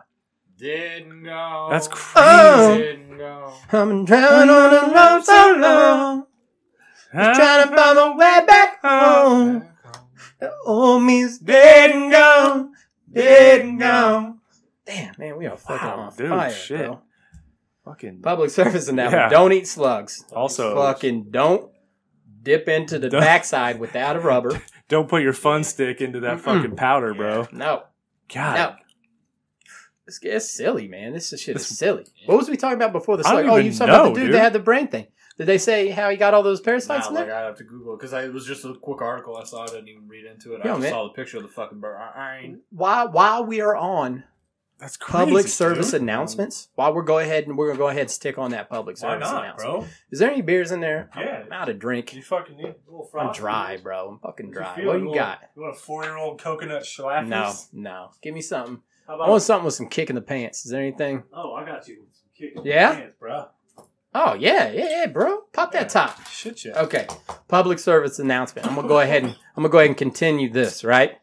[SPEAKER 2] Didn't go.
[SPEAKER 4] That's
[SPEAKER 1] Oh.
[SPEAKER 4] crazy.
[SPEAKER 2] Didn't go.
[SPEAKER 1] I'm drowning on the road so long. Trying to find my way back home. The old me's dead and gone. Dead and gone. Damn, man, we are fucking
[SPEAKER 4] Wow,
[SPEAKER 1] on
[SPEAKER 4] dude,
[SPEAKER 1] fire,
[SPEAKER 4] shit.
[SPEAKER 1] bro.
[SPEAKER 4] Fucking
[SPEAKER 1] Public service announcement.
[SPEAKER 4] Yeah.
[SPEAKER 1] Don't eat slugs.
[SPEAKER 4] Also-
[SPEAKER 1] fucking don't dip into the
[SPEAKER 4] Don't-
[SPEAKER 1] backside without a rubber.
[SPEAKER 4] don't put your fun stick into that
[SPEAKER 1] Mm-mm.
[SPEAKER 4] fucking powder, bro.
[SPEAKER 1] No,
[SPEAKER 4] God.
[SPEAKER 1] no. It's, it's silly, man. This shit
[SPEAKER 4] This-
[SPEAKER 1] is silly. What was we talking about before the
[SPEAKER 4] I
[SPEAKER 1] slug?
[SPEAKER 4] don't
[SPEAKER 1] Oh,
[SPEAKER 4] even
[SPEAKER 1] you talking about the
[SPEAKER 4] know,
[SPEAKER 1] dude,
[SPEAKER 4] dude.
[SPEAKER 1] that had the brain thing. Did they say how he got all those parasites
[SPEAKER 2] Nah,
[SPEAKER 1] in there?
[SPEAKER 2] like I have to Google because it was just a quick article I saw. I didn't even read into it.
[SPEAKER 1] Yo,
[SPEAKER 2] I just
[SPEAKER 1] man.
[SPEAKER 2] saw the picture of the fucking bird. I, I ain't-
[SPEAKER 1] while while we are on
[SPEAKER 4] That's crazy.
[SPEAKER 1] public service Mm-hmm.
[SPEAKER 4] dude.
[SPEAKER 1] announcements, while we're go ahead and we're gonna go ahead and stick on that public
[SPEAKER 6] Why
[SPEAKER 1] service
[SPEAKER 6] not,
[SPEAKER 1] announcement.
[SPEAKER 6] bro?
[SPEAKER 1] Is there any beers in there?
[SPEAKER 6] Yeah.
[SPEAKER 1] I'm out of drink.
[SPEAKER 6] You fucking need a little
[SPEAKER 1] I'm
[SPEAKER 6] frosty.
[SPEAKER 1] dry, bro. I'm fucking dry.
[SPEAKER 6] feel
[SPEAKER 1] What
[SPEAKER 6] a
[SPEAKER 1] do you
[SPEAKER 6] little-
[SPEAKER 1] got?
[SPEAKER 6] You want a four-year-old coconut schlaffers?
[SPEAKER 1] No, no. Give me something.
[SPEAKER 6] How
[SPEAKER 1] I
[SPEAKER 6] about?
[SPEAKER 1] want something with some kick in the pants. Is there anything?
[SPEAKER 6] oh, I got you. Some kicking
[SPEAKER 1] Yeah?
[SPEAKER 6] hands, bro.
[SPEAKER 1] Oh yeah, yeah, yeah, bro. Pop that top.
[SPEAKER 4] Shit, yeah.
[SPEAKER 1] Okay. Public service announcement. I'm gonna go ahead and I'm gonna go ahead and continue this, right?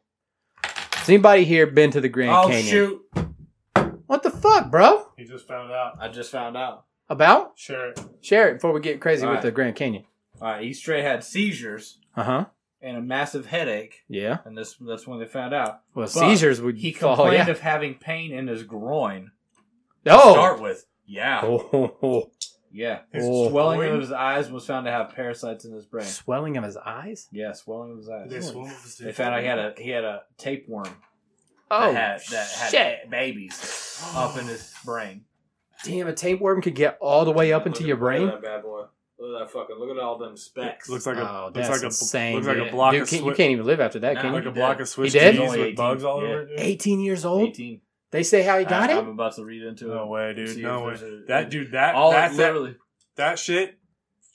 [SPEAKER 1] Has anybody here been to the Grand
[SPEAKER 2] Oh
[SPEAKER 1] Canyon?
[SPEAKER 2] shoot! Uh,
[SPEAKER 1] What the fuck, bro?
[SPEAKER 4] He just found out.
[SPEAKER 2] I just found out.
[SPEAKER 1] About?
[SPEAKER 4] Sure.
[SPEAKER 1] Share it before we get crazy with
[SPEAKER 2] Alright.
[SPEAKER 1] the Grand Canyon.
[SPEAKER 2] All right, East Stray had seizures
[SPEAKER 1] Uh huh.
[SPEAKER 2] and a massive headache,
[SPEAKER 1] Yeah.
[SPEAKER 2] and this that's when they found out.
[SPEAKER 1] Well,
[SPEAKER 2] But
[SPEAKER 1] seizures would
[SPEAKER 2] He
[SPEAKER 1] fall.
[SPEAKER 2] complained
[SPEAKER 1] yeah.
[SPEAKER 2] of having pain in his groin. To
[SPEAKER 1] oh.
[SPEAKER 2] start with, yeah,
[SPEAKER 1] Oh, oh, oh.
[SPEAKER 2] yeah.
[SPEAKER 4] His
[SPEAKER 1] Oh.
[SPEAKER 2] Swelling
[SPEAKER 4] groin?
[SPEAKER 2] of his eyes was found to have parasites in his brain.
[SPEAKER 1] Swelling of his eyes.
[SPEAKER 2] Yeah, swelling of his eyes.
[SPEAKER 4] This one was
[SPEAKER 2] They found out he had a he had a tapeworm
[SPEAKER 1] Oh
[SPEAKER 2] that had, that had
[SPEAKER 1] shit!
[SPEAKER 2] babies up in his brain.
[SPEAKER 1] Damn, a tapeworm could get all the way up
[SPEAKER 2] Look
[SPEAKER 1] into
[SPEAKER 2] at-
[SPEAKER 1] your brain.
[SPEAKER 2] Look at that bad boy. Look at that fucking. Look at all them specks.
[SPEAKER 4] Looks like a
[SPEAKER 1] oh,
[SPEAKER 4] looks
[SPEAKER 1] that's
[SPEAKER 4] like a
[SPEAKER 1] insane.
[SPEAKER 4] looks like
[SPEAKER 1] dude.
[SPEAKER 4] a block
[SPEAKER 1] Dude,
[SPEAKER 4] of
[SPEAKER 1] can't- you
[SPEAKER 4] Swi-
[SPEAKER 1] can't even live after that,
[SPEAKER 2] Nah,
[SPEAKER 1] can
[SPEAKER 4] like
[SPEAKER 2] look
[SPEAKER 1] you?
[SPEAKER 4] a
[SPEAKER 2] He
[SPEAKER 4] block
[SPEAKER 2] did.
[SPEAKER 4] of Swiss
[SPEAKER 1] He did?
[SPEAKER 4] cheese
[SPEAKER 2] He's only
[SPEAKER 4] with bugs
[SPEAKER 2] 18,
[SPEAKER 4] all
[SPEAKER 2] yeah.
[SPEAKER 4] over it. dude.
[SPEAKER 1] Eighteen years old.
[SPEAKER 2] eighteen.
[SPEAKER 1] They say how he got
[SPEAKER 2] I,
[SPEAKER 1] it.
[SPEAKER 2] I'm about to read into
[SPEAKER 4] No
[SPEAKER 2] it.
[SPEAKER 4] way, dude.
[SPEAKER 2] See
[SPEAKER 4] No way.
[SPEAKER 2] if there's a-
[SPEAKER 4] That dude. That
[SPEAKER 2] all
[SPEAKER 4] that, that
[SPEAKER 2] literally.
[SPEAKER 4] that shit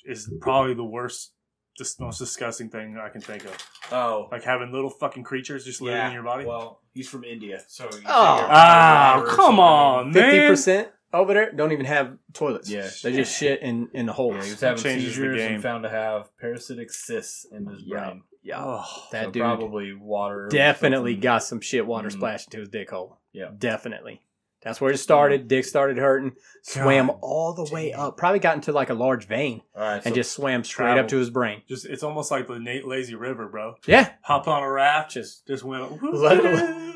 [SPEAKER 4] is probably the worst, just most disgusting thing I can think of.
[SPEAKER 2] oh,
[SPEAKER 4] Like having little fucking creatures just living in your body.
[SPEAKER 2] Well, he's from India, so you
[SPEAKER 1] Oh.
[SPEAKER 2] figure-
[SPEAKER 4] Ah,
[SPEAKER 2] Or
[SPEAKER 4] come
[SPEAKER 2] something.
[SPEAKER 4] on, man.
[SPEAKER 1] Fifty percent over there don't even have toilets.
[SPEAKER 2] Yeah.
[SPEAKER 1] they just shit in in the holes.
[SPEAKER 2] Yeah, he was having
[SPEAKER 4] Changes the
[SPEAKER 2] seizures
[SPEAKER 4] game.
[SPEAKER 2] and found to have parasitic cysts in his
[SPEAKER 1] Yeah.
[SPEAKER 2] brain.
[SPEAKER 1] Yeah, that
[SPEAKER 2] So
[SPEAKER 1] dude
[SPEAKER 2] probably water. or
[SPEAKER 1] definitely
[SPEAKER 2] something.
[SPEAKER 1] got some shit water
[SPEAKER 2] Mhm.
[SPEAKER 1] splashed into his dick hole.
[SPEAKER 2] Yeah.
[SPEAKER 1] definitely. That's where it started. Dick started hurting. Swam
[SPEAKER 4] God
[SPEAKER 1] all the way
[SPEAKER 4] damn.
[SPEAKER 1] up. Probably got into like a large vein
[SPEAKER 2] All right,
[SPEAKER 1] and
[SPEAKER 2] so
[SPEAKER 1] just swam straight up
[SPEAKER 4] travel.
[SPEAKER 1] to his brain.
[SPEAKER 4] Just it's almost like the Nate Lazy River, bro.
[SPEAKER 1] Yeah,
[SPEAKER 4] Hop on a raft,
[SPEAKER 1] just
[SPEAKER 4] just went.
[SPEAKER 1] Let-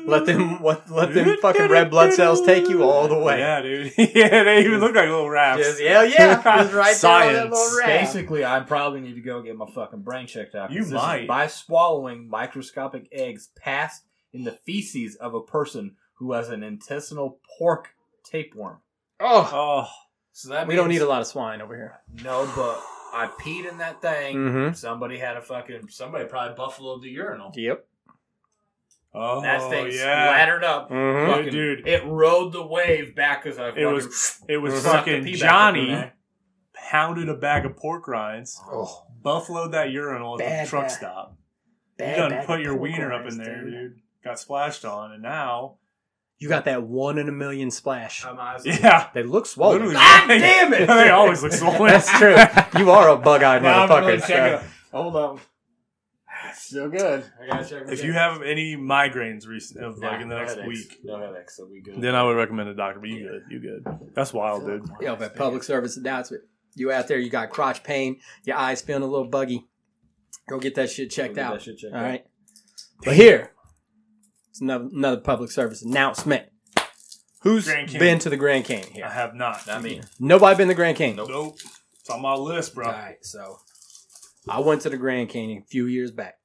[SPEAKER 1] let them let, let them fucking red blood cells take you all the way.
[SPEAKER 4] Yeah, dude. yeah, they even look like little rafts.
[SPEAKER 1] Just, hell yeah, just right there on that little
[SPEAKER 4] Science.
[SPEAKER 1] raft.
[SPEAKER 2] Basically, I probably need to go get my fucking brain checked out. 'cause
[SPEAKER 4] You
[SPEAKER 2] this is
[SPEAKER 4] might.
[SPEAKER 2] by swallowing microscopic eggs passed in the feces of a person who has an intestinal pork tapeworm.
[SPEAKER 1] Oh,
[SPEAKER 4] Oh,
[SPEAKER 2] So that
[SPEAKER 1] we don't need a lot of swine over here.
[SPEAKER 2] no, but I peed in that thing.
[SPEAKER 1] Mm-hmm.
[SPEAKER 2] Somebody had a fucking somebody probably buffaloed the urinal.
[SPEAKER 1] Yep.
[SPEAKER 4] oh,
[SPEAKER 2] that thing
[SPEAKER 4] yeah.
[SPEAKER 2] splattered up.
[SPEAKER 1] Mm-hmm.
[SPEAKER 2] Fucking,
[SPEAKER 4] dude.
[SPEAKER 2] it rode the wave back as I.
[SPEAKER 4] It was-
[SPEAKER 2] fucking
[SPEAKER 4] It was
[SPEAKER 1] Mhm.
[SPEAKER 2] sucked the
[SPEAKER 4] fucking
[SPEAKER 2] pee back up in
[SPEAKER 4] Johnny
[SPEAKER 2] there.
[SPEAKER 4] pounded a bag of pork rinds,
[SPEAKER 1] Oh,
[SPEAKER 4] buffaloed that urinal at
[SPEAKER 1] Bad
[SPEAKER 4] the truck
[SPEAKER 1] bad-
[SPEAKER 4] stop.
[SPEAKER 1] bad
[SPEAKER 4] you done
[SPEAKER 1] bag
[SPEAKER 4] put
[SPEAKER 1] of
[SPEAKER 4] your
[SPEAKER 1] pork
[SPEAKER 4] wiener up
[SPEAKER 1] rinds,
[SPEAKER 4] in there, dude. Got splashed on, and now
[SPEAKER 1] You got that one in a million splash.
[SPEAKER 2] I'm honestly-
[SPEAKER 4] yeah,
[SPEAKER 1] They look swollen.
[SPEAKER 4] literally.
[SPEAKER 2] God damn it!
[SPEAKER 4] they always look swollen.
[SPEAKER 1] That's true. You are a bug-eyed
[SPEAKER 2] Now I'm
[SPEAKER 1] motherfucker.
[SPEAKER 2] gonna
[SPEAKER 1] so-
[SPEAKER 2] check it. Hold on. Still good. I gotta check. my
[SPEAKER 4] If you
[SPEAKER 2] gas.
[SPEAKER 4] have any migraines recent, of like
[SPEAKER 2] Nah,
[SPEAKER 4] in the
[SPEAKER 2] no
[SPEAKER 4] next
[SPEAKER 2] headaches.
[SPEAKER 4] week,
[SPEAKER 2] no headaches, so we good.
[SPEAKER 4] then I would recommend a doctor. But you good, you good. That's wild, dude.
[SPEAKER 1] Yo, but public service announcement. You out there, you got crotch pain, your eyes feeling a little buggy. Go get that shit checked out. All right. But here, it's another, another public service announcement. Who's
[SPEAKER 4] Grand Canyon.
[SPEAKER 1] been to the Grand Canyon
[SPEAKER 4] I
[SPEAKER 1] here?
[SPEAKER 4] have not.
[SPEAKER 2] I mean,
[SPEAKER 1] Nobody been to the Grand Canyon.
[SPEAKER 2] Nope.
[SPEAKER 4] nope. It's on my list, bro.
[SPEAKER 1] All right, so I went to the Grand Canyon a few years back.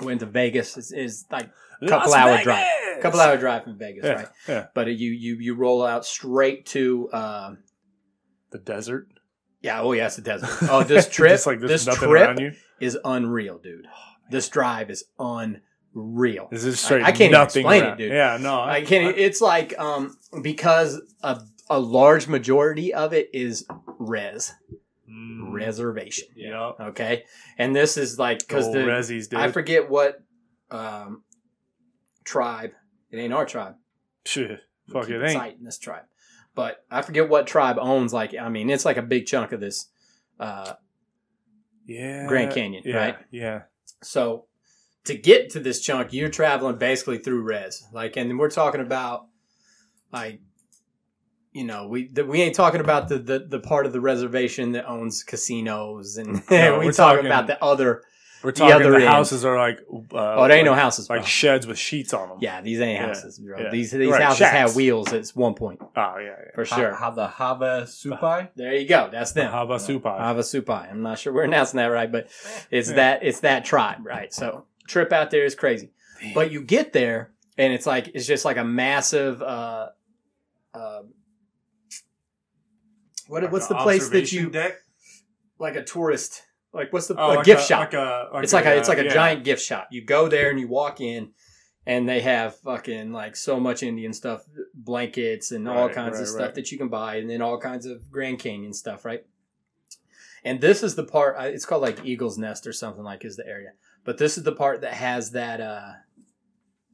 [SPEAKER 1] Went to Vegas. It's, it's like a couple
[SPEAKER 4] Las
[SPEAKER 1] hour
[SPEAKER 4] Vegas!
[SPEAKER 1] drive. couple hour drive from Vegas,
[SPEAKER 4] Yeah,
[SPEAKER 1] right?
[SPEAKER 4] yeah.
[SPEAKER 1] But you you you roll out straight to um,
[SPEAKER 4] The desert.
[SPEAKER 1] Yeah, oh yeah, it's a desert. Oh, this trip,
[SPEAKER 4] Just like
[SPEAKER 1] this
[SPEAKER 4] there's nothing
[SPEAKER 1] trip
[SPEAKER 4] around you.
[SPEAKER 1] is unreal, dude. This drive is unreal.
[SPEAKER 4] This is straight.
[SPEAKER 1] I can't even
[SPEAKER 4] nothing
[SPEAKER 1] explain it,
[SPEAKER 4] around.
[SPEAKER 1] dude.
[SPEAKER 4] Yeah, no.
[SPEAKER 1] I can't. e It's like um because a a large majority of it is res
[SPEAKER 4] Mm,
[SPEAKER 1] reservation.
[SPEAKER 4] Yep.
[SPEAKER 1] Okay, and this is like because
[SPEAKER 4] Old
[SPEAKER 1] the
[SPEAKER 4] Rezzies, dude.
[SPEAKER 1] I forget what um tribe. It ain't our tribe.
[SPEAKER 4] Shit. Fuck
[SPEAKER 1] Keep
[SPEAKER 4] it ain't.
[SPEAKER 1] tight in this tribe, but I forget what tribe owns. Like I mean, it's like a big chunk of this. Uh,
[SPEAKER 4] Yeah.
[SPEAKER 1] Grand Canyon,
[SPEAKER 4] Uh, yeah,
[SPEAKER 1] right?
[SPEAKER 4] Yeah.
[SPEAKER 1] So to get to this chunk, you're traveling basically through res. Like, and we're talking about like, you know, we the, we ain't talking about the, the the part of the reservation that owns casinos, and
[SPEAKER 4] No,
[SPEAKER 1] we
[SPEAKER 4] we're
[SPEAKER 1] talk
[SPEAKER 4] talking-
[SPEAKER 1] about the other.
[SPEAKER 4] We're
[SPEAKER 1] The
[SPEAKER 4] talking.
[SPEAKER 1] other
[SPEAKER 4] The,
[SPEAKER 1] end.
[SPEAKER 4] houses are like. Uh,
[SPEAKER 1] Oh, there ain't no
[SPEAKER 4] like,
[SPEAKER 1] houses, bro.
[SPEAKER 4] like sheds with sheets on them.
[SPEAKER 1] yeah, these ain't
[SPEAKER 4] Yeah,
[SPEAKER 1] houses, bro.
[SPEAKER 4] yeah.
[SPEAKER 1] These these
[SPEAKER 4] Right,
[SPEAKER 1] houses
[SPEAKER 4] shacks.
[SPEAKER 1] had wheels at one point
[SPEAKER 4] Oh yeah. yeah.
[SPEAKER 1] for
[SPEAKER 2] ha-
[SPEAKER 1] sure.
[SPEAKER 2] ha- the Hava Supai.
[SPEAKER 1] there you go. That's them.
[SPEAKER 4] Hava Supai.
[SPEAKER 1] Havasupai. I'm not sure we're announcing that right, but it's that it's that tribe, right? So trip out there is crazy. But you get there and it's like it's just like a massive uh uh what,
[SPEAKER 4] Like
[SPEAKER 1] what's
[SPEAKER 4] an
[SPEAKER 1] the place that
[SPEAKER 4] observation
[SPEAKER 1] you
[SPEAKER 4] deck?
[SPEAKER 1] like a tourist, like what's the
[SPEAKER 4] Oh,
[SPEAKER 1] a
[SPEAKER 4] like
[SPEAKER 1] gift
[SPEAKER 4] a-
[SPEAKER 1] shop?
[SPEAKER 4] Like a, like
[SPEAKER 1] it's like a, it's like a
[SPEAKER 4] yeah.
[SPEAKER 1] giant gift shop. You go there and you walk in, and they have fucking like so much Indian stuff, blankets and all
[SPEAKER 4] Right,
[SPEAKER 1] kinds
[SPEAKER 4] right,
[SPEAKER 1] of stuff
[SPEAKER 4] right.
[SPEAKER 1] that you can buy, and then all kinds of Grand Canyon stuff, right? And this is the part. I- It's called like Eagle's Nest or something like is the area, but this is the part that has that uh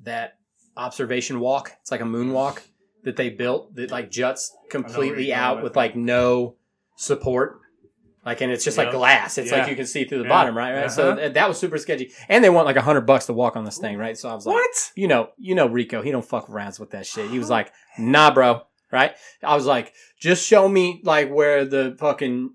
[SPEAKER 1] that observation walk. It's like a moonwalk that they built that like juts completely
[SPEAKER 4] you're going
[SPEAKER 1] out
[SPEAKER 4] with
[SPEAKER 1] with like no support. Like and it's just
[SPEAKER 4] Yeah.
[SPEAKER 1] like glass. It's like
[SPEAKER 4] Yeah.
[SPEAKER 1] you can see through the
[SPEAKER 4] Yeah.
[SPEAKER 1] bottom, right? Right. So
[SPEAKER 4] Uh-huh.
[SPEAKER 1] th- that was super sketchy. And they want like a hundred bucks to walk on this thing, right? So I was like,
[SPEAKER 4] What?
[SPEAKER 1] you know, you know Rico, he don't fuck around with that shit. He was like, nah, bro, right? I was like, just show me like where the fucking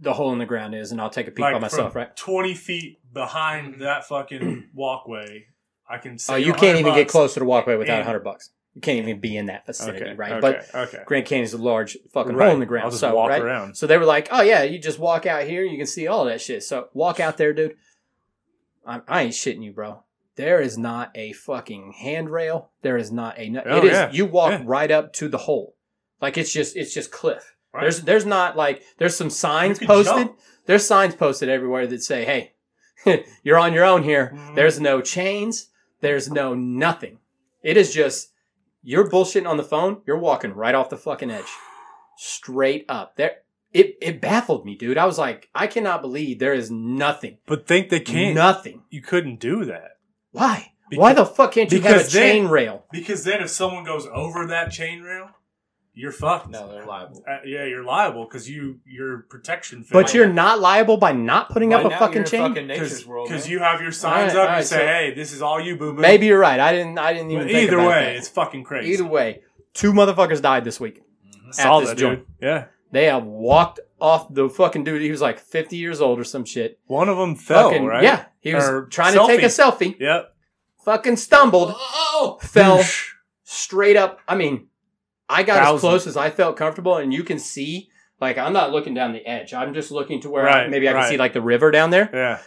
[SPEAKER 1] the hole in the ground is, and I'll take a peek by
[SPEAKER 4] from
[SPEAKER 1] myself, right?
[SPEAKER 4] Twenty feet behind that fucking walkway, I can see.
[SPEAKER 1] Oh, you can't even get close to the walkway without
[SPEAKER 4] and-
[SPEAKER 1] a hundred bucks. You can't even be in that vicinity,
[SPEAKER 4] Okay,
[SPEAKER 1] right?
[SPEAKER 4] okay,
[SPEAKER 1] But
[SPEAKER 4] okay,
[SPEAKER 1] Grand Canyon's a large fucking
[SPEAKER 4] Right.
[SPEAKER 1] hole in the ground,
[SPEAKER 4] I'll just
[SPEAKER 1] so
[SPEAKER 4] walk
[SPEAKER 1] right?
[SPEAKER 4] around.
[SPEAKER 1] So they were like, "Oh yeah, you just walk out here, you can see all that shit." So walk out there, dude. I, I ain't shitting you, bro. There is not a fucking handrail. There is not a. no-
[SPEAKER 4] Oh,
[SPEAKER 1] it is
[SPEAKER 4] yeah.
[SPEAKER 1] you walk
[SPEAKER 4] Yeah.
[SPEAKER 1] right up to the hole, like it's just it's just cliff.
[SPEAKER 4] Right.
[SPEAKER 1] There's there's not like there's some signs
[SPEAKER 6] could
[SPEAKER 1] posted.
[SPEAKER 6] jump.
[SPEAKER 1] There's signs posted everywhere that say, "Hey, you're on your own here."
[SPEAKER 4] Mhm.
[SPEAKER 1] There's no chains. There's no nothing. It is just you're bullshitting on the phone. You're walking right off the fucking edge, straight up. There, it it baffled me, dude. I was like, I cannot believe there is nothing,
[SPEAKER 4] But think they can't.
[SPEAKER 1] nothing.
[SPEAKER 4] You couldn't do that.
[SPEAKER 1] Why? Why the fuck can't you have a
[SPEAKER 4] because they-
[SPEAKER 1] chain rail?
[SPEAKER 4] Because then, if someone goes over that chain rail, you're fucked.
[SPEAKER 2] No, they're liable.
[SPEAKER 4] Uh, yeah, you're liable because you your protection.
[SPEAKER 1] But you're not liable by not putting up
[SPEAKER 2] Right
[SPEAKER 1] a
[SPEAKER 2] now,
[SPEAKER 1] fucking
[SPEAKER 2] you're
[SPEAKER 1] chain.
[SPEAKER 2] fucking nature's world.
[SPEAKER 4] because
[SPEAKER 2] man.
[SPEAKER 4] you have your signs
[SPEAKER 1] All right, all
[SPEAKER 4] up. you
[SPEAKER 1] right,
[SPEAKER 4] say,
[SPEAKER 1] so-
[SPEAKER 4] "Hey, this is all you, boo boo."
[SPEAKER 1] Maybe you're right. I didn't. I didn't even.
[SPEAKER 4] But
[SPEAKER 1] think
[SPEAKER 4] either
[SPEAKER 1] about
[SPEAKER 4] way,
[SPEAKER 1] that.
[SPEAKER 4] it's fucking crazy.
[SPEAKER 1] either way, two motherfuckers died this week.
[SPEAKER 4] Saw
[SPEAKER 1] at this
[SPEAKER 4] that,
[SPEAKER 1] joint.
[SPEAKER 4] dude. Yeah,
[SPEAKER 1] They have walked off the fucking dude. He was like 50 years old or some shit.
[SPEAKER 4] one of them fell.
[SPEAKER 1] fucking,
[SPEAKER 4] right?
[SPEAKER 1] Yeah. He was
[SPEAKER 4] Or
[SPEAKER 1] trying to take a selfie,
[SPEAKER 4] Yep.
[SPEAKER 1] fucking stumbled,
[SPEAKER 4] Oh!
[SPEAKER 1] fell
[SPEAKER 4] Whoosh.
[SPEAKER 1] straight up. I mean, I got as
[SPEAKER 4] Thousands.
[SPEAKER 1] close as I felt comfortable, and you can see, like, I'm not looking down the edge. I'm just looking to where
[SPEAKER 4] Right,
[SPEAKER 1] maybe I can
[SPEAKER 4] right.
[SPEAKER 1] see, like, the river down there.
[SPEAKER 4] Yeah. Oh,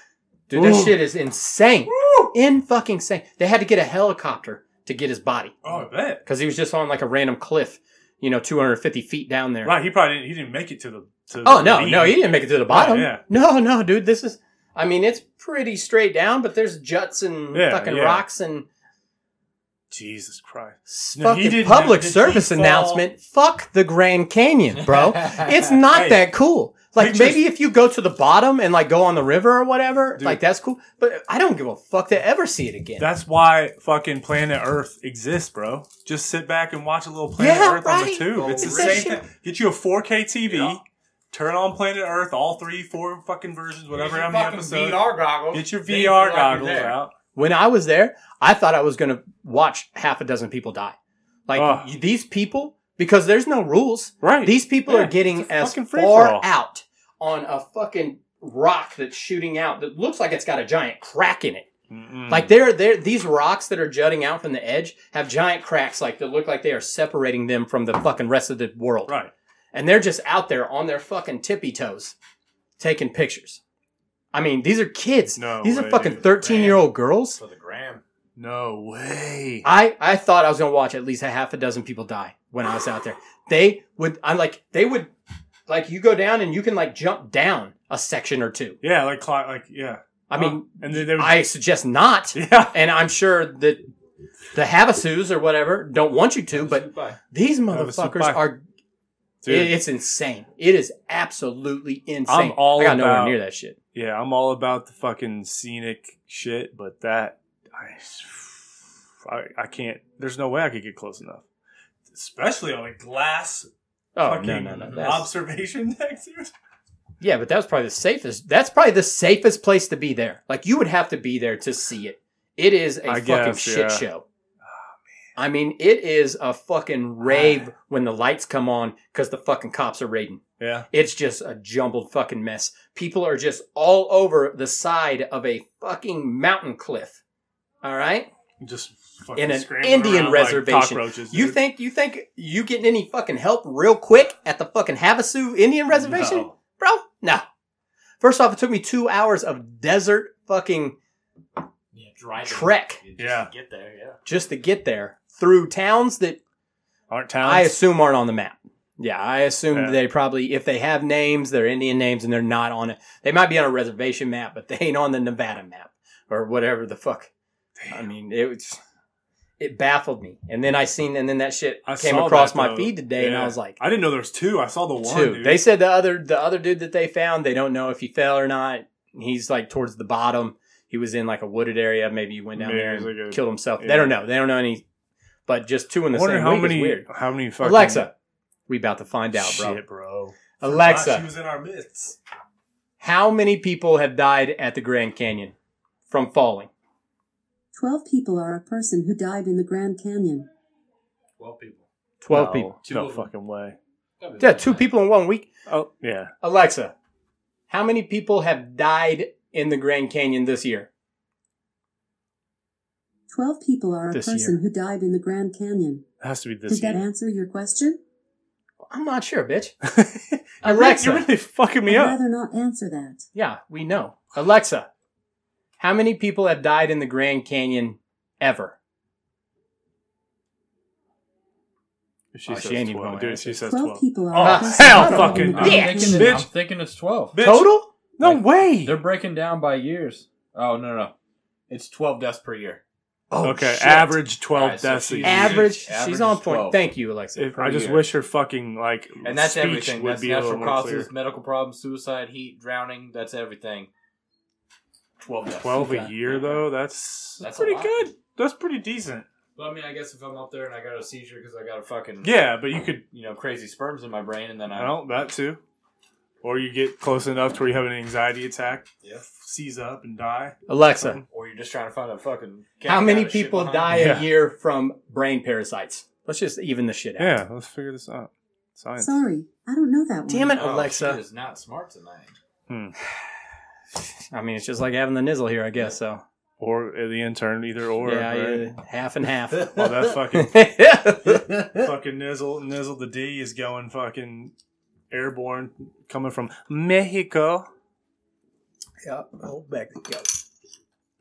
[SPEAKER 1] Dude, this
[SPEAKER 4] Ooh.
[SPEAKER 1] shit is insane. In fucking insane. They had to get a helicopter to get his body
[SPEAKER 4] Oh, I bet.
[SPEAKER 1] because he was just on, like, a random cliff, you know, 250 feet down there.
[SPEAKER 4] Right. He probably didn't, he didn't make it to the. To
[SPEAKER 1] Oh
[SPEAKER 4] the
[SPEAKER 1] no,
[SPEAKER 4] lead.
[SPEAKER 1] no, he didn't make it to the bottom.
[SPEAKER 4] yeah.
[SPEAKER 1] No, no, dude, this is. I mean, it's pretty straight down, but there's juts and
[SPEAKER 4] Yeah,
[SPEAKER 1] fucking
[SPEAKER 4] yeah.
[SPEAKER 1] rocks and
[SPEAKER 4] Jesus Christ.
[SPEAKER 1] s-
[SPEAKER 4] No, he
[SPEAKER 1] fucking
[SPEAKER 4] didn't-
[SPEAKER 1] public
[SPEAKER 4] did he
[SPEAKER 1] service
[SPEAKER 4] fall-
[SPEAKER 1] announcement. Fuck the Grand Canyon, bro. it's not
[SPEAKER 4] Hey,
[SPEAKER 1] that cool. Like
[SPEAKER 4] pictures-
[SPEAKER 1] maybe if you go to the bottom and like go on the river or whatever,
[SPEAKER 4] Dude.
[SPEAKER 1] like that's cool. But I don't give a fuck to ever see it again.
[SPEAKER 4] That's why fucking Planet Earth exists, bro. Just sit back and watch a little Planet
[SPEAKER 1] Yeah,
[SPEAKER 4] Earth on the
[SPEAKER 1] right.
[SPEAKER 4] tube. it's the
[SPEAKER 1] Is that
[SPEAKER 4] same
[SPEAKER 1] shit-
[SPEAKER 4] thing. Get you a 4K TV.
[SPEAKER 2] Yeah.
[SPEAKER 4] Turn on Planet Earth, all three, four fucking versions, whatever
[SPEAKER 2] Get
[SPEAKER 4] how
[SPEAKER 2] your
[SPEAKER 4] many
[SPEAKER 2] fucking
[SPEAKER 4] episodes.
[SPEAKER 2] VR goggles.
[SPEAKER 4] Get your
[SPEAKER 2] Then you
[SPEAKER 4] VR
[SPEAKER 2] feel like you're
[SPEAKER 4] goggles
[SPEAKER 2] there.
[SPEAKER 4] out.
[SPEAKER 1] when I was there, I thought I was going to watch half a dozen people die. Like
[SPEAKER 4] Ugh.
[SPEAKER 1] you- these people, because there's no rules.
[SPEAKER 4] Right.
[SPEAKER 1] These people
[SPEAKER 4] Yeah,
[SPEAKER 1] are getting
[SPEAKER 4] it's a
[SPEAKER 1] as
[SPEAKER 4] fucking
[SPEAKER 1] far
[SPEAKER 4] free-for-all.
[SPEAKER 1] out on a fucking rock that's shooting out that looks like it's got a giant crack in it.
[SPEAKER 4] Mm-mm.
[SPEAKER 1] Like they're they're these rocks that are jutting out from the edge have giant cracks like that look like they are separating them from the fucking rest of the world.
[SPEAKER 4] Right.
[SPEAKER 1] And they're just out there on their fucking tippy toes taking pictures. I mean, these are kids.
[SPEAKER 4] No
[SPEAKER 1] these
[SPEAKER 4] way,
[SPEAKER 1] are fucking
[SPEAKER 4] dude.
[SPEAKER 1] 13-year-old girls.
[SPEAKER 2] for the gram.
[SPEAKER 4] No way.
[SPEAKER 1] I, I thought I was gonna watch at least a half a dozen people die when I was out there. They would I'm like they would like you go down and you can like jump down a section or two.
[SPEAKER 4] yeah, like, cli- like, yeah.
[SPEAKER 1] I mean
[SPEAKER 4] Huh. and then they would,
[SPEAKER 1] I suggest not.
[SPEAKER 4] yeah.
[SPEAKER 1] And I'm sure that the Havasus or whatever don't want you to, but these
[SPEAKER 4] Havasu
[SPEAKER 1] motherfuckers
[SPEAKER 4] pie.
[SPEAKER 1] are
[SPEAKER 4] Dude.
[SPEAKER 1] it's insane. It is absolutely insane.
[SPEAKER 4] I'm all
[SPEAKER 1] I got nowhere
[SPEAKER 4] about-
[SPEAKER 1] near that shit.
[SPEAKER 4] Yeah, I'm all about the fucking scenic shit, but that I, I, I can't. There's no way I could get close enough.
[SPEAKER 6] Especially on a glass
[SPEAKER 1] Oh
[SPEAKER 6] fucking
[SPEAKER 1] no no no! That's,
[SPEAKER 6] observation deck, dude.
[SPEAKER 1] yeah, but that was probably the safest. That's probably the safest place to be there. Like you would have to be there to see it. It is a
[SPEAKER 4] I
[SPEAKER 1] fucking
[SPEAKER 4] guess, yeah. Oh,
[SPEAKER 1] shit show. I mean, it is a fucking rave when the lights come on because the fucking cops are raiding.
[SPEAKER 4] Yeah,
[SPEAKER 1] It's just a jumbled fucking mess. People are just all over the side of a fucking mountain cliff. All right?
[SPEAKER 4] just fucking
[SPEAKER 1] In an
[SPEAKER 4] scrambling
[SPEAKER 1] Indian
[SPEAKER 4] around
[SPEAKER 1] reservation.
[SPEAKER 4] Like cockroaches,
[SPEAKER 1] You
[SPEAKER 4] dude.
[SPEAKER 1] think you think you getting any fucking help real quick at the fucking Havasu Indian reservation?
[SPEAKER 4] No.
[SPEAKER 1] Bro, no. First off, it took me 2 hours of desert fucking
[SPEAKER 2] Yeah, driving.
[SPEAKER 1] trek
[SPEAKER 2] You just
[SPEAKER 4] Yeah.
[SPEAKER 2] Get there. Yeah.
[SPEAKER 1] just to get there through towns that
[SPEAKER 4] aren't
[SPEAKER 1] I
[SPEAKER 4] towns?
[SPEAKER 1] assume aren't on the map. Yeah, I assume
[SPEAKER 4] Yeah.
[SPEAKER 1] they probably, if they have names, they're Indian names and they're not on it. They might be on a reservation map, but they ain't on the Nevada map or whatever the fuck. I mean, it was, it baffled me. And then I seen, and then that shit
[SPEAKER 4] I
[SPEAKER 1] came
[SPEAKER 4] saw
[SPEAKER 1] across
[SPEAKER 4] that,
[SPEAKER 1] my
[SPEAKER 4] though.
[SPEAKER 1] feed today, and I
[SPEAKER 4] Yeah.
[SPEAKER 1] was like,
[SPEAKER 4] I didn't know there was two. I saw the one.
[SPEAKER 1] two.
[SPEAKER 4] dude.
[SPEAKER 1] They said the other, the other dude that they found, they don't know if he fell or not. He's like towards the bottom. He was in like a wooded area. Maybe he went down
[SPEAKER 4] Maybe
[SPEAKER 1] there
[SPEAKER 4] he's
[SPEAKER 1] and
[SPEAKER 4] like a-
[SPEAKER 1] killed himself.
[SPEAKER 4] yeah.
[SPEAKER 1] They don't know. They don't know any. But just two in
[SPEAKER 4] I
[SPEAKER 1] the
[SPEAKER 4] wonder
[SPEAKER 1] same
[SPEAKER 4] how
[SPEAKER 1] week is
[SPEAKER 4] many
[SPEAKER 1] weird.
[SPEAKER 4] how many fucking Ah,
[SPEAKER 1] Alexa, we about to find out, bro.
[SPEAKER 4] Shit, bro.
[SPEAKER 6] Ah,
[SPEAKER 1] Alexa,
[SPEAKER 6] she was in our midst.
[SPEAKER 1] How many people have died at the Grand Canyon from falling?
[SPEAKER 3] 12 people are a person who died in the Grand Canyon.
[SPEAKER 2] Twelve people.
[SPEAKER 1] 12
[SPEAKER 4] No,
[SPEAKER 1] people.
[SPEAKER 6] Two
[SPEAKER 4] No
[SPEAKER 6] of them.
[SPEAKER 4] fucking way.
[SPEAKER 1] Yeah, two people in one week.
[SPEAKER 4] Oh yeah.
[SPEAKER 1] Alexa, how many people have died in the Grand Canyon this year?
[SPEAKER 3] 12 people are a
[SPEAKER 1] This
[SPEAKER 3] person
[SPEAKER 1] year.
[SPEAKER 3] who died in the Grand Canyon.
[SPEAKER 4] It has to be this
[SPEAKER 3] Did that
[SPEAKER 4] year.
[SPEAKER 3] answer your question?
[SPEAKER 1] I'm not sure, bitch.
[SPEAKER 4] You're
[SPEAKER 1] Alexa.
[SPEAKER 4] really fucking me
[SPEAKER 3] I'd
[SPEAKER 4] up.
[SPEAKER 3] rather not answer that.
[SPEAKER 1] Yeah, we know. Alexa, how many people have died in the Grand Canyon ever?
[SPEAKER 4] She
[SPEAKER 1] Oh,
[SPEAKER 4] says
[SPEAKER 1] she ain't even
[SPEAKER 4] 12.
[SPEAKER 1] gonna
[SPEAKER 4] Dude,
[SPEAKER 1] answer.
[SPEAKER 4] she says
[SPEAKER 3] 12
[SPEAKER 4] twelve. Oh,
[SPEAKER 3] people are
[SPEAKER 1] Ah,
[SPEAKER 3] a person
[SPEAKER 4] hell
[SPEAKER 3] who died
[SPEAKER 4] fucking
[SPEAKER 3] in the
[SPEAKER 7] I'm,
[SPEAKER 3] Grand
[SPEAKER 1] bitch.
[SPEAKER 7] thinking,
[SPEAKER 3] Canyon.
[SPEAKER 7] I'm thinking it's 12.
[SPEAKER 4] Bitch.
[SPEAKER 1] Total?
[SPEAKER 4] No
[SPEAKER 2] Like,
[SPEAKER 4] way.
[SPEAKER 2] They're breaking down by years. Oh no no, it's twelve deaths per year.
[SPEAKER 1] Oh,
[SPEAKER 4] okay,
[SPEAKER 1] shit.
[SPEAKER 4] average twelve
[SPEAKER 2] Alright, so
[SPEAKER 4] deaths a
[SPEAKER 2] she's-
[SPEAKER 4] year.
[SPEAKER 1] Average.
[SPEAKER 2] Average
[SPEAKER 1] She's
[SPEAKER 2] is
[SPEAKER 1] on point.
[SPEAKER 2] 12.
[SPEAKER 1] Thank you, Alexa.
[SPEAKER 4] If- I just
[SPEAKER 2] year.
[SPEAKER 4] wish her fucking like
[SPEAKER 2] And that's
[SPEAKER 4] speech
[SPEAKER 2] everything.
[SPEAKER 4] would
[SPEAKER 2] That's
[SPEAKER 4] be a
[SPEAKER 2] natural
[SPEAKER 4] little more
[SPEAKER 2] causes,
[SPEAKER 4] clear.
[SPEAKER 2] medical problems, suicide, heat, drowning. That's everything. Twelve deaths.
[SPEAKER 4] Twelve a
[SPEAKER 1] Okay.
[SPEAKER 4] year though. That's
[SPEAKER 2] That's
[SPEAKER 4] that's
[SPEAKER 2] a
[SPEAKER 4] pretty
[SPEAKER 2] lot.
[SPEAKER 4] good. That's pretty decent.
[SPEAKER 2] Well, I mean, I guess if I'm up there and I got a seizure because I got a fucking
[SPEAKER 4] Yeah, but you could
[SPEAKER 2] you know, crazy sperms in my brain, and then I
[SPEAKER 4] well that too, or you get close enough to where you have an anxiety attack,
[SPEAKER 2] Yeah.
[SPEAKER 4] seize up and die.
[SPEAKER 1] Alexa,
[SPEAKER 2] or you're just trying to find a fucking.
[SPEAKER 1] how
[SPEAKER 2] cat
[SPEAKER 1] many
[SPEAKER 2] rabbit shit
[SPEAKER 1] people
[SPEAKER 2] behind
[SPEAKER 1] die
[SPEAKER 2] me.
[SPEAKER 4] Yeah.
[SPEAKER 1] a year from brain parasites? Let's just even the shit out.
[SPEAKER 4] Yeah, let's figure this out. Science.
[SPEAKER 3] Sorry, I don't know that one.
[SPEAKER 1] Damn it,
[SPEAKER 2] Oh,
[SPEAKER 1] Alexa.
[SPEAKER 2] she is not smart tonight.
[SPEAKER 1] I mean, it's just like having the nizzle here, I guess. So
[SPEAKER 4] or the intern, either or.
[SPEAKER 1] yeah,
[SPEAKER 4] right?
[SPEAKER 1] yeah, half and half.
[SPEAKER 4] Well, that fucking
[SPEAKER 1] Fuck.
[SPEAKER 4] fucking nizzle nizzle the D is going fucking airborne, coming from Mexico.
[SPEAKER 1] yeah, old Mexico.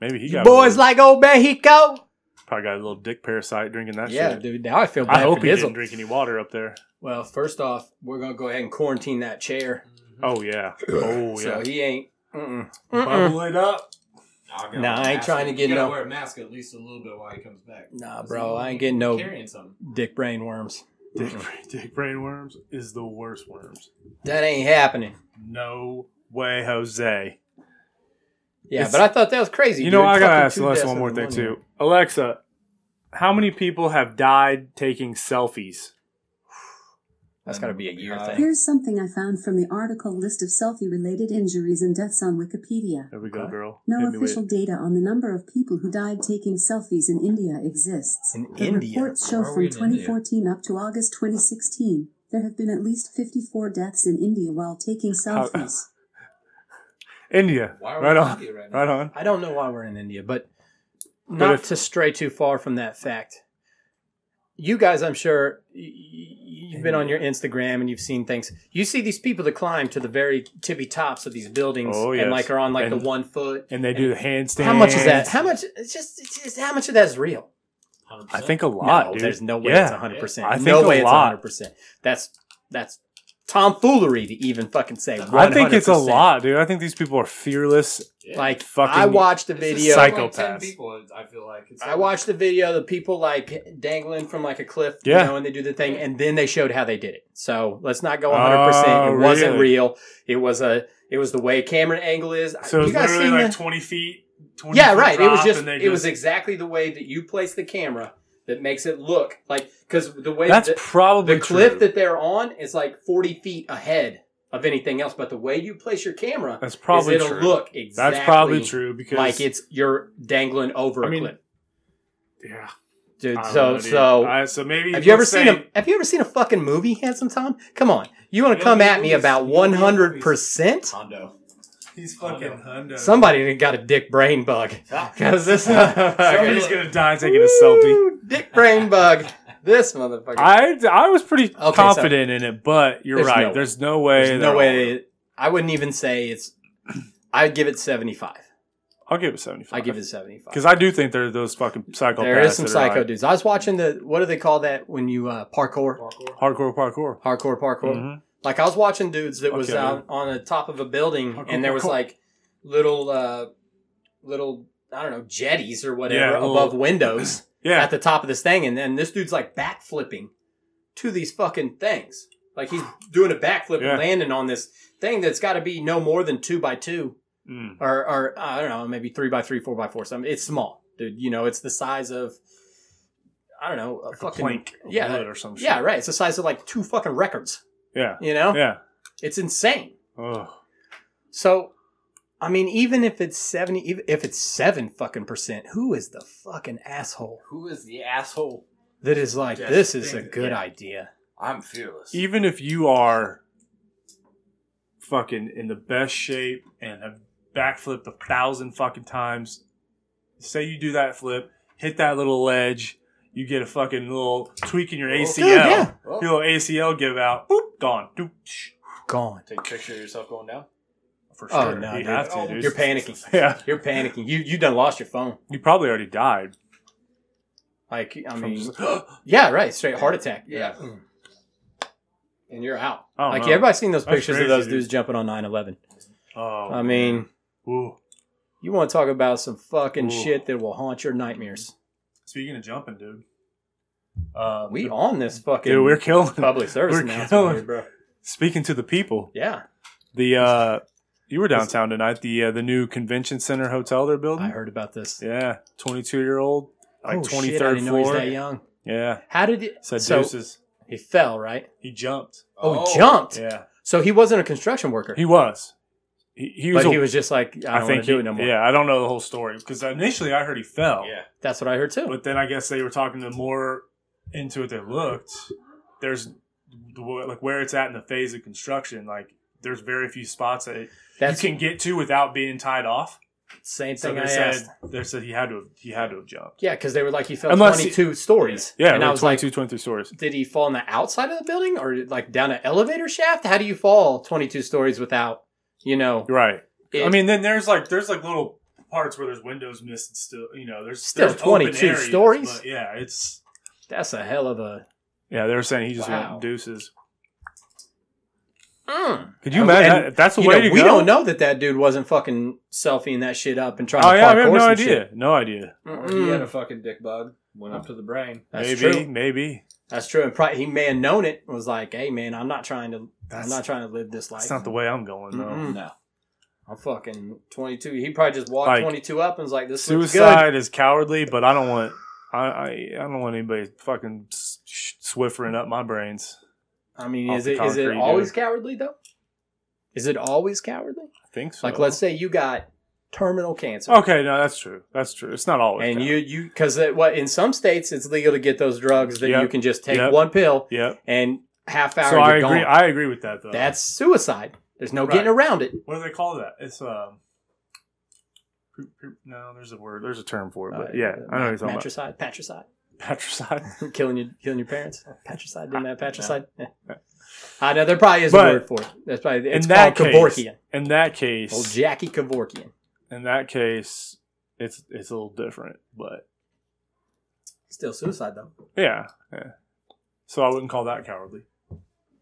[SPEAKER 4] Maybe he
[SPEAKER 1] You
[SPEAKER 4] got a
[SPEAKER 1] boys
[SPEAKER 4] little-
[SPEAKER 1] like old Mexico.
[SPEAKER 4] probably got a little dick parasite drinking that
[SPEAKER 1] Yeah,
[SPEAKER 4] shit.
[SPEAKER 1] dude. Now I feel bad
[SPEAKER 4] I hope
[SPEAKER 1] for
[SPEAKER 4] he didn't
[SPEAKER 1] Dizzle.
[SPEAKER 4] drink any water up there.
[SPEAKER 1] Well, first off, we're gonna go ahead and quarantine that chair,
[SPEAKER 4] Oh yeah. Oh yeah.
[SPEAKER 1] Mm-hmm. so he ain't. Mm-mm. Mm-mm.
[SPEAKER 4] Bubble it up.
[SPEAKER 2] I'll
[SPEAKER 1] Nah, I ain't trying to get
[SPEAKER 2] you gotta
[SPEAKER 1] no-
[SPEAKER 2] wear a mask at least a little bit while he comes back.
[SPEAKER 1] Nah,
[SPEAKER 2] 'Cause
[SPEAKER 1] bro,
[SPEAKER 2] he-
[SPEAKER 1] I ain't getting no
[SPEAKER 2] carrying something.
[SPEAKER 1] dick brain worms.
[SPEAKER 4] Dick, dick brain worms is the worst worms.
[SPEAKER 1] That ain't happening.
[SPEAKER 4] No way, Jose.
[SPEAKER 1] Yeah,
[SPEAKER 4] It's-
[SPEAKER 1] but I thought that was crazy.
[SPEAKER 4] You know,
[SPEAKER 1] dude.
[SPEAKER 4] I gotta
[SPEAKER 1] Fucking
[SPEAKER 4] ask
[SPEAKER 1] two
[SPEAKER 4] Les
[SPEAKER 1] deaths
[SPEAKER 4] one
[SPEAKER 1] in
[SPEAKER 4] more
[SPEAKER 1] the
[SPEAKER 4] thing
[SPEAKER 1] one
[SPEAKER 4] too.
[SPEAKER 1] year.
[SPEAKER 4] Alexa, how many people have died taking selfies?
[SPEAKER 1] That's gotta be a year
[SPEAKER 2] Yeah.
[SPEAKER 1] thing.
[SPEAKER 3] Here's something I found from the article list of selfie related injuries and deaths on Wikipedia.
[SPEAKER 4] There we go,
[SPEAKER 1] Okay.
[SPEAKER 4] girl.
[SPEAKER 3] No
[SPEAKER 4] Hit me with it.
[SPEAKER 3] official data on the number of people who died taking selfies in India exists.
[SPEAKER 1] In
[SPEAKER 3] the
[SPEAKER 1] India?
[SPEAKER 3] reports show
[SPEAKER 6] Where are we
[SPEAKER 3] from
[SPEAKER 6] in India?
[SPEAKER 3] 2014 up to August 2016, there have been at least 54 deaths in India while taking
[SPEAKER 4] How-
[SPEAKER 3] selfies.
[SPEAKER 4] India.
[SPEAKER 2] Why are
[SPEAKER 4] Right
[SPEAKER 2] we in
[SPEAKER 4] on.
[SPEAKER 2] India right now?
[SPEAKER 4] Right on.
[SPEAKER 1] I don't know why we're in India, but not
[SPEAKER 4] if-
[SPEAKER 1] to stray too far from that fact. You guys, I'm sure y- y- you've been on your Instagram and you've seen things. You see these people that climb to the very tippy tops of these buildings
[SPEAKER 4] Oh,
[SPEAKER 1] and
[SPEAKER 4] yes.
[SPEAKER 1] like are on like
[SPEAKER 4] And-
[SPEAKER 1] the one foot.
[SPEAKER 4] And they do the handstand.
[SPEAKER 1] How much is that? How much? It's just, it's just how much of that is real?
[SPEAKER 2] 100%.
[SPEAKER 4] I think a lot.
[SPEAKER 1] no,
[SPEAKER 4] dude.
[SPEAKER 1] there's no way
[SPEAKER 4] Yeah.
[SPEAKER 1] it's 100. percent
[SPEAKER 4] I think
[SPEAKER 1] No
[SPEAKER 4] a
[SPEAKER 1] way it's
[SPEAKER 4] lot.
[SPEAKER 1] 100. percent That's that's tomfoolery to even fucking say. 100%.
[SPEAKER 4] I think it's a lot, dude. I think these people are fearless.
[SPEAKER 1] Like
[SPEAKER 4] Fucking
[SPEAKER 1] I watched a
[SPEAKER 2] It's just
[SPEAKER 1] video.
[SPEAKER 4] psych-
[SPEAKER 2] like 10
[SPEAKER 4] Psychopaths.
[SPEAKER 2] people, I feel like. It's
[SPEAKER 1] I
[SPEAKER 2] like-
[SPEAKER 1] watched the video of the people like dangling from like a cliff,
[SPEAKER 4] Yeah.
[SPEAKER 1] you know, and they do the thing, and then they showed how they did it. So let's not go 100. percent
[SPEAKER 4] Oh,
[SPEAKER 1] It wasn't
[SPEAKER 4] really?
[SPEAKER 1] real. It was a. It was the way camera angle is.
[SPEAKER 4] So it's
[SPEAKER 1] You guys
[SPEAKER 4] literally
[SPEAKER 1] seen
[SPEAKER 4] like
[SPEAKER 1] the-
[SPEAKER 4] 20 feet. 20
[SPEAKER 1] yeah,
[SPEAKER 4] feet
[SPEAKER 1] right. It was
[SPEAKER 4] drop,
[SPEAKER 1] just,
[SPEAKER 4] and they
[SPEAKER 1] It was exactly the way that you place the camera that makes it look like because the way
[SPEAKER 4] That's
[SPEAKER 1] that,
[SPEAKER 4] probably
[SPEAKER 1] the cliff
[SPEAKER 4] true.
[SPEAKER 1] that they're on is like 40 feet ahead of anything else but the way you place your camera
[SPEAKER 4] That's probably
[SPEAKER 1] is it'll
[SPEAKER 4] true.
[SPEAKER 1] look exactly
[SPEAKER 4] That's probably true because
[SPEAKER 1] like it's you're dangling over
[SPEAKER 4] I mean,
[SPEAKER 1] a cliff
[SPEAKER 4] Yeah.
[SPEAKER 1] dude
[SPEAKER 4] I don't
[SPEAKER 1] so
[SPEAKER 4] know, dude.
[SPEAKER 1] so
[SPEAKER 4] I- so maybe
[SPEAKER 1] have you ever
[SPEAKER 4] let's
[SPEAKER 1] seen
[SPEAKER 4] say-
[SPEAKER 1] a have you ever seen a fucking movie handsome tom come on you want
[SPEAKER 2] Yeah,
[SPEAKER 1] to come
[SPEAKER 2] the
[SPEAKER 1] at me
[SPEAKER 2] movies-
[SPEAKER 1] about
[SPEAKER 2] the movies.
[SPEAKER 1] 100%
[SPEAKER 2] Hondo.
[SPEAKER 6] He's
[SPEAKER 2] Hondo.
[SPEAKER 6] fucking hundo.
[SPEAKER 1] somebody got a dick brain bug because this
[SPEAKER 4] Somebody's gonna die taking a selfie.
[SPEAKER 1] Woo, dick brain bug this motherfucker
[SPEAKER 4] I I was pretty
[SPEAKER 1] so-
[SPEAKER 4] confident in it, but you're
[SPEAKER 1] There's
[SPEAKER 4] right.
[SPEAKER 1] no-
[SPEAKER 4] there's no way.
[SPEAKER 1] There's no
[SPEAKER 4] they're all-
[SPEAKER 1] way. I wouldn't even say it's. I'd give it 75.
[SPEAKER 4] I'll give it 75.
[SPEAKER 1] I give it 75.
[SPEAKER 4] Because I do think there are those fucking psychopaths.
[SPEAKER 1] There is some
[SPEAKER 4] that are,
[SPEAKER 1] psycho
[SPEAKER 4] like,
[SPEAKER 1] dudes. I was watching the what do they call that when you uh, parkour,
[SPEAKER 2] Parkour.
[SPEAKER 4] Hardcore parkour.
[SPEAKER 1] hardcore parkour.
[SPEAKER 4] Mhm.
[SPEAKER 1] Like I was watching dudes that was
[SPEAKER 4] Okay.
[SPEAKER 1] out on the top of a building,
[SPEAKER 4] Parkour,
[SPEAKER 1] and there was
[SPEAKER 4] parkour.
[SPEAKER 1] like little, uh, little I don't know jetties or whatever
[SPEAKER 4] Yeah, little-
[SPEAKER 1] above windows
[SPEAKER 4] Yeah.
[SPEAKER 1] at the top of this thing, and then this dude's like backflipping to these fucking things. Like he's doing a backflip
[SPEAKER 4] Yeah.
[SPEAKER 1] and landing on this thing that's got to be no more than two by two
[SPEAKER 4] Mm.
[SPEAKER 1] or or I don't know, maybe three by three, four by four. Something. It's small, dude. You know, it's the size of I don't know, a fucking
[SPEAKER 4] plank of
[SPEAKER 1] yeah,
[SPEAKER 4] wood or some shit.
[SPEAKER 1] yeah, right. It's the size of like two fucking records.
[SPEAKER 4] Yeah.
[SPEAKER 1] You know,
[SPEAKER 4] Yeah.
[SPEAKER 1] it's insane.
[SPEAKER 4] Ugh.
[SPEAKER 1] So, I mean, even if it's seventy, even if it's seven fucking percent, who is the fucking asshole
[SPEAKER 2] Who is the asshole?
[SPEAKER 1] that is like,
[SPEAKER 2] Just
[SPEAKER 1] this is a
[SPEAKER 2] think-
[SPEAKER 1] good
[SPEAKER 2] yeah.
[SPEAKER 1] idea?
[SPEAKER 2] I'm fearless.
[SPEAKER 4] Even if you are fucking in the best shape and have backflipped a thousand fucking times, say you do that flip, hit that little ledge, you get a fucking little tweak in your ACL.
[SPEAKER 1] yeah.
[SPEAKER 2] Oh,
[SPEAKER 4] Your little ACL give out. Boop. Gone. Doop. shh,
[SPEAKER 1] Gone.
[SPEAKER 2] Take a picture of yourself going down.
[SPEAKER 4] For sure.
[SPEAKER 1] Oh, no,
[SPEAKER 4] you
[SPEAKER 1] dude.
[SPEAKER 4] have to, dude.
[SPEAKER 1] You're panicking.
[SPEAKER 4] Yeah.
[SPEAKER 1] You're panicking. You you done lost your phone.
[SPEAKER 4] You probably already died.
[SPEAKER 1] Like I
[SPEAKER 4] from
[SPEAKER 1] mean,
[SPEAKER 4] just-
[SPEAKER 1] Yeah, right. Straight heart attack. Mm.
[SPEAKER 2] Yeah.
[SPEAKER 1] And you're out.
[SPEAKER 4] I don't
[SPEAKER 1] Like
[SPEAKER 4] know.
[SPEAKER 1] everybody's seen those
[SPEAKER 4] Oh, That's
[SPEAKER 1] pictures
[SPEAKER 4] crazy,
[SPEAKER 1] of those
[SPEAKER 4] dude.
[SPEAKER 1] dudes jumping on 9/11.
[SPEAKER 4] oh,
[SPEAKER 1] I mean,
[SPEAKER 4] ooh.
[SPEAKER 1] you want to talk about some fucking
[SPEAKER 4] Ooh.
[SPEAKER 1] shit that will haunt your nightmares.
[SPEAKER 4] Speaking of jumping, dude. Uh,
[SPEAKER 1] We
[SPEAKER 4] dude,
[SPEAKER 1] on this fucking
[SPEAKER 4] we're killing.
[SPEAKER 1] public service
[SPEAKER 4] we're
[SPEAKER 1] announcement
[SPEAKER 4] killing-
[SPEAKER 1] here, bro.
[SPEAKER 4] Speaking to the people,
[SPEAKER 1] Yeah,
[SPEAKER 4] the uh, you were downtown tonight. The uh, the new convention center hotel they're building.
[SPEAKER 1] I heard about this.
[SPEAKER 4] Yeah, twenty two year old, like
[SPEAKER 1] Oh, shit, I
[SPEAKER 4] twenty
[SPEAKER 1] didn't
[SPEAKER 4] third
[SPEAKER 1] know he was
[SPEAKER 4] floor.
[SPEAKER 1] that young.
[SPEAKER 4] Yeah,
[SPEAKER 1] How did it?
[SPEAKER 4] said
[SPEAKER 1] so
[SPEAKER 4] deuces.
[SPEAKER 1] he fell, right?
[SPEAKER 4] He jumped.
[SPEAKER 1] Oh, he jumped.
[SPEAKER 4] Yeah,
[SPEAKER 1] So he wasn't a construction worker.
[SPEAKER 4] he was. He, he was.
[SPEAKER 1] but
[SPEAKER 4] a-
[SPEAKER 1] he was just like, I don't want to
[SPEAKER 4] he,
[SPEAKER 1] do it no more.
[SPEAKER 4] Yeah, I don't know the whole story because initially I heard he fell.
[SPEAKER 2] Yeah.
[SPEAKER 1] That's what I heard too.
[SPEAKER 4] But then I guess they were talking to more into it. They looked there's the wa- like where it's at in the phase of construction. Like there's very few spots that
[SPEAKER 1] That's
[SPEAKER 4] you can get to without being tied off.
[SPEAKER 1] same
[SPEAKER 4] So
[SPEAKER 1] thing
[SPEAKER 4] they
[SPEAKER 1] I
[SPEAKER 4] said
[SPEAKER 1] asked.
[SPEAKER 4] they said he had to have, he had to have jumped.
[SPEAKER 1] Yeah, because they were like, he fell
[SPEAKER 4] Unless he-
[SPEAKER 1] 22 stories.
[SPEAKER 4] Yeah,
[SPEAKER 1] and
[SPEAKER 4] like
[SPEAKER 1] I was like,
[SPEAKER 4] 22, 23 stories.
[SPEAKER 1] did he fall on the outside of the building or like down an elevator shaft? How do you fall 22 stories without, you know,
[SPEAKER 4] You're right.
[SPEAKER 1] it-
[SPEAKER 4] I mean, then there's like there's like little parts where there's windows missed and still you know there's
[SPEAKER 1] Still
[SPEAKER 4] there's
[SPEAKER 1] 22
[SPEAKER 4] open areas,
[SPEAKER 1] stories?
[SPEAKER 4] but yeah, it's
[SPEAKER 1] that's a hell of a.
[SPEAKER 4] yeah. They were saying he just
[SPEAKER 1] Wow.
[SPEAKER 4] went deuces.
[SPEAKER 1] Mm.
[SPEAKER 4] Could you
[SPEAKER 1] And-
[SPEAKER 4] imagine that- if that's the
[SPEAKER 1] you
[SPEAKER 4] Hmm. way
[SPEAKER 1] know,
[SPEAKER 4] to
[SPEAKER 1] we
[SPEAKER 4] go?
[SPEAKER 1] don't know that that dude wasn't fucking selfieing that shit up and trying
[SPEAKER 4] Oh
[SPEAKER 1] to
[SPEAKER 4] yeah, I
[SPEAKER 1] parkour
[SPEAKER 4] have no
[SPEAKER 1] some
[SPEAKER 4] idea.
[SPEAKER 1] shit.
[SPEAKER 4] No idea.
[SPEAKER 2] Or he had a
[SPEAKER 1] Mm-mm.
[SPEAKER 2] fucking dick bug. Went up to the brain.
[SPEAKER 1] That's
[SPEAKER 4] maybe,
[SPEAKER 1] true.
[SPEAKER 4] maybe.
[SPEAKER 1] That's true. And probably, he may have known it. and Was like, hey man, I'm not trying to. I'm not trying to live this life.
[SPEAKER 4] That's not the way I'm going though.
[SPEAKER 1] Mm-mm.
[SPEAKER 2] No.
[SPEAKER 1] I'm fucking 22. He probably just walked
[SPEAKER 4] Like,
[SPEAKER 1] 22 up and was like, this looks good.
[SPEAKER 4] Suicide is cowardly, but I don't want I I, I don't want anybody fucking s- sh- swiffering up my brains.
[SPEAKER 1] I mean,
[SPEAKER 4] off
[SPEAKER 1] is
[SPEAKER 4] the
[SPEAKER 1] it is it
[SPEAKER 4] concrete,
[SPEAKER 1] always
[SPEAKER 4] dude.
[SPEAKER 1] cowardly though? Is it always cowardly?
[SPEAKER 4] I think so.
[SPEAKER 1] Like, let's say you got terminal cancer,
[SPEAKER 4] Okay, no, that's true. That's true. It's not always.
[SPEAKER 1] and
[SPEAKER 4] that.
[SPEAKER 1] you you because what in some states it's legal to get those drugs that you
[SPEAKER 4] Yep.
[SPEAKER 1] can just take
[SPEAKER 4] Yep.
[SPEAKER 1] one pill
[SPEAKER 4] Yep.
[SPEAKER 1] and half hour
[SPEAKER 4] So I
[SPEAKER 1] you're
[SPEAKER 4] agree.
[SPEAKER 1] gone.
[SPEAKER 4] I agree with that though.
[SPEAKER 1] That's suicide. There's no
[SPEAKER 4] Right.
[SPEAKER 1] getting around it.
[SPEAKER 4] what do they call that? It's um. pre- pre- No, there's a word. There's a term for it, but
[SPEAKER 1] Uh,
[SPEAKER 4] yeah, I know what you're talking
[SPEAKER 1] Matricide, patricide,
[SPEAKER 4] about patricide.
[SPEAKER 1] killing your killing your parents. Patricide, didn't have patricide. I know there probably is a
[SPEAKER 4] But-
[SPEAKER 1] word for it. That's probably it's
[SPEAKER 4] in
[SPEAKER 1] called
[SPEAKER 4] that case,
[SPEAKER 1] Kevorkian.
[SPEAKER 4] in that case,
[SPEAKER 1] Old Jackie Kevorkian.
[SPEAKER 4] in that case, it's it's a little different, but
[SPEAKER 1] Still suicide though.
[SPEAKER 4] yeah, yeah. So I wouldn't call that cowardly,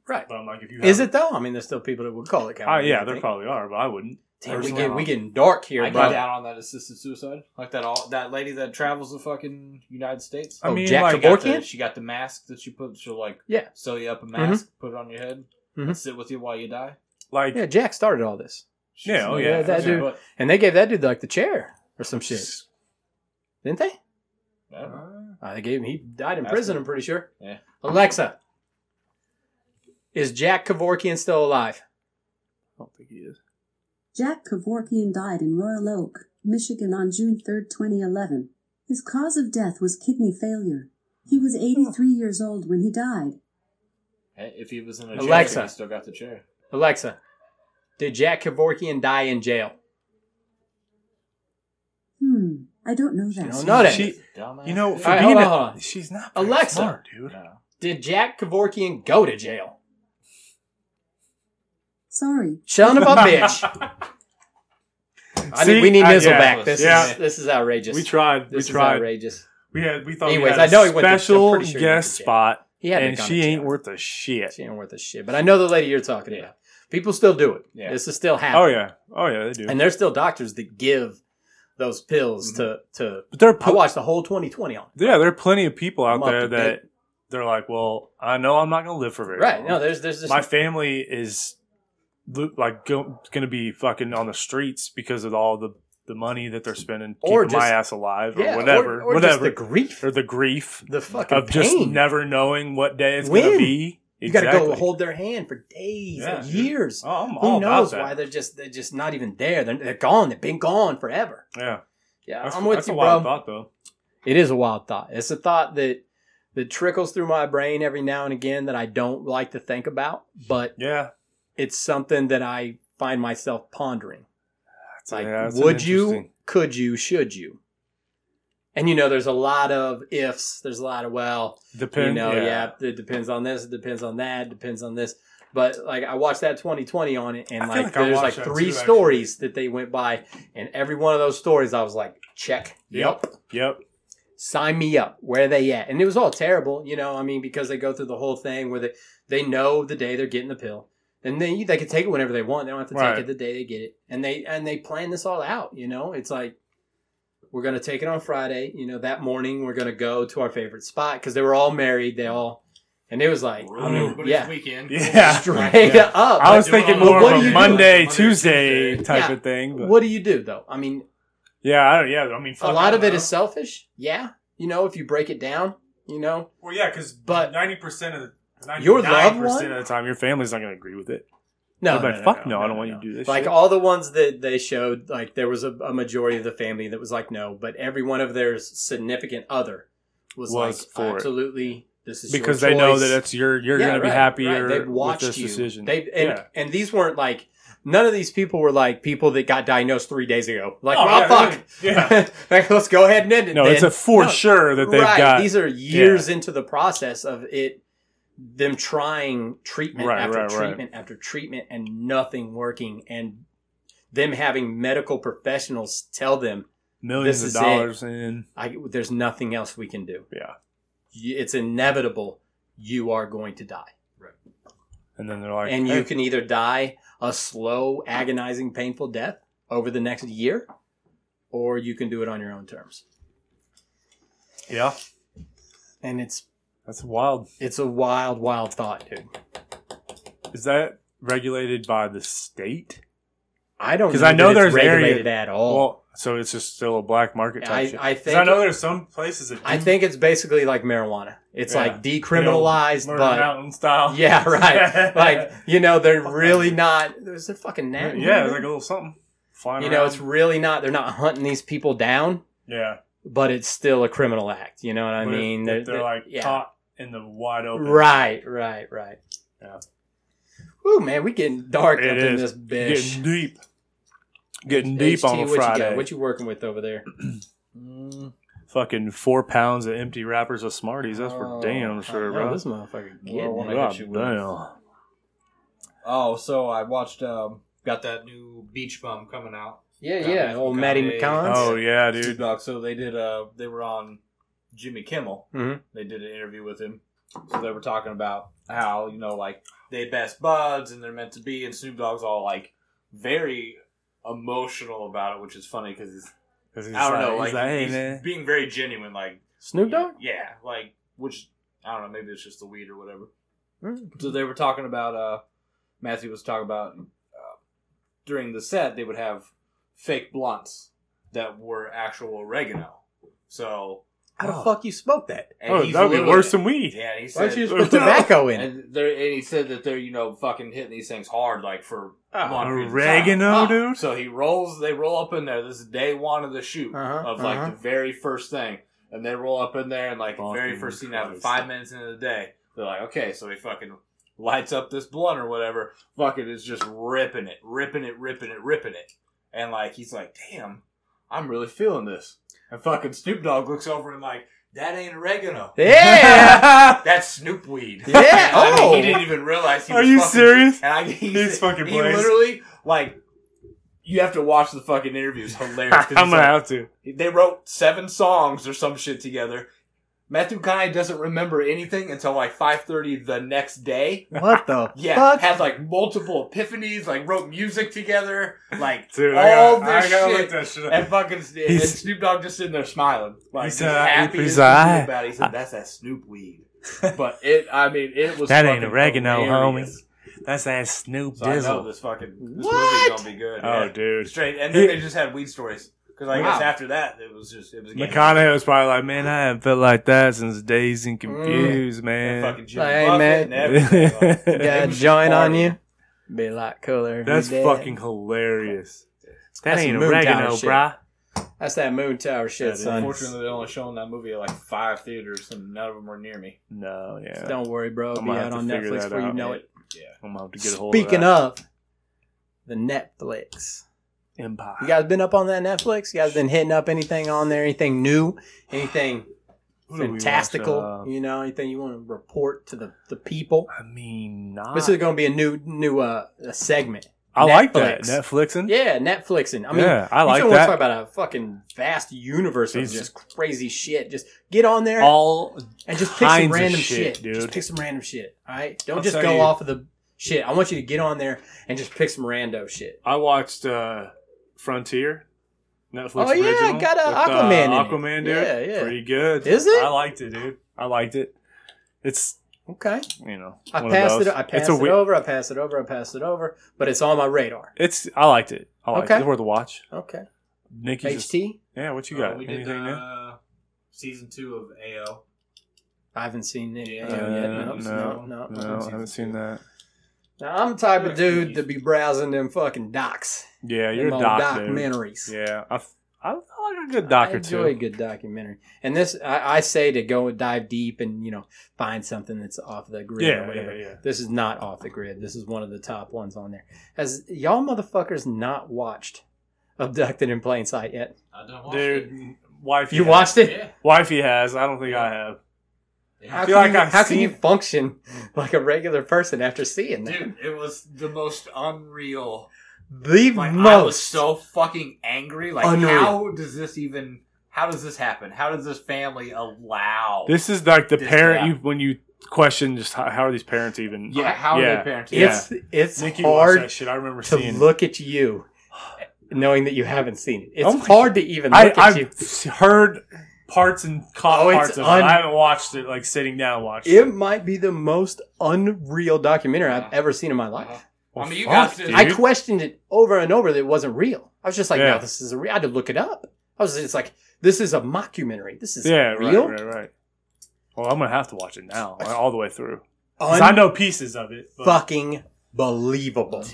[SPEAKER 1] Right.
[SPEAKER 4] but I'm like, if you
[SPEAKER 1] Is
[SPEAKER 4] have-
[SPEAKER 1] it though? I mean, there's still people that would call it
[SPEAKER 4] Oh
[SPEAKER 1] cowardly.
[SPEAKER 4] yeah,
[SPEAKER 1] I
[SPEAKER 4] there
[SPEAKER 1] think.
[SPEAKER 4] probably are, but I wouldn't.
[SPEAKER 1] Damn, we
[SPEAKER 2] Personally,
[SPEAKER 1] get
[SPEAKER 2] I'm
[SPEAKER 1] we
[SPEAKER 2] not.
[SPEAKER 1] getting dark here,
[SPEAKER 2] I
[SPEAKER 1] bro.
[SPEAKER 2] got down on that assisted suicide, like that all that lady that travels the fucking United States.
[SPEAKER 4] I
[SPEAKER 1] Oh,
[SPEAKER 4] mean,
[SPEAKER 1] Jack
[SPEAKER 4] like,
[SPEAKER 2] She got, the,
[SPEAKER 1] Kevorkian?
[SPEAKER 2] she got the mask that she put. She'll like
[SPEAKER 1] Yeah. Mm-hmm.
[SPEAKER 2] sew you up a mask, put it on your head,
[SPEAKER 1] Mhm.
[SPEAKER 2] and sit with you while you die.
[SPEAKER 4] Like
[SPEAKER 1] Yeah, Jack started all this,
[SPEAKER 2] She's
[SPEAKER 4] Yeah, oh,
[SPEAKER 2] like,
[SPEAKER 4] yeah,
[SPEAKER 1] that
[SPEAKER 2] okay.
[SPEAKER 1] dude-
[SPEAKER 2] But-
[SPEAKER 1] and they gave that dude like the chair or some shit,
[SPEAKER 4] s-
[SPEAKER 1] didn't they?
[SPEAKER 2] I don't know.
[SPEAKER 1] Uh, they gave him. He died in
[SPEAKER 2] That's
[SPEAKER 1] prison.
[SPEAKER 2] it.
[SPEAKER 1] I'm pretty sure.
[SPEAKER 2] Yeah.
[SPEAKER 1] Alexa, is Jack Kevorkian still alive?
[SPEAKER 4] I don't think he is.
[SPEAKER 3] Jack Kevorkian died in Royal Oak, Michigan on June 3, 2011. His cause of death was kidney failure. He was 83 years old when he died.
[SPEAKER 2] Hey, if he was in a
[SPEAKER 1] Alexa.
[SPEAKER 2] chair, he still got the chair.
[SPEAKER 1] Alexa, did Jack Kevorkian die in jail?
[SPEAKER 3] Hmm, I don't know that.
[SPEAKER 1] don't know that.
[SPEAKER 4] She,
[SPEAKER 2] Dumbass.
[SPEAKER 4] you know, for
[SPEAKER 1] All right,
[SPEAKER 4] being
[SPEAKER 1] hold on,
[SPEAKER 4] a-
[SPEAKER 1] hold on.
[SPEAKER 4] she's not very
[SPEAKER 1] Alexa.
[SPEAKER 4] smart, dude.
[SPEAKER 2] No.
[SPEAKER 1] Did Jack Kevorkian go to jail?
[SPEAKER 3] Sorry,
[SPEAKER 1] Son of a bitch. I need, we need
[SPEAKER 4] I-
[SPEAKER 1] Nizzle
[SPEAKER 4] Uh, yeah.
[SPEAKER 1] back. This
[SPEAKER 4] Yeah.
[SPEAKER 1] is this is outrageous.
[SPEAKER 4] We tried.
[SPEAKER 1] This
[SPEAKER 4] we
[SPEAKER 1] is
[SPEAKER 4] tried.
[SPEAKER 1] outrageous.
[SPEAKER 4] We had. We thought.
[SPEAKER 1] Anyways,
[SPEAKER 4] we had
[SPEAKER 1] I know he
[SPEAKER 4] a
[SPEAKER 1] went to- I'm
[SPEAKER 4] special
[SPEAKER 1] pretty sure he went to
[SPEAKER 4] guest
[SPEAKER 1] jail.
[SPEAKER 4] spot,
[SPEAKER 1] He had
[SPEAKER 4] and
[SPEAKER 1] to come
[SPEAKER 4] she
[SPEAKER 1] to
[SPEAKER 4] ain't
[SPEAKER 1] jail.
[SPEAKER 4] worth a shit.
[SPEAKER 1] She ain't worth a shit. But I know the lady you're talking about. People still do it.
[SPEAKER 2] Yeah.
[SPEAKER 1] This is still happening.
[SPEAKER 4] Oh yeah. Oh yeah. They do.
[SPEAKER 1] And there's still doctors that give those pills
[SPEAKER 4] Mm-hmm.
[SPEAKER 1] to to.
[SPEAKER 4] but there are
[SPEAKER 1] I
[SPEAKER 4] pl-
[SPEAKER 1] watched the whole 2020 on.
[SPEAKER 4] yeah, there are plenty of people out
[SPEAKER 1] Muffed
[SPEAKER 4] there
[SPEAKER 1] a
[SPEAKER 4] that they're like, well, I know I'm not gonna live for very
[SPEAKER 1] Right.
[SPEAKER 4] long.
[SPEAKER 1] No, there's there's just
[SPEAKER 4] my family is lo- like go, gonna be fucking on the streets because of all the the money that they're spending keeping
[SPEAKER 1] Or
[SPEAKER 4] my
[SPEAKER 1] just-
[SPEAKER 4] ass alive or
[SPEAKER 1] yeah,
[SPEAKER 4] whatever,
[SPEAKER 1] or, or just
[SPEAKER 4] whatever,
[SPEAKER 1] the grief,
[SPEAKER 4] or the grief
[SPEAKER 1] the fucking
[SPEAKER 4] of
[SPEAKER 1] pain.
[SPEAKER 4] just never knowing what day it's
[SPEAKER 1] When?
[SPEAKER 4] gonna be.
[SPEAKER 1] you got to go
[SPEAKER 4] Exactly.
[SPEAKER 1] hold their hand for days
[SPEAKER 4] Yeah,
[SPEAKER 1] and
[SPEAKER 4] dude.
[SPEAKER 1] years.
[SPEAKER 4] Oh, I'm all
[SPEAKER 1] Who knows
[SPEAKER 4] about
[SPEAKER 1] why
[SPEAKER 4] that.
[SPEAKER 1] they're just they're just not even there. They're, they're gone. They've been gone forever.
[SPEAKER 4] yeah,
[SPEAKER 1] Yeah,
[SPEAKER 4] that's,
[SPEAKER 1] I'm with
[SPEAKER 4] that's
[SPEAKER 1] you,
[SPEAKER 4] a
[SPEAKER 1] bro.
[SPEAKER 4] wild thought though.
[SPEAKER 1] It is a wild thought. It's a thought that that trickles through my brain every now and again that I don't like to think about, but
[SPEAKER 4] Yeah,
[SPEAKER 1] it's something that I find myself pondering. It's like,
[SPEAKER 4] Yeah, that's an
[SPEAKER 1] would you?
[SPEAKER 4] interesting-
[SPEAKER 1] Could you? Should you? And you know, there's a lot of ifs. There's a lot of well,
[SPEAKER 4] depend.
[SPEAKER 1] you know,
[SPEAKER 4] yeah.
[SPEAKER 1] yeah. it depends on this. It depends on that. It depends on this. But like, I watched that 2020 on it, and
[SPEAKER 4] I feel
[SPEAKER 1] like,
[SPEAKER 4] like I
[SPEAKER 1] there's
[SPEAKER 4] watched
[SPEAKER 1] like
[SPEAKER 4] that
[SPEAKER 1] three
[SPEAKER 4] too, actually.
[SPEAKER 1] stories that they went by, and every one of those stories, I was like, check,
[SPEAKER 4] Yep. Yep.
[SPEAKER 1] sign me up. Where are they at? And it was all terrible, you know. I mean, because they go through the whole thing where they they know the day they're getting the pill, and then they can take it whenever they want. They don't have to
[SPEAKER 4] Right.
[SPEAKER 1] take it the day they get it, and they and they plan this all out. You know, it's like we're gonna take it on Friday. You know, that morning we're gonna go to our favorite spot because they were all married. They all, and it was like
[SPEAKER 2] Ruin everybody's
[SPEAKER 1] yeah.
[SPEAKER 2] weekend.
[SPEAKER 4] Yeah.
[SPEAKER 1] straight
[SPEAKER 2] Yeah.
[SPEAKER 1] up.
[SPEAKER 4] I was
[SPEAKER 2] do it
[SPEAKER 4] thinking
[SPEAKER 2] on
[SPEAKER 4] more
[SPEAKER 1] what
[SPEAKER 4] of
[SPEAKER 1] do you
[SPEAKER 4] a
[SPEAKER 1] do?
[SPEAKER 4] Monday,
[SPEAKER 2] Monday,
[SPEAKER 4] Tuesday
[SPEAKER 2] Tuesday.
[SPEAKER 4] type
[SPEAKER 1] Yeah.
[SPEAKER 4] of thing. But
[SPEAKER 1] what do you do though? I mean,
[SPEAKER 4] yeah, I don't, yeah. I mean,
[SPEAKER 1] a
[SPEAKER 4] fuck, I
[SPEAKER 1] lot
[SPEAKER 4] don't
[SPEAKER 1] of it
[SPEAKER 4] know.
[SPEAKER 1] is selfish. Yeah, you know, if you break it down, you know.
[SPEAKER 4] Well, yeah, because
[SPEAKER 1] But-
[SPEAKER 4] ninety percent of the
[SPEAKER 1] Your loved
[SPEAKER 4] percent
[SPEAKER 1] one?
[SPEAKER 4] of the time, your family's not going to agree with it.
[SPEAKER 1] No,
[SPEAKER 4] They're like,
[SPEAKER 1] no, no,
[SPEAKER 4] fuck
[SPEAKER 1] no,
[SPEAKER 4] no, I
[SPEAKER 1] no,
[SPEAKER 4] don't want
[SPEAKER 1] no.
[SPEAKER 4] you to do this.
[SPEAKER 1] like
[SPEAKER 4] shit.
[SPEAKER 1] all the ones that they showed like there was a, a majority of the family that was like no but every one of their significant other was,
[SPEAKER 4] Was
[SPEAKER 1] like
[SPEAKER 4] for it.
[SPEAKER 1] absolutely this is your
[SPEAKER 4] because they know
[SPEAKER 1] choice.
[SPEAKER 4] that it's your you're
[SPEAKER 1] Yeah,
[SPEAKER 4] going to
[SPEAKER 1] right,
[SPEAKER 4] be happier
[SPEAKER 1] right. they've watched
[SPEAKER 4] with this
[SPEAKER 1] you
[SPEAKER 4] decision.
[SPEAKER 1] they and,
[SPEAKER 4] yeah.
[SPEAKER 1] and these weren't like none of these people were like people that got diagnosed three days ago like
[SPEAKER 4] Oh,
[SPEAKER 1] well
[SPEAKER 4] yeah,
[SPEAKER 1] fuck
[SPEAKER 4] yeah.
[SPEAKER 1] like, let's go ahead and end it
[SPEAKER 4] No,
[SPEAKER 1] then.
[SPEAKER 4] it's a for
[SPEAKER 1] No,
[SPEAKER 4] sure that they've
[SPEAKER 1] right
[SPEAKER 4] got.
[SPEAKER 1] these are years into the process of it them trying treatment
[SPEAKER 4] Right,
[SPEAKER 1] after
[SPEAKER 4] right, right.
[SPEAKER 1] treatment after treatment and nothing working and them having medical professionals tell them this
[SPEAKER 4] millions of
[SPEAKER 1] is it.
[SPEAKER 4] dollars in.
[SPEAKER 1] I, there's nothing else we can do
[SPEAKER 4] Yeah.
[SPEAKER 1] You- it's inevitable you are going to die
[SPEAKER 4] And then they're like,
[SPEAKER 1] and
[SPEAKER 4] "Hey,
[SPEAKER 1] you can either die a slow agonizing painful death over the next year or you can do it on your own terms
[SPEAKER 4] yeah,
[SPEAKER 1] and it's
[SPEAKER 4] that's wild.
[SPEAKER 1] it's a wild wild thought dude
[SPEAKER 4] Is that regulated by the state?
[SPEAKER 1] i don't
[SPEAKER 4] 'Cause
[SPEAKER 1] know
[SPEAKER 4] I know
[SPEAKER 1] that it's
[SPEAKER 4] there's area-
[SPEAKER 1] regulated at all
[SPEAKER 4] Well, so it's just still a black market type
[SPEAKER 1] Oh. I-
[SPEAKER 4] shit.
[SPEAKER 1] I
[SPEAKER 4] 'Cause
[SPEAKER 1] think-
[SPEAKER 4] I know there's some places that
[SPEAKER 1] I
[SPEAKER 4] do
[SPEAKER 1] think it's basically like marijuana. It's
[SPEAKER 4] Yeah.
[SPEAKER 1] like decriminalized,
[SPEAKER 4] Murder
[SPEAKER 1] but
[SPEAKER 4] Mountain style.
[SPEAKER 1] yeah, right. like you know, they're really not. There's they're fucking
[SPEAKER 4] yeah,
[SPEAKER 1] nat.
[SPEAKER 4] it's like a little something. Flying
[SPEAKER 1] you know,
[SPEAKER 4] around.
[SPEAKER 1] it's really not. They're not hunting these people down,
[SPEAKER 4] yeah.
[SPEAKER 1] but it's still a criminal act. You know what I
[SPEAKER 4] But if-
[SPEAKER 1] mean?
[SPEAKER 4] if
[SPEAKER 1] They're,
[SPEAKER 4] they're, like caught in the wide open.
[SPEAKER 1] right, right, right.
[SPEAKER 4] Yeah.
[SPEAKER 1] Ooh, man, we getting dark
[SPEAKER 4] It
[SPEAKER 1] up in
[SPEAKER 4] is.
[SPEAKER 1] this bitch.
[SPEAKER 4] Getting deep. Getting deep
[SPEAKER 1] HT,
[SPEAKER 4] on a
[SPEAKER 1] what You
[SPEAKER 4] Friday.
[SPEAKER 1] got? What you working with over there?
[SPEAKER 2] Mm.
[SPEAKER 4] Fucking four pounds of empty wrappers of Smarties. That's for
[SPEAKER 2] Oh,
[SPEAKER 4] damn
[SPEAKER 2] I
[SPEAKER 4] sure,
[SPEAKER 1] Oh,
[SPEAKER 4] bro.
[SPEAKER 1] this motherfucker getting
[SPEAKER 2] Well,
[SPEAKER 1] it.
[SPEAKER 2] I
[SPEAKER 4] God
[SPEAKER 2] hit you with-
[SPEAKER 4] damn.
[SPEAKER 2] Oh, so I watched. Um, got that new Beach Bum coming out.
[SPEAKER 1] Yeah,
[SPEAKER 2] Got
[SPEAKER 1] yeah.
[SPEAKER 2] me
[SPEAKER 1] Old
[SPEAKER 2] from
[SPEAKER 1] Maddie
[SPEAKER 2] Kanye.
[SPEAKER 1] McCons.
[SPEAKER 4] Oh yeah,
[SPEAKER 2] Dude,
[SPEAKER 4] dude.
[SPEAKER 2] dog. So they did. Uh, they were on Jimmy Kimmel.
[SPEAKER 1] Mhm.
[SPEAKER 2] They did an interview with him. So they were talking about how you know, like they best buds and they're meant to be, and Snoop Dogg's all like very emotional about it, which is funny because he's
[SPEAKER 4] 'Cause he's
[SPEAKER 2] I don't know,
[SPEAKER 4] he's
[SPEAKER 2] like,
[SPEAKER 4] hey,
[SPEAKER 2] he's
[SPEAKER 4] man.
[SPEAKER 2] being very genuine. Like
[SPEAKER 1] Snoop Dogg.
[SPEAKER 2] Yeah, like which I don't know. Maybe it's just the weed or whatever.
[SPEAKER 1] Mm.
[SPEAKER 2] So they were talking about uh, Matthew was talking about uh, during the set they would have fake blunts that were actual oregano. So
[SPEAKER 1] How the fuck you smoke that?
[SPEAKER 2] and
[SPEAKER 4] Oh,
[SPEAKER 2] he's
[SPEAKER 4] that'd be
[SPEAKER 2] literally-
[SPEAKER 4] worse than weed.
[SPEAKER 2] yeah. and He
[SPEAKER 1] Why don't
[SPEAKER 2] said
[SPEAKER 1] you just put tobacco in? it?
[SPEAKER 2] and, they're, and he said that they're you know fucking hitting these things hard like for
[SPEAKER 1] Oh.
[SPEAKER 2] a long period of time.
[SPEAKER 4] Oregano,
[SPEAKER 2] Ah,
[SPEAKER 4] dude.
[SPEAKER 2] Oh, So he rolls. They roll up in there. This is day one of the shoot
[SPEAKER 1] Uh-huh,
[SPEAKER 2] of like
[SPEAKER 1] uh-huh.
[SPEAKER 2] the very first thing, and they roll up in there and like the very
[SPEAKER 4] Fucking
[SPEAKER 2] first thing after
[SPEAKER 4] Christ.
[SPEAKER 2] five minutes into the day, they're like, okay, so he fucking lights up this blunt or whatever. Fucking is just ripping it, ripping it, ripping it, ripping it, and like he's like, damn, I'm really feeling this. And fucking Snoop Dogg looks over and like, that ain't oregano.
[SPEAKER 1] Yeah.
[SPEAKER 2] That's Snoop weed.
[SPEAKER 1] Yeah,
[SPEAKER 2] I mean,
[SPEAKER 1] oh.
[SPEAKER 2] he didn't even realize. He
[SPEAKER 4] Are
[SPEAKER 2] was
[SPEAKER 4] you
[SPEAKER 2] fucking
[SPEAKER 4] serious?
[SPEAKER 2] and I, he
[SPEAKER 4] He's
[SPEAKER 2] said-
[SPEAKER 4] fucking
[SPEAKER 2] He
[SPEAKER 4] blazed.
[SPEAKER 2] literally like You have to watch the fucking interviews. Hilarious. 'cause
[SPEAKER 4] I'm
[SPEAKER 2] it's
[SPEAKER 4] gonna
[SPEAKER 2] like-
[SPEAKER 4] have to.
[SPEAKER 2] they wrote seven songs or some shit together. Matthew Guy doesn't remember anything until like five thirty the next day.
[SPEAKER 1] What the
[SPEAKER 2] Yeah,
[SPEAKER 1] fuck?
[SPEAKER 2] had like multiple epiphanies. Like wrote music together. Like
[SPEAKER 4] Dude, I gotta,
[SPEAKER 2] all
[SPEAKER 4] I
[SPEAKER 2] this
[SPEAKER 4] gotta
[SPEAKER 2] shit.
[SPEAKER 4] look that shit
[SPEAKER 2] And
[SPEAKER 4] up.
[SPEAKER 2] fucking and
[SPEAKER 4] He's-
[SPEAKER 2] Snoop Dogg just sitting there smiling, like
[SPEAKER 4] He's,
[SPEAKER 2] he's
[SPEAKER 4] uh,
[SPEAKER 2] happy.
[SPEAKER 4] he's,
[SPEAKER 2] as can be
[SPEAKER 4] uh,
[SPEAKER 2] about it. He said, "That's that Snoop weed." But it, I mean, it was
[SPEAKER 4] That ain't
[SPEAKER 2] fucking
[SPEAKER 4] oregano,
[SPEAKER 2] hilarious.
[SPEAKER 4] That's that Snoop
[SPEAKER 2] So I know
[SPEAKER 4] Dizzle.
[SPEAKER 2] this fucking this
[SPEAKER 1] What?
[SPEAKER 2] movie's gonna be good.
[SPEAKER 4] Oh,
[SPEAKER 2] yeah.
[SPEAKER 4] dude.
[SPEAKER 2] straight. And then they just had weed stories because I guess
[SPEAKER 1] Wow.
[SPEAKER 2] after that it was just it was game.
[SPEAKER 4] McConaughey was probably like, man, I haven't felt like that since Days
[SPEAKER 1] Mm.
[SPEAKER 4] and Confused,
[SPEAKER 2] And
[SPEAKER 4] man.
[SPEAKER 2] fucking Jimmy
[SPEAKER 1] Hey,
[SPEAKER 2] Buffett
[SPEAKER 1] man.
[SPEAKER 2] and everything. Like,
[SPEAKER 1] You got a
[SPEAKER 2] was
[SPEAKER 1] joint on
[SPEAKER 2] partying.
[SPEAKER 1] you? Be a lot cooler. if
[SPEAKER 4] That's
[SPEAKER 1] you did.
[SPEAKER 4] fucking hilarious. That
[SPEAKER 1] That's
[SPEAKER 4] ain't
[SPEAKER 1] some moon
[SPEAKER 4] oregano,
[SPEAKER 1] tower shit.
[SPEAKER 4] bruh.
[SPEAKER 1] That's that moon tower
[SPEAKER 2] Yeah,
[SPEAKER 1] shit,
[SPEAKER 2] dude,
[SPEAKER 1] son.
[SPEAKER 2] unfortunately, they're only showing that movie at like five theaters, and none of them are near me.
[SPEAKER 4] No, yeah.
[SPEAKER 1] Don't worry, bro. It'll
[SPEAKER 4] I'm
[SPEAKER 1] be
[SPEAKER 4] gonna
[SPEAKER 1] out
[SPEAKER 4] have to
[SPEAKER 1] on
[SPEAKER 4] figure
[SPEAKER 1] Netflix
[SPEAKER 4] that
[SPEAKER 1] before you
[SPEAKER 4] out.
[SPEAKER 1] know it.
[SPEAKER 4] I'm gonna have to get a hold
[SPEAKER 1] Speaking
[SPEAKER 4] of,
[SPEAKER 1] of the Netflix,
[SPEAKER 4] that. Empire.
[SPEAKER 1] you guys been up on that Netflix? You guys been hitting up anything on there? Anything new? Anything
[SPEAKER 4] Who do we watch,
[SPEAKER 1] fantastical?
[SPEAKER 4] uh,
[SPEAKER 1] You know, anything you want to report to the, the people?
[SPEAKER 4] I mean, not.
[SPEAKER 1] This is going to be a new new uh a segment.
[SPEAKER 4] I like that
[SPEAKER 1] Netflix.
[SPEAKER 4] Netflixing.
[SPEAKER 1] Yeah, Netflixing. I mean,
[SPEAKER 4] yeah, I
[SPEAKER 1] you
[SPEAKER 4] like
[SPEAKER 1] don't
[SPEAKER 4] that.
[SPEAKER 1] want to talk about a fucking vast universe of
[SPEAKER 4] These-
[SPEAKER 1] just crazy shit. Just get on there
[SPEAKER 4] All
[SPEAKER 1] and just pick some
[SPEAKER 4] kinds of
[SPEAKER 1] random
[SPEAKER 4] shit,
[SPEAKER 1] shit.
[SPEAKER 4] dude.
[SPEAKER 1] Just pick some random shit. All right, don't
[SPEAKER 4] I'll
[SPEAKER 1] just
[SPEAKER 4] tell
[SPEAKER 1] go
[SPEAKER 4] you-
[SPEAKER 1] off of the shit. I want you to get on there and just pick some rando shit.
[SPEAKER 4] I watched uh, Frontier. Netflix.
[SPEAKER 1] Oh, yeah,
[SPEAKER 4] original
[SPEAKER 1] it got a
[SPEAKER 4] with, uh,
[SPEAKER 1] Aquaman in it.
[SPEAKER 4] Aquaman, dude.
[SPEAKER 1] Yeah, yeah.
[SPEAKER 4] Pretty good.
[SPEAKER 1] Is it?
[SPEAKER 4] I liked it, dude. I liked it. It's
[SPEAKER 1] Okay,
[SPEAKER 4] you know.
[SPEAKER 1] I
[SPEAKER 4] one of
[SPEAKER 1] passed it.
[SPEAKER 4] those.
[SPEAKER 1] I
[SPEAKER 4] it's
[SPEAKER 1] passed
[SPEAKER 4] a
[SPEAKER 1] it
[SPEAKER 4] we-
[SPEAKER 1] over. I passed it over. I passed it over. But it's on my radar.
[SPEAKER 4] It's. I liked it. I liked
[SPEAKER 1] Okay.
[SPEAKER 4] it. It's worth a watch.
[SPEAKER 1] Okay,
[SPEAKER 4] Nikki. Just,
[SPEAKER 1] HT.
[SPEAKER 4] yeah. What you got?
[SPEAKER 2] Uh, we did
[SPEAKER 4] Anything new?
[SPEAKER 2] uh, season two of AO.
[SPEAKER 1] I haven't seen it
[SPEAKER 2] Yeah,
[SPEAKER 1] yet.
[SPEAKER 2] uh,
[SPEAKER 1] No,
[SPEAKER 4] no,
[SPEAKER 1] no, no.
[SPEAKER 4] no, I haven't seen that.
[SPEAKER 1] Now, I'm the type of dude to be browsing them fucking docs.
[SPEAKER 4] Yeah, you're
[SPEAKER 1] Them
[SPEAKER 4] a
[SPEAKER 1] old
[SPEAKER 4] doc, dude.
[SPEAKER 1] documentaries.
[SPEAKER 4] Yeah, I, f- I like a good
[SPEAKER 1] I
[SPEAKER 4] doc or
[SPEAKER 1] enjoy a
[SPEAKER 4] two.
[SPEAKER 1] good documentary. And this, I, I say to go and dive deep and, you know, find something that's off the grid or
[SPEAKER 4] Yeah,
[SPEAKER 1] whatever.
[SPEAKER 4] yeah, yeah.
[SPEAKER 1] This is not off the grid. This is one of the top ones on there. Has y'all motherfuckers not watched Abducted in Plain Sight yet?
[SPEAKER 2] I don't watch it.
[SPEAKER 4] Dude, wifey.
[SPEAKER 1] You
[SPEAKER 4] has.
[SPEAKER 1] watched it?
[SPEAKER 2] Yeah.
[SPEAKER 4] Wifey has. I don't think I have.
[SPEAKER 1] How,
[SPEAKER 4] I feel
[SPEAKER 1] can,
[SPEAKER 4] like
[SPEAKER 1] you,
[SPEAKER 4] I've
[SPEAKER 1] how can you
[SPEAKER 4] seen-
[SPEAKER 1] function like a regular person after seeing that?
[SPEAKER 2] Dude, it was the most unreal.
[SPEAKER 1] the
[SPEAKER 2] Like I was
[SPEAKER 1] most.
[SPEAKER 2] so fucking angry. Like
[SPEAKER 1] Unreal.
[SPEAKER 2] how does this even? How does this happen? How does this family allow?
[SPEAKER 4] This is like the
[SPEAKER 2] This-
[SPEAKER 4] parent
[SPEAKER 2] yeah.
[SPEAKER 4] you when you question just how, how are these parents even?
[SPEAKER 2] yeah, how
[SPEAKER 4] yeah.
[SPEAKER 2] are they parenting?
[SPEAKER 1] it's it's
[SPEAKER 4] Nikki watched
[SPEAKER 1] hard
[SPEAKER 4] that shit. I remember
[SPEAKER 1] to
[SPEAKER 4] seeing.
[SPEAKER 1] look at you knowing that you haven't seen it. It's
[SPEAKER 4] Oh my-
[SPEAKER 1] hard to even
[SPEAKER 4] I,
[SPEAKER 1] look at you.
[SPEAKER 4] I've s- heard parts and caught
[SPEAKER 1] Oh, it's
[SPEAKER 4] parts of it.
[SPEAKER 1] un-
[SPEAKER 4] I haven't watched it like sitting down watching.
[SPEAKER 1] It might be the most unreal documentary I've ever seen in my life.
[SPEAKER 2] Uh-huh.
[SPEAKER 4] Well,
[SPEAKER 2] I mean, you
[SPEAKER 4] fuck,
[SPEAKER 2] guys did-
[SPEAKER 4] dude.
[SPEAKER 1] I questioned it over and over that it wasn't real. I was just like,
[SPEAKER 4] Yeah.
[SPEAKER 1] no, this is a real. I had to look it up. I was just like, this is a mockumentary. This is
[SPEAKER 4] yeah, right,
[SPEAKER 1] real.
[SPEAKER 4] right, right. Well, I'm gonna have to watch it now, like, all the way through. 'Cause I
[SPEAKER 1] Un-
[SPEAKER 4] know pieces of it. but-
[SPEAKER 1] fucking believable.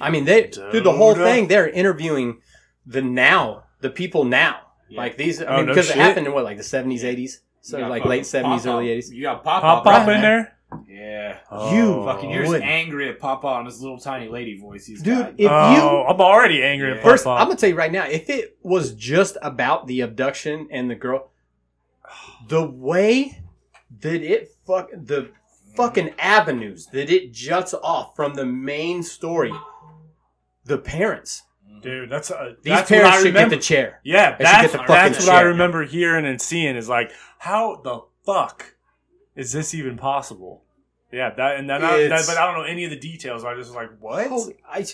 [SPEAKER 1] I mean, they through the whole thing, they're interviewing the now, the people now,
[SPEAKER 2] Yeah.
[SPEAKER 1] like these. I
[SPEAKER 4] Oh,
[SPEAKER 1] mean,
[SPEAKER 4] no
[SPEAKER 1] because
[SPEAKER 4] shit.
[SPEAKER 1] it happened in what, like the seventies, eighties,
[SPEAKER 2] You
[SPEAKER 1] so
[SPEAKER 2] got
[SPEAKER 1] like
[SPEAKER 2] fucking
[SPEAKER 1] late seventies,
[SPEAKER 2] Papa.
[SPEAKER 1] early eighties.
[SPEAKER 2] You got Pop
[SPEAKER 4] pop up in there.
[SPEAKER 2] Yeah.
[SPEAKER 4] Oh,
[SPEAKER 1] You
[SPEAKER 2] Fucking, you're
[SPEAKER 1] Would.
[SPEAKER 2] just angry at Papa and his little tiny lady voice. He's
[SPEAKER 1] Dude,
[SPEAKER 2] got.
[SPEAKER 1] if
[SPEAKER 4] oh, I'm already angry
[SPEAKER 1] you
[SPEAKER 4] at
[SPEAKER 1] first,
[SPEAKER 4] first.
[SPEAKER 1] I'm gonna tell you right now, if it was just about the abduction and the girl, the way that it fuck the fucking avenues that it juts off from the main story, the parents,
[SPEAKER 4] dude. That's uh,
[SPEAKER 1] these
[SPEAKER 4] that's what
[SPEAKER 1] parents
[SPEAKER 4] I
[SPEAKER 1] should get
[SPEAKER 4] remember.
[SPEAKER 1] the chair.
[SPEAKER 4] yeah,
[SPEAKER 1] They should get
[SPEAKER 4] that's,
[SPEAKER 1] the fucking
[SPEAKER 4] that's what I
[SPEAKER 1] chair.
[SPEAKER 4] remember hearing and seeing is like, how the fuck is this even possible? Yeah, that and then I, that,
[SPEAKER 1] It's-
[SPEAKER 4] but I don't know any of the details. I just was like, what?
[SPEAKER 1] Holy- Oh, I,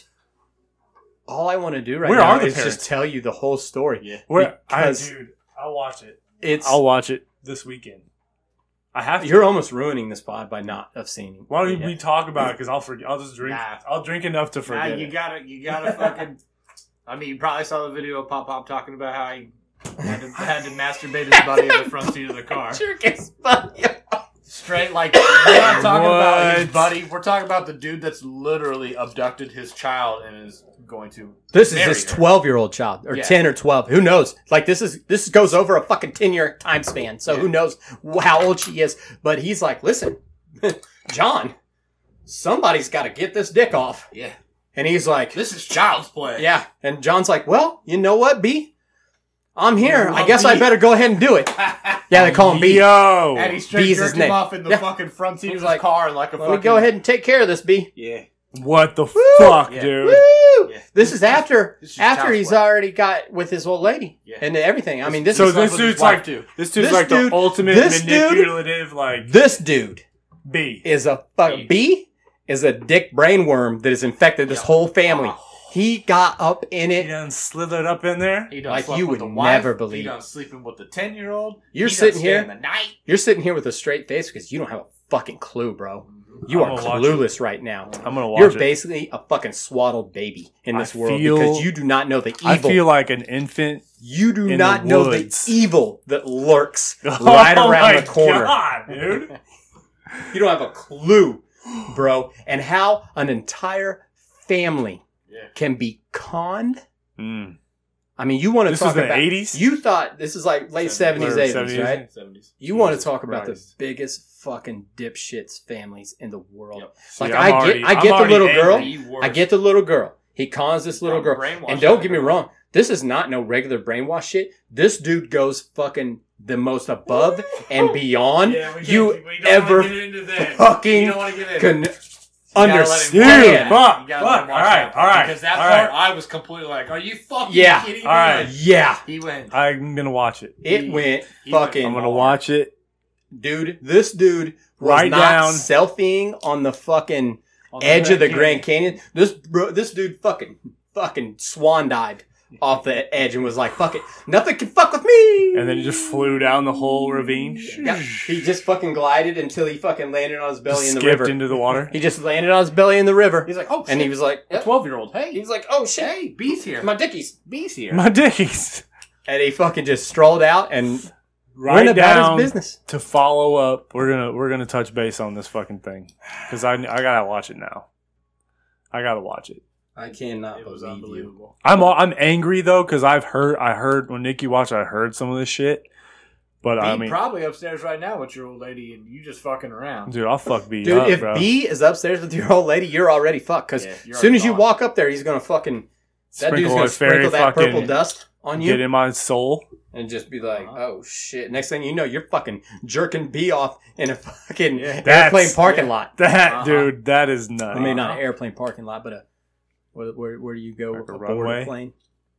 [SPEAKER 1] all I want to do right
[SPEAKER 4] Where
[SPEAKER 1] now
[SPEAKER 4] are the
[SPEAKER 1] is
[SPEAKER 4] parents?
[SPEAKER 1] just tell you the whole story.
[SPEAKER 2] Yeah.
[SPEAKER 4] Where? I,
[SPEAKER 1] because-
[SPEAKER 4] dude, I'll watch it.
[SPEAKER 1] It's
[SPEAKER 4] I'll watch it this weekend. I have to.
[SPEAKER 1] you're almost ruining this pod by not have seen.
[SPEAKER 4] Why don't
[SPEAKER 1] it
[SPEAKER 4] we
[SPEAKER 1] yet.
[SPEAKER 4] talk about it? Because I'll forget. I'll just drink.
[SPEAKER 2] Nah.
[SPEAKER 4] I'll drink enough to
[SPEAKER 2] Nah,
[SPEAKER 4] forget.
[SPEAKER 2] you
[SPEAKER 4] it.
[SPEAKER 2] gotta, you gotta fucking. I mean, you probably saw the video of Pop Pop talking about how he had to, had to masturbate his buddy in the front seat of the car.
[SPEAKER 1] Jerk is funny.
[SPEAKER 2] Straight, like we're not talking about his
[SPEAKER 4] What?
[SPEAKER 2] buddy. We're talking about the dude that's literally abducted his child and is going to.
[SPEAKER 1] This is
[SPEAKER 2] marry
[SPEAKER 1] his
[SPEAKER 2] her.
[SPEAKER 1] twelve year old child, or
[SPEAKER 2] Yeah.
[SPEAKER 1] ten or twelve. Who knows? Like this is this goes over a fucking ten year time span. So who knows wh- how old she is? But he's like, listen, John, somebody's got to get this dick off.
[SPEAKER 2] Yeah,
[SPEAKER 1] And he's like,
[SPEAKER 2] this is child's play.
[SPEAKER 1] yeah. And John's like, well, you know what, B, I'm here.
[SPEAKER 2] You're
[SPEAKER 1] I
[SPEAKER 2] a
[SPEAKER 1] guess I
[SPEAKER 2] B."
[SPEAKER 1] better go ahead and do it. Yeah, they call him B.
[SPEAKER 4] Yo,
[SPEAKER 2] and he straight
[SPEAKER 1] B's his
[SPEAKER 2] jerked him
[SPEAKER 1] name.
[SPEAKER 2] off in the
[SPEAKER 1] Yeah.
[SPEAKER 2] fucking front seat of
[SPEAKER 1] He's
[SPEAKER 2] his
[SPEAKER 1] like,
[SPEAKER 2] car and like a
[SPEAKER 1] Let me
[SPEAKER 2] fucking.
[SPEAKER 1] go ahead and take care of this, B.
[SPEAKER 2] Yeah.
[SPEAKER 4] What the fuck,
[SPEAKER 2] Yeah.
[SPEAKER 4] dude?
[SPEAKER 1] Woo!
[SPEAKER 2] Yeah.
[SPEAKER 1] This is after
[SPEAKER 2] This is
[SPEAKER 1] after
[SPEAKER 2] child's
[SPEAKER 1] he's
[SPEAKER 2] play.
[SPEAKER 1] already got with his old lady
[SPEAKER 2] Yeah.
[SPEAKER 1] and everything. I mean, this
[SPEAKER 4] so
[SPEAKER 1] is
[SPEAKER 4] this dude's like
[SPEAKER 2] too.
[SPEAKER 4] this dude's
[SPEAKER 1] This
[SPEAKER 4] like
[SPEAKER 1] dude-
[SPEAKER 4] the ultimate
[SPEAKER 1] this dude-
[SPEAKER 4] manipulative, like
[SPEAKER 1] this dude
[SPEAKER 4] B.
[SPEAKER 1] is a fuck B is a dick brainworm that has infected this whole family.
[SPEAKER 4] Oh.
[SPEAKER 1] He got up in
[SPEAKER 4] He
[SPEAKER 1] it.
[SPEAKER 4] done slithered up in there.
[SPEAKER 2] He done
[SPEAKER 1] Like,
[SPEAKER 2] slept
[SPEAKER 1] you
[SPEAKER 2] with
[SPEAKER 1] would
[SPEAKER 2] the wife.
[SPEAKER 1] never
[SPEAKER 2] He
[SPEAKER 1] believe.
[SPEAKER 2] done sleeping with the ten year old.
[SPEAKER 1] You're sitting here-
[SPEAKER 2] the night.
[SPEAKER 1] You're sitting here with a straight face because you don't have a fucking clue, bro. You
[SPEAKER 4] I'm
[SPEAKER 1] are
[SPEAKER 4] gonna watch
[SPEAKER 1] clueless right now.
[SPEAKER 4] I'm gonna watch
[SPEAKER 1] You're
[SPEAKER 4] it.
[SPEAKER 1] basically a fucking swaddled baby in
[SPEAKER 4] I
[SPEAKER 1] this world
[SPEAKER 4] feel-
[SPEAKER 1] because you do not know the evil.
[SPEAKER 4] I feel like an infant.
[SPEAKER 1] you do
[SPEAKER 4] in the
[SPEAKER 1] not know the
[SPEAKER 4] woods.
[SPEAKER 1] evil that lurks right
[SPEAKER 4] Oh
[SPEAKER 1] around
[SPEAKER 4] my
[SPEAKER 1] the corner.
[SPEAKER 4] God, dude.
[SPEAKER 1] You don't have a clue, bro. And how an entire family
[SPEAKER 2] Yeah.
[SPEAKER 1] can be conned.
[SPEAKER 4] Mm.
[SPEAKER 1] I mean, you want to
[SPEAKER 4] This
[SPEAKER 1] talk
[SPEAKER 4] is the
[SPEAKER 1] about
[SPEAKER 4] 80s?
[SPEAKER 1] You thought this is like late seventies,
[SPEAKER 4] Or
[SPEAKER 1] eighties,
[SPEAKER 4] 70s.
[SPEAKER 1] right?
[SPEAKER 2] Seventies.
[SPEAKER 1] You want to
[SPEAKER 4] Jesus
[SPEAKER 1] talk about the
[SPEAKER 4] Christ.
[SPEAKER 1] biggest fucking dipshits families in the world.
[SPEAKER 2] Yep.
[SPEAKER 1] Like
[SPEAKER 4] See,
[SPEAKER 1] I
[SPEAKER 4] I'm
[SPEAKER 1] get,
[SPEAKER 4] already-
[SPEAKER 1] I
[SPEAKER 4] I'm
[SPEAKER 1] get the
[SPEAKER 4] already
[SPEAKER 1] little girl.
[SPEAKER 4] angry.
[SPEAKER 1] I get the little girl. He cons this little girl.
[SPEAKER 2] Brainwashing
[SPEAKER 1] And don't
[SPEAKER 2] that
[SPEAKER 1] get me
[SPEAKER 2] girl.
[SPEAKER 1] wrong, this is not no regular brainwash shit. This dude goes fucking the most above and beyond
[SPEAKER 4] Yeah, we can't-
[SPEAKER 1] you
[SPEAKER 4] we don't wanna
[SPEAKER 1] ever
[SPEAKER 4] get into that.
[SPEAKER 1] fucking
[SPEAKER 4] We don't wanna get into
[SPEAKER 1] can
[SPEAKER 2] You gotta let him
[SPEAKER 1] understand.
[SPEAKER 2] watch that.
[SPEAKER 4] Fuck,
[SPEAKER 2] You gotta let him
[SPEAKER 4] fuck,
[SPEAKER 2] watch
[SPEAKER 4] alright,
[SPEAKER 2] that.
[SPEAKER 4] alright,
[SPEAKER 2] Because that
[SPEAKER 4] alright.
[SPEAKER 2] part, I was completely like, "Are you fucking
[SPEAKER 1] Yeah.
[SPEAKER 2] kidding me?"
[SPEAKER 4] Alright.
[SPEAKER 2] Like,
[SPEAKER 1] Yeah,
[SPEAKER 2] He went.
[SPEAKER 4] I'm gonna watch it.
[SPEAKER 1] it
[SPEAKER 2] He-
[SPEAKER 1] went
[SPEAKER 2] he went
[SPEAKER 1] fucking.
[SPEAKER 4] I'm
[SPEAKER 2] Game
[SPEAKER 4] gonna
[SPEAKER 2] on.
[SPEAKER 4] watch it.
[SPEAKER 1] dude, this dude was
[SPEAKER 4] Write
[SPEAKER 1] not
[SPEAKER 4] down-
[SPEAKER 1] selfieing on the fucking
[SPEAKER 2] on
[SPEAKER 1] edge of the Grand
[SPEAKER 2] Canyon.
[SPEAKER 1] Canyon. This bro, this dude fucking fucking swan dived off the edge and was like, "Fuck it, nothing can fuck with me."
[SPEAKER 4] And then he just flew down the whole ravine.
[SPEAKER 1] Yeah, he just fucking glided until he fucking landed on his belly in the
[SPEAKER 4] skipped
[SPEAKER 1] river.
[SPEAKER 4] into the water.
[SPEAKER 1] he just landed on his belly in the river,
[SPEAKER 2] He's like, "Oh shit!"
[SPEAKER 1] and he was like,
[SPEAKER 2] a twelve-year-old. Hey,
[SPEAKER 1] he was like, "Oh shit,
[SPEAKER 2] "Hey, bees here.
[SPEAKER 1] my dickies,"
[SPEAKER 2] bees here."
[SPEAKER 4] My dickies.
[SPEAKER 1] and he fucking just strolled out and
[SPEAKER 4] Right
[SPEAKER 1] went about
[SPEAKER 4] down
[SPEAKER 1] his business.
[SPEAKER 4] to follow up. We're gonna we're gonna touch base on this fucking thing because I I gotta watch it now. I gotta watch it.
[SPEAKER 1] I cannot
[SPEAKER 2] it was unbelievable.
[SPEAKER 4] I'm all, I'm angry though because I've heard I heard when Nikki watched I heard some of this shit, but I
[SPEAKER 2] Bee
[SPEAKER 4] mean,
[SPEAKER 2] probably upstairs right now with your old lady, and you just fucking around.
[SPEAKER 4] dude, I'll fuck B
[SPEAKER 1] Dude,
[SPEAKER 4] up,
[SPEAKER 1] if
[SPEAKER 4] bro.
[SPEAKER 1] B is upstairs with your old lady, you're already fucked. Because
[SPEAKER 2] Yeah, you're
[SPEAKER 1] as soon
[SPEAKER 2] already
[SPEAKER 1] as you
[SPEAKER 2] gone.
[SPEAKER 1] walk up there, he's gonna fucking that dude's
[SPEAKER 4] Sprinkle
[SPEAKER 1] gonna
[SPEAKER 4] a fairy
[SPEAKER 1] sprinkle that
[SPEAKER 4] fucking-
[SPEAKER 1] purple dust on you
[SPEAKER 4] get in my soul.
[SPEAKER 1] and just be like,
[SPEAKER 2] Uh-huh.
[SPEAKER 1] "Oh shit!" Next thing you know, you're fucking jerking B off in a fucking
[SPEAKER 2] Yeah.
[SPEAKER 1] airplane
[SPEAKER 4] That's-
[SPEAKER 1] parking
[SPEAKER 2] yeah.
[SPEAKER 1] lot.
[SPEAKER 4] That
[SPEAKER 2] Uh-huh.
[SPEAKER 4] dude, that is nuts.
[SPEAKER 1] I mean, uh, not
[SPEAKER 2] Uh-huh.
[SPEAKER 1] an airplane parking lot, but a where where, where do you go
[SPEAKER 4] Like a
[SPEAKER 1] aboard
[SPEAKER 4] runway?
[SPEAKER 1] a plane?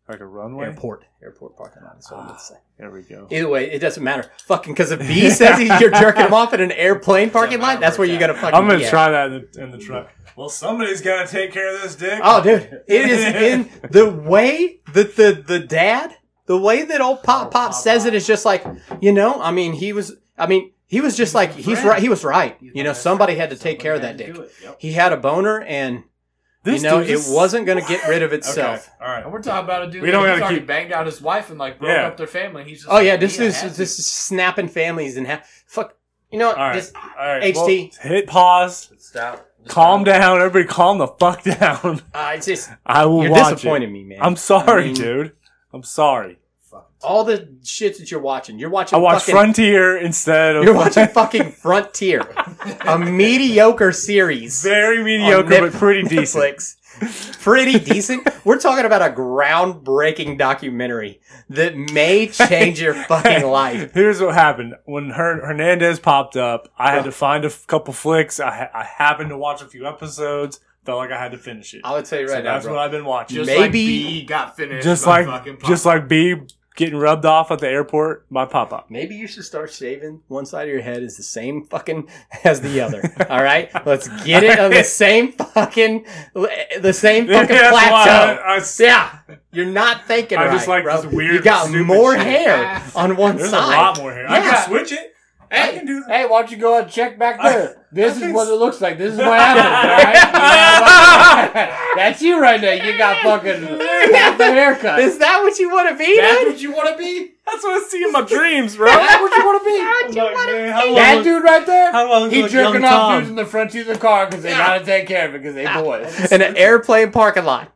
[SPEAKER 4] like a runway. Ah.
[SPEAKER 1] Airport, airport parking lot. That's what I'm gonna say.
[SPEAKER 4] There we go.
[SPEAKER 1] Either way, it doesn't matter. Fucking because if B says he, you're jerking him off in an airplane parking lot,
[SPEAKER 2] matter
[SPEAKER 1] that's where
[SPEAKER 2] where
[SPEAKER 1] you gotta
[SPEAKER 2] it's
[SPEAKER 1] fucking.
[SPEAKER 4] I'm gonna
[SPEAKER 1] be at.
[SPEAKER 4] try that in the, in the truck. Well, somebody's gotta take care of this dick.
[SPEAKER 1] Oh, dude, it is in the way that the the dad, the way that old Pop Oh, Pop says it is just like, you know, I mean, he was, I mean, he was just like, he's right, he was right. You know, somebody had to take care of that dick. He had a boner, and you
[SPEAKER 4] This
[SPEAKER 1] know,
[SPEAKER 4] dude
[SPEAKER 1] it
[SPEAKER 4] is-
[SPEAKER 1] wasn't going to get rid of
[SPEAKER 4] Okay, all
[SPEAKER 1] itself.
[SPEAKER 4] right.
[SPEAKER 2] And we're talking about a dude.
[SPEAKER 4] We don't
[SPEAKER 2] that
[SPEAKER 4] gotta
[SPEAKER 2] he's already
[SPEAKER 4] keep-
[SPEAKER 2] banged out his wife and like broke
[SPEAKER 4] Yeah.
[SPEAKER 2] up their family. He's just
[SPEAKER 1] Oh
[SPEAKER 2] like,
[SPEAKER 1] yeah, this
[SPEAKER 2] "Yeah, I
[SPEAKER 1] is
[SPEAKER 2] had to."
[SPEAKER 1] this is snapping families and ha- fuck. You know, what,
[SPEAKER 4] All right.
[SPEAKER 1] just
[SPEAKER 4] All
[SPEAKER 1] HT.
[SPEAKER 4] right. well, hit pause.
[SPEAKER 2] Stop.
[SPEAKER 4] Calm down, everybody. Calm the fuck down.
[SPEAKER 1] uh, it's just
[SPEAKER 4] I will
[SPEAKER 1] you're
[SPEAKER 4] watch
[SPEAKER 1] disappointing
[SPEAKER 4] it.
[SPEAKER 1] me, man.
[SPEAKER 4] I'm sorry,
[SPEAKER 1] I mean,
[SPEAKER 4] dude. I'm sorry.
[SPEAKER 1] All the shit that you're watching, you're watching.
[SPEAKER 4] I watch
[SPEAKER 1] fucking-
[SPEAKER 4] Frontier instead of
[SPEAKER 1] You're watching fucking Frontier, a mediocre series.
[SPEAKER 4] very
[SPEAKER 1] on
[SPEAKER 4] mediocre
[SPEAKER 1] Net-
[SPEAKER 4] but pretty decent.
[SPEAKER 1] Oh, Netflix. Pretty decent. We're talking about a groundbreaking documentary that may change your fucking life.
[SPEAKER 4] Here's what happened when Her- Hernandez popped up. I
[SPEAKER 2] Oh.
[SPEAKER 4] had to find a f- couple flicks. I, ha- I happened to watch a few episodes. Felt like I had to finish it.
[SPEAKER 1] I would tell you
[SPEAKER 4] So
[SPEAKER 1] right now,
[SPEAKER 4] that's
[SPEAKER 1] bro.
[SPEAKER 4] what I've been watching.
[SPEAKER 2] Just
[SPEAKER 4] Just,
[SPEAKER 1] Maybe-
[SPEAKER 2] like B got finished. by fucking
[SPEAKER 4] like
[SPEAKER 2] Pop.
[SPEAKER 4] just like B getting rubbed off at the airport by Pop Up.
[SPEAKER 1] Maybe you should start shaving. One side of your head is the same fucking as the other. All right, let's get it on the same fucking the same fucking
[SPEAKER 4] That's why
[SPEAKER 1] plateau.
[SPEAKER 4] I- I s-
[SPEAKER 1] yeah, you're not thinking.
[SPEAKER 4] I
[SPEAKER 1] right,
[SPEAKER 4] just like
[SPEAKER 1] bro.
[SPEAKER 4] this weird,
[SPEAKER 1] You got
[SPEAKER 4] stupid
[SPEAKER 1] more
[SPEAKER 4] shit.
[SPEAKER 1] hair on one
[SPEAKER 4] There's
[SPEAKER 1] side.
[SPEAKER 4] a lot more hair. I
[SPEAKER 1] Yeah.
[SPEAKER 4] can switch it. I
[SPEAKER 2] Hey,
[SPEAKER 4] can do that.
[SPEAKER 2] hey, why don't you go and check back
[SPEAKER 4] I-
[SPEAKER 2] there? this
[SPEAKER 4] I
[SPEAKER 2] is
[SPEAKER 4] can
[SPEAKER 2] what
[SPEAKER 4] s-
[SPEAKER 2] it looks like. This is what happened. all right? You know, like, That's you right now. You got fucking you got the haircut.
[SPEAKER 1] Is that what you want to be?
[SPEAKER 2] That's
[SPEAKER 1] dude?
[SPEAKER 2] what you want to be.
[SPEAKER 4] That's what I see in my dreams, bro.
[SPEAKER 2] That's what you want to be.
[SPEAKER 4] I'm like, man, how do I
[SPEAKER 2] That
[SPEAKER 4] look-
[SPEAKER 2] dude right
[SPEAKER 4] How do I
[SPEAKER 2] there,
[SPEAKER 4] look
[SPEAKER 2] he
[SPEAKER 4] like
[SPEAKER 2] jerking
[SPEAKER 4] young
[SPEAKER 2] off
[SPEAKER 4] Tom? Ah,
[SPEAKER 2] dudes in the front seat of the car because they gotta take care of it because they boys.
[SPEAKER 1] in an airplane parking lot.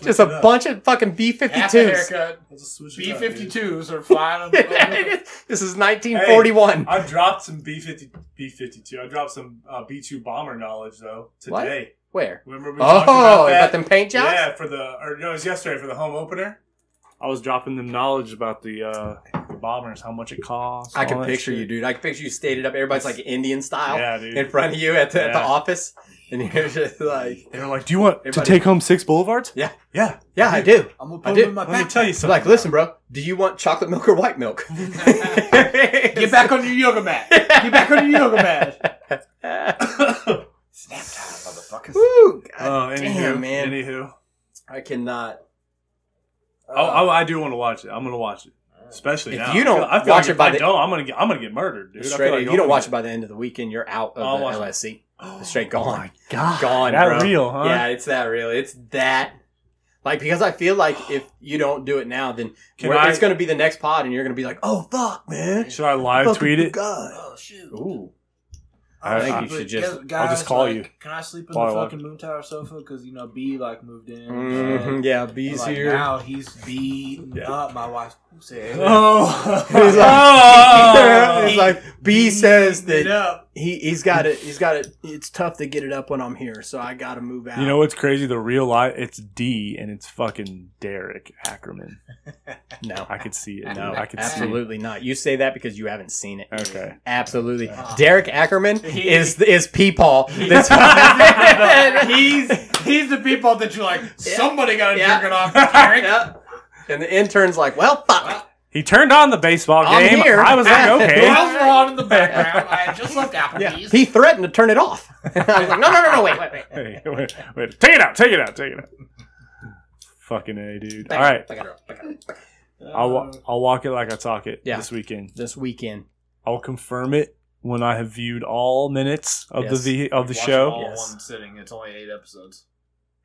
[SPEAKER 1] Just a bunch of fucking B
[SPEAKER 2] Half a
[SPEAKER 1] 52s.
[SPEAKER 2] haircut.
[SPEAKER 6] I'll just switch it
[SPEAKER 2] B
[SPEAKER 6] up,
[SPEAKER 2] fifty
[SPEAKER 6] dude.
[SPEAKER 2] twos are flying. up-
[SPEAKER 1] this is 1941.
[SPEAKER 4] I dropped some B fifty B fifty two. I dropped some uh, B two bomber knowledge though
[SPEAKER 1] What?
[SPEAKER 4] today.
[SPEAKER 1] Where?
[SPEAKER 4] Remember we
[SPEAKER 1] Oh,
[SPEAKER 4] talked about that?
[SPEAKER 1] about them paint jobs?
[SPEAKER 4] Yeah, for the or no, it was yesterday for the home opener. I was dropping them knowledge about the, uh, the bombers, how much it costs.
[SPEAKER 1] I
[SPEAKER 4] all
[SPEAKER 1] can
[SPEAKER 4] that
[SPEAKER 1] picture
[SPEAKER 4] shit.
[SPEAKER 1] you, dude. I can picture you stated up. Everybody's like Indian style
[SPEAKER 4] Yeah, dude.
[SPEAKER 1] in front of you at the, at the
[SPEAKER 4] Yeah.
[SPEAKER 1] office. And you're just like,
[SPEAKER 4] They were like, "Do you want to
[SPEAKER 1] Everybody-
[SPEAKER 4] take home six boulevards?"
[SPEAKER 1] Yeah.
[SPEAKER 4] yeah.
[SPEAKER 1] yeah, I do.
[SPEAKER 2] I'm gonna
[SPEAKER 1] I
[SPEAKER 2] put
[SPEAKER 1] did.
[SPEAKER 2] them in my
[SPEAKER 4] Let me
[SPEAKER 2] back.
[SPEAKER 4] tell you
[SPEAKER 1] So
[SPEAKER 4] something.
[SPEAKER 1] like, listen, bro, do you want chocolate milk or white milk?
[SPEAKER 2] Get back on your yoga mat. Get back on your yoga mat. Snap time, motherfuckers.
[SPEAKER 1] Woo, God
[SPEAKER 4] Oh, anywho,
[SPEAKER 1] damn, man. Uh,
[SPEAKER 4] Anywho,
[SPEAKER 1] I cannot.
[SPEAKER 4] oh, I, I do want to watch it. I'm gonna watch it, especially
[SPEAKER 1] If
[SPEAKER 4] now.
[SPEAKER 1] you
[SPEAKER 4] I feel-
[SPEAKER 1] don't
[SPEAKER 4] I feel
[SPEAKER 1] watch
[SPEAKER 4] like
[SPEAKER 1] it
[SPEAKER 4] if
[SPEAKER 1] by
[SPEAKER 4] I
[SPEAKER 1] the-
[SPEAKER 4] don't, I'm gonna get, I'm gonna get murdered, dude. I feel
[SPEAKER 1] straight,
[SPEAKER 4] like
[SPEAKER 1] if
[SPEAKER 4] I'm
[SPEAKER 1] you don't
[SPEAKER 4] gonna
[SPEAKER 1] watch it
[SPEAKER 4] get-
[SPEAKER 1] by the end of the weekend, you're out
[SPEAKER 4] I'll
[SPEAKER 1] of the
[SPEAKER 4] watch it.
[SPEAKER 1] LSC. It's straight
[SPEAKER 4] Oh
[SPEAKER 1] gone.
[SPEAKER 4] my god,
[SPEAKER 1] gone,
[SPEAKER 4] that
[SPEAKER 1] bro.
[SPEAKER 4] real, huh?
[SPEAKER 1] Yeah, it's that real. It's that. Like because I feel like if you don't do it now, then
[SPEAKER 4] Can
[SPEAKER 1] we're-
[SPEAKER 4] I-
[SPEAKER 1] it's going to be the next pod, and you're going to be like, "Oh fuck, man!"
[SPEAKER 4] Should I live
[SPEAKER 1] Fucking
[SPEAKER 4] tweet it?
[SPEAKER 1] God.
[SPEAKER 2] Oh shoot.
[SPEAKER 1] Ooh,
[SPEAKER 4] I,
[SPEAKER 1] I
[SPEAKER 4] I,
[SPEAKER 1] think you should just-
[SPEAKER 2] Guys,
[SPEAKER 4] I'll just call
[SPEAKER 2] like,
[SPEAKER 4] you.
[SPEAKER 2] Can I sleep in
[SPEAKER 4] While I
[SPEAKER 2] the
[SPEAKER 4] walk.
[SPEAKER 2] fucking moon tower sofa? Because you know B like moved in.
[SPEAKER 1] Mhm,
[SPEAKER 4] Mm-hmm.
[SPEAKER 2] and
[SPEAKER 1] yeah, bees
[SPEAKER 2] like,
[SPEAKER 1] here.
[SPEAKER 2] Now he's beaten
[SPEAKER 4] Yeah.
[SPEAKER 2] up. My wife said.
[SPEAKER 4] Oh,
[SPEAKER 1] He's like-
[SPEAKER 4] Oh.
[SPEAKER 1] it's like B says
[SPEAKER 2] Beaten
[SPEAKER 1] that
[SPEAKER 2] up.
[SPEAKER 1] he he's got it. He's got it. It's tough to get it up when I'm here, so I got to move out.
[SPEAKER 4] You know what's crazy? The real life, it's D and it's fucking Derek Ackerman.
[SPEAKER 1] No,
[SPEAKER 4] I could see it.
[SPEAKER 1] no,
[SPEAKER 4] I could
[SPEAKER 1] absolutely not. You say that because you haven't seen it.
[SPEAKER 4] see it. Okay.
[SPEAKER 1] Absolutely,
[SPEAKER 2] Ah.
[SPEAKER 1] Derek Ackerman
[SPEAKER 2] He-
[SPEAKER 1] is is Peepaw. That's
[SPEAKER 2] he's he's the people that you're like. Somebody got to
[SPEAKER 1] Yeah.
[SPEAKER 2] jerk it off, Derek.
[SPEAKER 1] Yep. And the intern's like, well, fuck.
[SPEAKER 4] He turned on the baseball
[SPEAKER 1] I'm
[SPEAKER 4] game.
[SPEAKER 1] here.
[SPEAKER 4] I was like, okay.
[SPEAKER 2] The bells were on in the background. I had just left
[SPEAKER 1] Yeah.
[SPEAKER 2] Applebee's.
[SPEAKER 1] He threatened to turn it off. I was like, no, no, no, no, wait, wait, wait.
[SPEAKER 4] Hey, wait, wait. Take it out. Take it out. Take it out. Fucking A, dude. All right. I'll, wa- I'll walk it like I talk it
[SPEAKER 1] Yeah.
[SPEAKER 4] this weekend.
[SPEAKER 1] This weekend.
[SPEAKER 4] I'll confirm it when I have viewed all minutes of
[SPEAKER 1] Yes.
[SPEAKER 4] the ve- of the
[SPEAKER 2] Watch
[SPEAKER 4] show.
[SPEAKER 2] All
[SPEAKER 1] Yes.
[SPEAKER 2] one sitting. It's only eight episodes.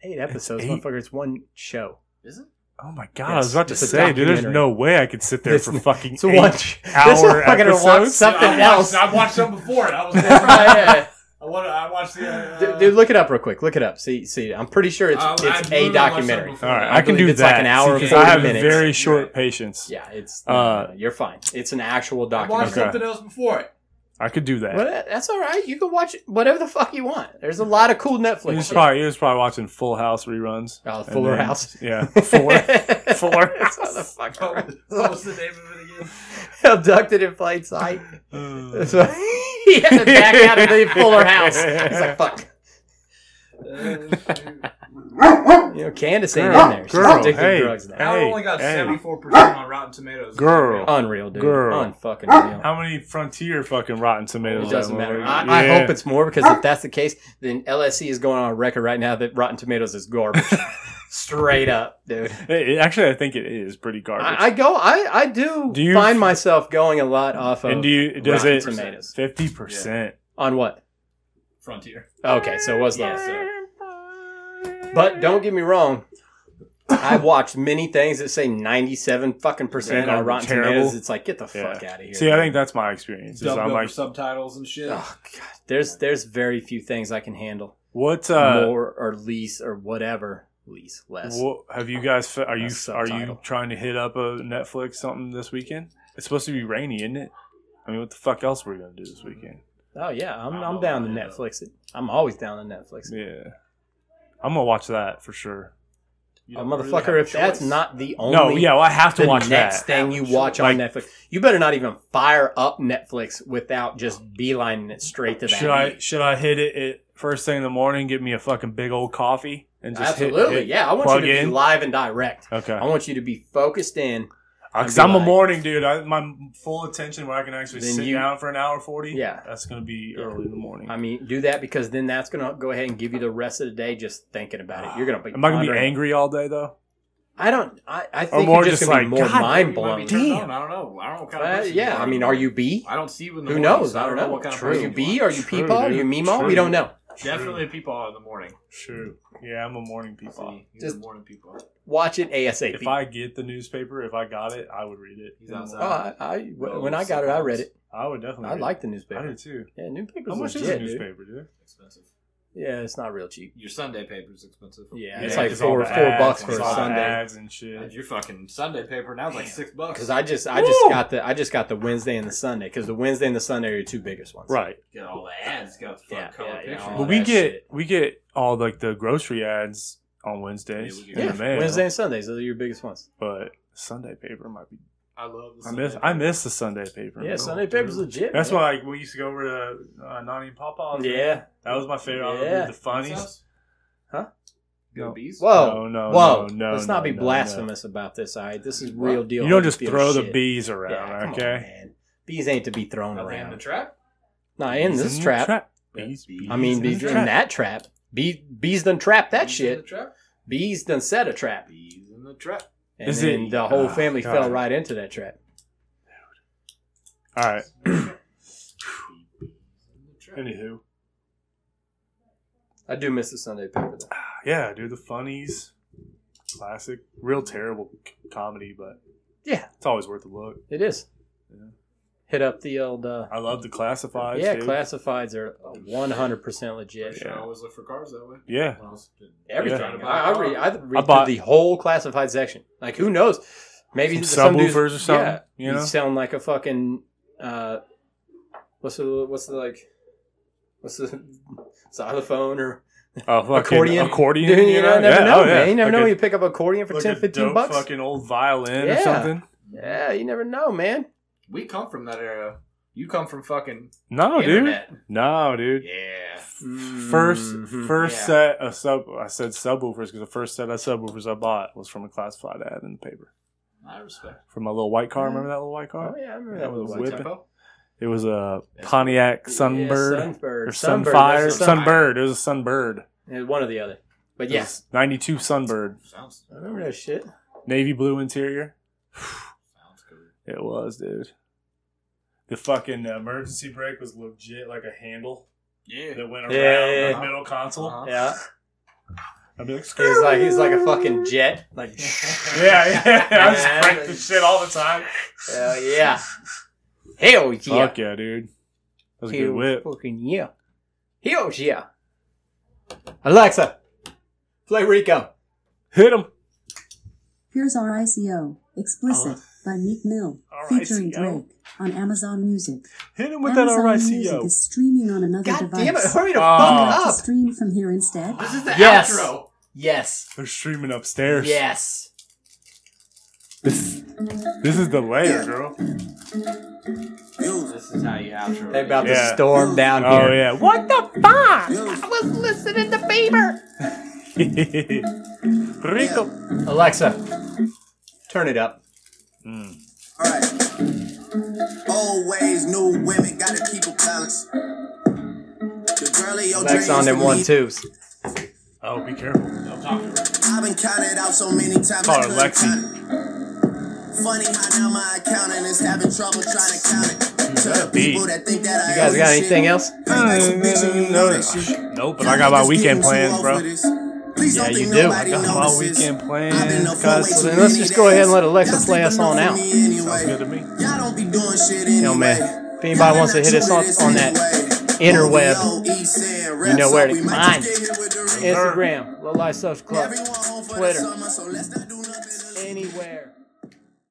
[SPEAKER 1] Eight episodes,
[SPEAKER 4] eight.
[SPEAKER 1] motherfucker. It's one show.
[SPEAKER 2] Is it?
[SPEAKER 4] Oh my god, I was
[SPEAKER 1] Yes,
[SPEAKER 4] about to
[SPEAKER 1] it's a
[SPEAKER 4] say, dude, there's
[SPEAKER 1] documentary.
[SPEAKER 4] no way I could sit there
[SPEAKER 1] This-
[SPEAKER 4] for fucking
[SPEAKER 1] It's a
[SPEAKER 4] eight
[SPEAKER 1] one
[SPEAKER 4] hour
[SPEAKER 1] gonna watch
[SPEAKER 4] episodes?
[SPEAKER 1] something
[SPEAKER 2] I
[SPEAKER 1] else.
[SPEAKER 2] watched, I watched some before it. I was.
[SPEAKER 1] Yeah,
[SPEAKER 2] I, wanna, I watched the. Uh,
[SPEAKER 1] dude, dude, look it up real quick. Look it up. See, see. I'm pretty sure it's
[SPEAKER 2] I- I
[SPEAKER 1] it's
[SPEAKER 2] literally
[SPEAKER 1] a
[SPEAKER 2] watched that
[SPEAKER 1] documentary.
[SPEAKER 2] before.
[SPEAKER 4] All right,
[SPEAKER 1] I
[SPEAKER 4] I, can
[SPEAKER 1] believe
[SPEAKER 4] do
[SPEAKER 1] it's
[SPEAKER 4] that.
[SPEAKER 1] like an hour and
[SPEAKER 4] because I
[SPEAKER 1] 40
[SPEAKER 4] have
[SPEAKER 1] minutes.
[SPEAKER 4] very short
[SPEAKER 2] Right.
[SPEAKER 4] patience.
[SPEAKER 1] Yeah, it's.
[SPEAKER 4] Uh,
[SPEAKER 1] you're fine. It's an actual
[SPEAKER 2] I watched
[SPEAKER 1] documentary.
[SPEAKER 4] Okay.
[SPEAKER 2] something else before it.
[SPEAKER 4] I could do that.
[SPEAKER 1] Well, that- that's all right. You can watch it- whatever the fuck you want. There's a lot of cool
[SPEAKER 4] He
[SPEAKER 1] Netflix.
[SPEAKER 4] was,
[SPEAKER 1] shit.
[SPEAKER 4] probably, he was probably watching Full House reruns.
[SPEAKER 1] Oh,
[SPEAKER 4] And
[SPEAKER 1] Fuller
[SPEAKER 4] then-
[SPEAKER 1] House.
[SPEAKER 4] Yeah, Fuller. Fuller House.
[SPEAKER 2] What
[SPEAKER 1] Motherfucker.
[SPEAKER 2] was, what was the name of it again?
[SPEAKER 1] Abducted in plain sight. That's what- he had to back out of the Fuller House. He's like, fuck.
[SPEAKER 2] Uh, shoot.
[SPEAKER 1] You know, Candace ain't
[SPEAKER 4] Girl,
[SPEAKER 1] in there. She's
[SPEAKER 4] girl,
[SPEAKER 1] addicted
[SPEAKER 4] hey.
[SPEAKER 1] to drugs now.
[SPEAKER 2] Now it
[SPEAKER 4] Hey,
[SPEAKER 2] only got
[SPEAKER 4] hey.
[SPEAKER 2] seventy four percent on Rotten Tomatoes.
[SPEAKER 4] Girl.
[SPEAKER 1] Unreal, dude.
[SPEAKER 4] Girl.
[SPEAKER 1] Unfucking real.
[SPEAKER 4] How many Frontier fucking Rotten Tomatoes?
[SPEAKER 1] It doesn't
[SPEAKER 4] are there?
[SPEAKER 1] matter. I, I
[SPEAKER 4] Yeah.
[SPEAKER 1] hope it's more because if that's the case, then LSE is going on record right now that Rotten Tomatoes is garbage. Straight up, dude.
[SPEAKER 4] It- it- actually, I think it is pretty garbage.
[SPEAKER 1] I, I go. I I do,
[SPEAKER 4] Do you-
[SPEAKER 1] find myself going a lot off of
[SPEAKER 4] and do you, does
[SPEAKER 1] Rotten
[SPEAKER 4] it
[SPEAKER 1] Tomatoes.
[SPEAKER 4] fifty percent?
[SPEAKER 1] on what?
[SPEAKER 2] Frontier.
[SPEAKER 1] Okay, so it was
[SPEAKER 2] Yeah,
[SPEAKER 1] last.
[SPEAKER 2] so-
[SPEAKER 1] But don't get me wrong. I've watched many things that say 97 fucking percent
[SPEAKER 4] Yeah,
[SPEAKER 1] on Rotten
[SPEAKER 4] terrible.
[SPEAKER 1] Tomatoes. It's like, get the
[SPEAKER 4] Yeah.
[SPEAKER 1] fuck out of here.
[SPEAKER 4] See, I
[SPEAKER 1] dude.
[SPEAKER 4] think that's my experience. Is
[SPEAKER 2] Dubbed
[SPEAKER 4] I'm
[SPEAKER 2] over
[SPEAKER 4] like,
[SPEAKER 2] subtitles and shit.
[SPEAKER 1] Oh, God. There's, there's very few things I can handle.
[SPEAKER 4] what? Uh,
[SPEAKER 1] More or lease or whatever. Lease, less.
[SPEAKER 4] what have you guys? fe- Are you
[SPEAKER 1] That's
[SPEAKER 4] are you
[SPEAKER 1] subtitle.
[SPEAKER 4] trying to hit up a Netflix something this weekend? It's supposed to be rainy, isn't it? I mean, what the fuck else were we gonna do this weekend?
[SPEAKER 1] Oh, yeah. I'm,
[SPEAKER 2] I'm
[SPEAKER 1] I'm down to
[SPEAKER 2] over it.
[SPEAKER 1] Netflix it. I'm always down to Netflix it.
[SPEAKER 4] Yeah, I'm gonna watch that for sure.
[SPEAKER 2] You
[SPEAKER 1] Oh,
[SPEAKER 2] don't really
[SPEAKER 1] motherfucker,
[SPEAKER 2] have a
[SPEAKER 1] if that's
[SPEAKER 2] choice.
[SPEAKER 1] not the only.
[SPEAKER 4] no, yeah, well, I have to
[SPEAKER 1] the
[SPEAKER 4] watch
[SPEAKER 1] next
[SPEAKER 4] that.
[SPEAKER 1] thing you watch on Netflix. You better not even fire up Netflix without just beelining it straight to that.
[SPEAKER 4] Should I should I hit it at first thing in the morning? Get me a fucking big old coffee and just hit-
[SPEAKER 1] Absolutely,
[SPEAKER 4] hit-
[SPEAKER 1] yeah. I want
[SPEAKER 4] plug
[SPEAKER 1] you to
[SPEAKER 4] in.
[SPEAKER 1] be live and direct. I
[SPEAKER 4] Okay,
[SPEAKER 1] want you to be focused in.
[SPEAKER 4] because
[SPEAKER 1] I'd
[SPEAKER 4] I'm
[SPEAKER 1] be
[SPEAKER 4] a
[SPEAKER 1] like-
[SPEAKER 4] morning dude. I, my full attention where I can actually
[SPEAKER 1] Then
[SPEAKER 4] sit
[SPEAKER 1] you-
[SPEAKER 4] down for an hour forty.
[SPEAKER 1] Yeah.
[SPEAKER 4] that's gonna be early in the morning.
[SPEAKER 1] I mean, do that because then that's going to go ahead and give you the rest of the day just thinking about it. You're going to be.
[SPEAKER 4] Am I gonna be
[SPEAKER 1] pondering.
[SPEAKER 4] angry all day though?
[SPEAKER 1] I don't. I, I think
[SPEAKER 4] more
[SPEAKER 1] you're just,
[SPEAKER 4] just
[SPEAKER 1] going to
[SPEAKER 4] like,
[SPEAKER 1] be more
[SPEAKER 4] God,
[SPEAKER 1] mind
[SPEAKER 2] You might be
[SPEAKER 1] blown.
[SPEAKER 2] turned
[SPEAKER 4] Damn.
[SPEAKER 2] on, I don't know. I don't know what kind of
[SPEAKER 1] Uh,
[SPEAKER 2] person
[SPEAKER 1] yeah,
[SPEAKER 2] you are.
[SPEAKER 1] I mean, are you B?
[SPEAKER 2] I don't see you in the
[SPEAKER 1] Who
[SPEAKER 2] morning,
[SPEAKER 1] knows?
[SPEAKER 2] so
[SPEAKER 1] I don't know.
[SPEAKER 2] what kind
[SPEAKER 4] True.
[SPEAKER 1] Are
[SPEAKER 2] of
[SPEAKER 1] you
[SPEAKER 2] person
[SPEAKER 1] B?
[SPEAKER 2] are.
[SPEAKER 1] Are you
[SPEAKER 4] True,
[SPEAKER 1] Peepaw? Are
[SPEAKER 4] dude.
[SPEAKER 1] you Mimo?
[SPEAKER 4] True.
[SPEAKER 1] We don't know.
[SPEAKER 2] Definitely people in the morning.
[SPEAKER 4] True. Yeah, I'm a morning people.
[SPEAKER 2] See, he's
[SPEAKER 1] Just-
[SPEAKER 2] a morning people.
[SPEAKER 1] Watch it ASAP.
[SPEAKER 4] If I get the newspaper, if I got it, I would read it.
[SPEAKER 2] He's outside.
[SPEAKER 1] Oh, I, I- when I got it, I read it.
[SPEAKER 4] I would definitely.
[SPEAKER 1] Oh, I
[SPEAKER 4] read
[SPEAKER 1] like the
[SPEAKER 4] It. I
[SPEAKER 1] newspaper.
[SPEAKER 4] do too.
[SPEAKER 1] Yeah, newspapers.
[SPEAKER 4] How much
[SPEAKER 1] legit,
[SPEAKER 4] is a
[SPEAKER 1] dude.
[SPEAKER 4] newspaper, dude?
[SPEAKER 2] Expensive.
[SPEAKER 1] Yeah, it's not real cheap.
[SPEAKER 2] Your Sunday paper's expensive.
[SPEAKER 1] Yeah,
[SPEAKER 4] Yeah,
[SPEAKER 1] it's like
[SPEAKER 4] 'cause all
[SPEAKER 1] four
[SPEAKER 4] the
[SPEAKER 1] four
[SPEAKER 4] ads,
[SPEAKER 1] bucks for a
[SPEAKER 4] it's all the
[SPEAKER 1] Sunday.
[SPEAKER 4] Ads and shit.
[SPEAKER 2] God, Your fucking Sunday paper now is like six bucks.
[SPEAKER 1] Because I just I just
[SPEAKER 4] Woo!
[SPEAKER 1] got the I just got the Wednesday and the Sunday because the Wednesday and the Sunday are your two biggest ones.
[SPEAKER 4] Right.
[SPEAKER 2] get all the ads, got the fucking
[SPEAKER 1] Yeah,
[SPEAKER 2] color
[SPEAKER 1] yeah, yeah,
[SPEAKER 2] pictures.
[SPEAKER 1] all
[SPEAKER 4] But
[SPEAKER 1] that
[SPEAKER 4] we get
[SPEAKER 1] shit.
[SPEAKER 4] we get all like the grocery ads on Wednesdays
[SPEAKER 2] Yeah, we
[SPEAKER 4] in
[SPEAKER 2] get-
[SPEAKER 1] Yeah.
[SPEAKER 4] the mail.
[SPEAKER 1] Wednesday and Sundays are your biggest ones.
[SPEAKER 4] but Sunday paper might be
[SPEAKER 2] I love. The
[SPEAKER 4] I miss
[SPEAKER 2] Sunday
[SPEAKER 4] I
[SPEAKER 2] paper.
[SPEAKER 4] miss the Sunday paper.
[SPEAKER 1] Yeah,
[SPEAKER 4] man.
[SPEAKER 1] Sunday paper's legit.
[SPEAKER 4] That's
[SPEAKER 1] man.
[SPEAKER 4] why like, we used to go over to uh, Nani and Papa's. man.
[SPEAKER 1] Yeah.
[SPEAKER 4] that was my favorite. I
[SPEAKER 1] Yeah.
[SPEAKER 4] remember the funniest. Huh?
[SPEAKER 2] Good
[SPEAKER 4] No.
[SPEAKER 2] bees.
[SPEAKER 1] Whoa.
[SPEAKER 4] No, no,
[SPEAKER 1] Whoa.
[SPEAKER 4] no, no,
[SPEAKER 1] Let's not
[SPEAKER 4] no,
[SPEAKER 1] be
[SPEAKER 4] no,
[SPEAKER 1] blasphemous about this, all right? This is real deal.
[SPEAKER 4] You don't
[SPEAKER 1] Holy
[SPEAKER 4] just
[SPEAKER 1] Spirit
[SPEAKER 4] throw the
[SPEAKER 1] shit.
[SPEAKER 4] bees
[SPEAKER 1] Yeah,
[SPEAKER 4] around,
[SPEAKER 1] come on,
[SPEAKER 4] okay?
[SPEAKER 1] man. Bees ain't to be thrown
[SPEAKER 2] Are they in the
[SPEAKER 1] around.
[SPEAKER 2] trap?
[SPEAKER 1] Not in
[SPEAKER 4] Bees
[SPEAKER 1] this
[SPEAKER 4] the
[SPEAKER 1] trap.
[SPEAKER 4] Bees, bees
[SPEAKER 1] I mean, bees
[SPEAKER 4] the
[SPEAKER 1] in
[SPEAKER 4] trap.
[SPEAKER 1] that trap. Bee, bees done trap that
[SPEAKER 2] Bees in the
[SPEAKER 1] shit.
[SPEAKER 2] trap?
[SPEAKER 1] Bees done set a trap.
[SPEAKER 2] Bees in the trap.
[SPEAKER 1] And
[SPEAKER 4] Is
[SPEAKER 1] then
[SPEAKER 4] it-
[SPEAKER 1] the whole
[SPEAKER 4] Ah,
[SPEAKER 1] family
[SPEAKER 4] God.
[SPEAKER 1] fell right into that trap.
[SPEAKER 4] All right.
[SPEAKER 2] Bees in the trap.
[SPEAKER 4] Anywho,
[SPEAKER 1] I do miss the Sunday paper, though.
[SPEAKER 4] yeah, dude, the funnies, classic, real terrible c- comedy, but
[SPEAKER 1] Yeah,
[SPEAKER 4] it's always worth a look.
[SPEAKER 1] it is. Hit up the old. Uh,
[SPEAKER 4] I love the classifieds.
[SPEAKER 1] yeah,
[SPEAKER 4] dude.
[SPEAKER 1] classifieds are 100% legit.
[SPEAKER 2] I always look for cars that way.
[SPEAKER 4] Yeah,
[SPEAKER 2] When I was in-
[SPEAKER 1] Everything.
[SPEAKER 2] trying to buy
[SPEAKER 1] I,
[SPEAKER 2] a
[SPEAKER 1] I
[SPEAKER 2] car.
[SPEAKER 1] read, I read
[SPEAKER 4] bought-
[SPEAKER 1] through the whole classified section. Like, who knows? Maybe
[SPEAKER 4] Some
[SPEAKER 1] dudes-
[SPEAKER 4] subwoofers or something, you know?
[SPEAKER 1] you sound like a fucking. Uh, what's the what's the like? What's the xylophone or
[SPEAKER 4] oh, fucking
[SPEAKER 1] accordion?
[SPEAKER 4] accordion,
[SPEAKER 1] Dude, you, know, never
[SPEAKER 4] Yeah,
[SPEAKER 1] know,
[SPEAKER 4] oh, yeah.
[SPEAKER 1] man. You never
[SPEAKER 4] Like
[SPEAKER 1] know.
[SPEAKER 4] a-
[SPEAKER 1] You pick up an accordion for
[SPEAKER 4] like
[SPEAKER 1] 10,
[SPEAKER 4] a
[SPEAKER 1] 15
[SPEAKER 4] dope
[SPEAKER 1] bucks.
[SPEAKER 4] fucking old violin
[SPEAKER 1] Yeah.
[SPEAKER 4] or something.
[SPEAKER 1] Yeah, you never know, man.
[SPEAKER 2] We come from that era. You come from fucking
[SPEAKER 4] No,
[SPEAKER 2] internet.
[SPEAKER 4] Oh, dude. No, dude.
[SPEAKER 2] Yeah.
[SPEAKER 4] First,
[SPEAKER 1] Mhm.
[SPEAKER 4] first
[SPEAKER 2] Yeah.
[SPEAKER 4] set of sub. I said subwoofers because the first set of subwoofers I bought was from a classified ad in the paper
[SPEAKER 2] I respect.
[SPEAKER 4] for my little white car. Remember that little white
[SPEAKER 1] Oh
[SPEAKER 4] car?
[SPEAKER 1] yeah, I remember
[SPEAKER 4] Yeah,
[SPEAKER 1] that
[SPEAKER 4] with
[SPEAKER 1] was
[SPEAKER 4] a
[SPEAKER 1] like
[SPEAKER 4] whip.
[SPEAKER 1] that.
[SPEAKER 2] Tempo?
[SPEAKER 4] It was a Pontiac Sunbird
[SPEAKER 1] yeah, Sunbird,
[SPEAKER 4] or
[SPEAKER 1] Sunbird,
[SPEAKER 4] Sunfire,
[SPEAKER 1] that's
[SPEAKER 2] Sun-
[SPEAKER 1] what-
[SPEAKER 4] Sunbird. It was a Sunbird.
[SPEAKER 1] Yeah, one or the other. But yes,
[SPEAKER 4] ninety two Sunbird,
[SPEAKER 2] Sounds
[SPEAKER 1] I remember that shit.
[SPEAKER 4] navy blue interior.
[SPEAKER 2] sounds good.
[SPEAKER 4] It was, dude. The fucking emergency brake was legit, like a handle
[SPEAKER 2] Yeah.
[SPEAKER 4] that went around
[SPEAKER 1] Yeah, yeah,
[SPEAKER 4] the
[SPEAKER 2] yeah.
[SPEAKER 4] middle console.
[SPEAKER 2] Uh-huh.
[SPEAKER 1] Yeah,
[SPEAKER 4] I'd be like,
[SPEAKER 1] he was like he's like a fucking jet. Like
[SPEAKER 4] yeah, yeah. I just
[SPEAKER 1] Yeah.
[SPEAKER 4] crank the shit all the time.
[SPEAKER 1] hell yeah, hell yeah,
[SPEAKER 4] Fuck yeah, dude. That was a good
[SPEAKER 1] hell
[SPEAKER 4] whip.
[SPEAKER 1] fucking yeah, hell yeah. Alexa, play Rico.
[SPEAKER 4] Hit him.
[SPEAKER 3] Here's our ICO, Explicit, by Meek Mill, featuring
[SPEAKER 4] RICO.
[SPEAKER 3] Drake, on Amazon Music.
[SPEAKER 4] Hit him with
[SPEAKER 3] Amazon
[SPEAKER 4] that
[SPEAKER 3] Music
[SPEAKER 4] RICO.
[SPEAKER 3] is streaming on another
[SPEAKER 1] God
[SPEAKER 3] device.
[SPEAKER 1] damn it! Hurry the
[SPEAKER 4] Oh.
[SPEAKER 1] fuck
[SPEAKER 3] To
[SPEAKER 1] up.
[SPEAKER 3] stream from here instead.
[SPEAKER 2] This is the
[SPEAKER 1] Yes.
[SPEAKER 2] outro.
[SPEAKER 1] Yes,
[SPEAKER 4] They're streaming upstairs.
[SPEAKER 1] yes.
[SPEAKER 4] This, this is the layer, girl.
[SPEAKER 5] Use it.
[SPEAKER 2] This is how you outro.
[SPEAKER 1] They about
[SPEAKER 4] Yeah.
[SPEAKER 1] to storm down here.
[SPEAKER 4] Oh yeah. What the fuck?
[SPEAKER 5] Use it.
[SPEAKER 4] Rico.
[SPEAKER 1] Alexa, turn it up.
[SPEAKER 5] Alright. Always new women gotta keep a balance. The girl of your
[SPEAKER 1] Alexa on
[SPEAKER 5] dreams
[SPEAKER 1] them
[SPEAKER 5] for
[SPEAKER 1] one
[SPEAKER 5] me.
[SPEAKER 1] twos.
[SPEAKER 4] Oh, be careful.
[SPEAKER 2] Don't talk to her.
[SPEAKER 5] I've been counted out so many times.
[SPEAKER 4] Call her
[SPEAKER 5] I couldn't
[SPEAKER 4] Lexi.
[SPEAKER 5] count it. Funny how now my accountant is having trouble trying to count it. To the
[SPEAKER 4] that beat.
[SPEAKER 5] people that think that
[SPEAKER 1] Mm,
[SPEAKER 5] I
[SPEAKER 1] You guys
[SPEAKER 5] owe
[SPEAKER 1] got
[SPEAKER 5] shit.
[SPEAKER 1] anything else?
[SPEAKER 4] Mm, No, but I got my weekend plans, bro.
[SPEAKER 5] Please
[SPEAKER 1] Yeah,
[SPEAKER 5] don't
[SPEAKER 1] you
[SPEAKER 5] think
[SPEAKER 1] do.
[SPEAKER 5] nobody
[SPEAKER 4] I got my
[SPEAKER 5] notices.
[SPEAKER 4] weekend plans,
[SPEAKER 5] I've been up for way
[SPEAKER 4] cuz.
[SPEAKER 5] too
[SPEAKER 1] Then let's
[SPEAKER 5] many
[SPEAKER 1] just go ahead and let
[SPEAKER 5] days.
[SPEAKER 1] Alexa
[SPEAKER 5] Y'all
[SPEAKER 1] play us
[SPEAKER 5] sleeping
[SPEAKER 1] on
[SPEAKER 5] for
[SPEAKER 1] out.
[SPEAKER 5] me
[SPEAKER 4] Sounds
[SPEAKER 5] anyway.
[SPEAKER 4] good to me.
[SPEAKER 5] Y'all don't be doing shit anyway.
[SPEAKER 1] man. If anybody wants to hit us on- on that interweb,
[SPEAKER 5] interweb,
[SPEAKER 1] you know where to find
[SPEAKER 5] Instagram,
[SPEAKER 1] Instagram, Low Life Social Club, Twitter, anywhere.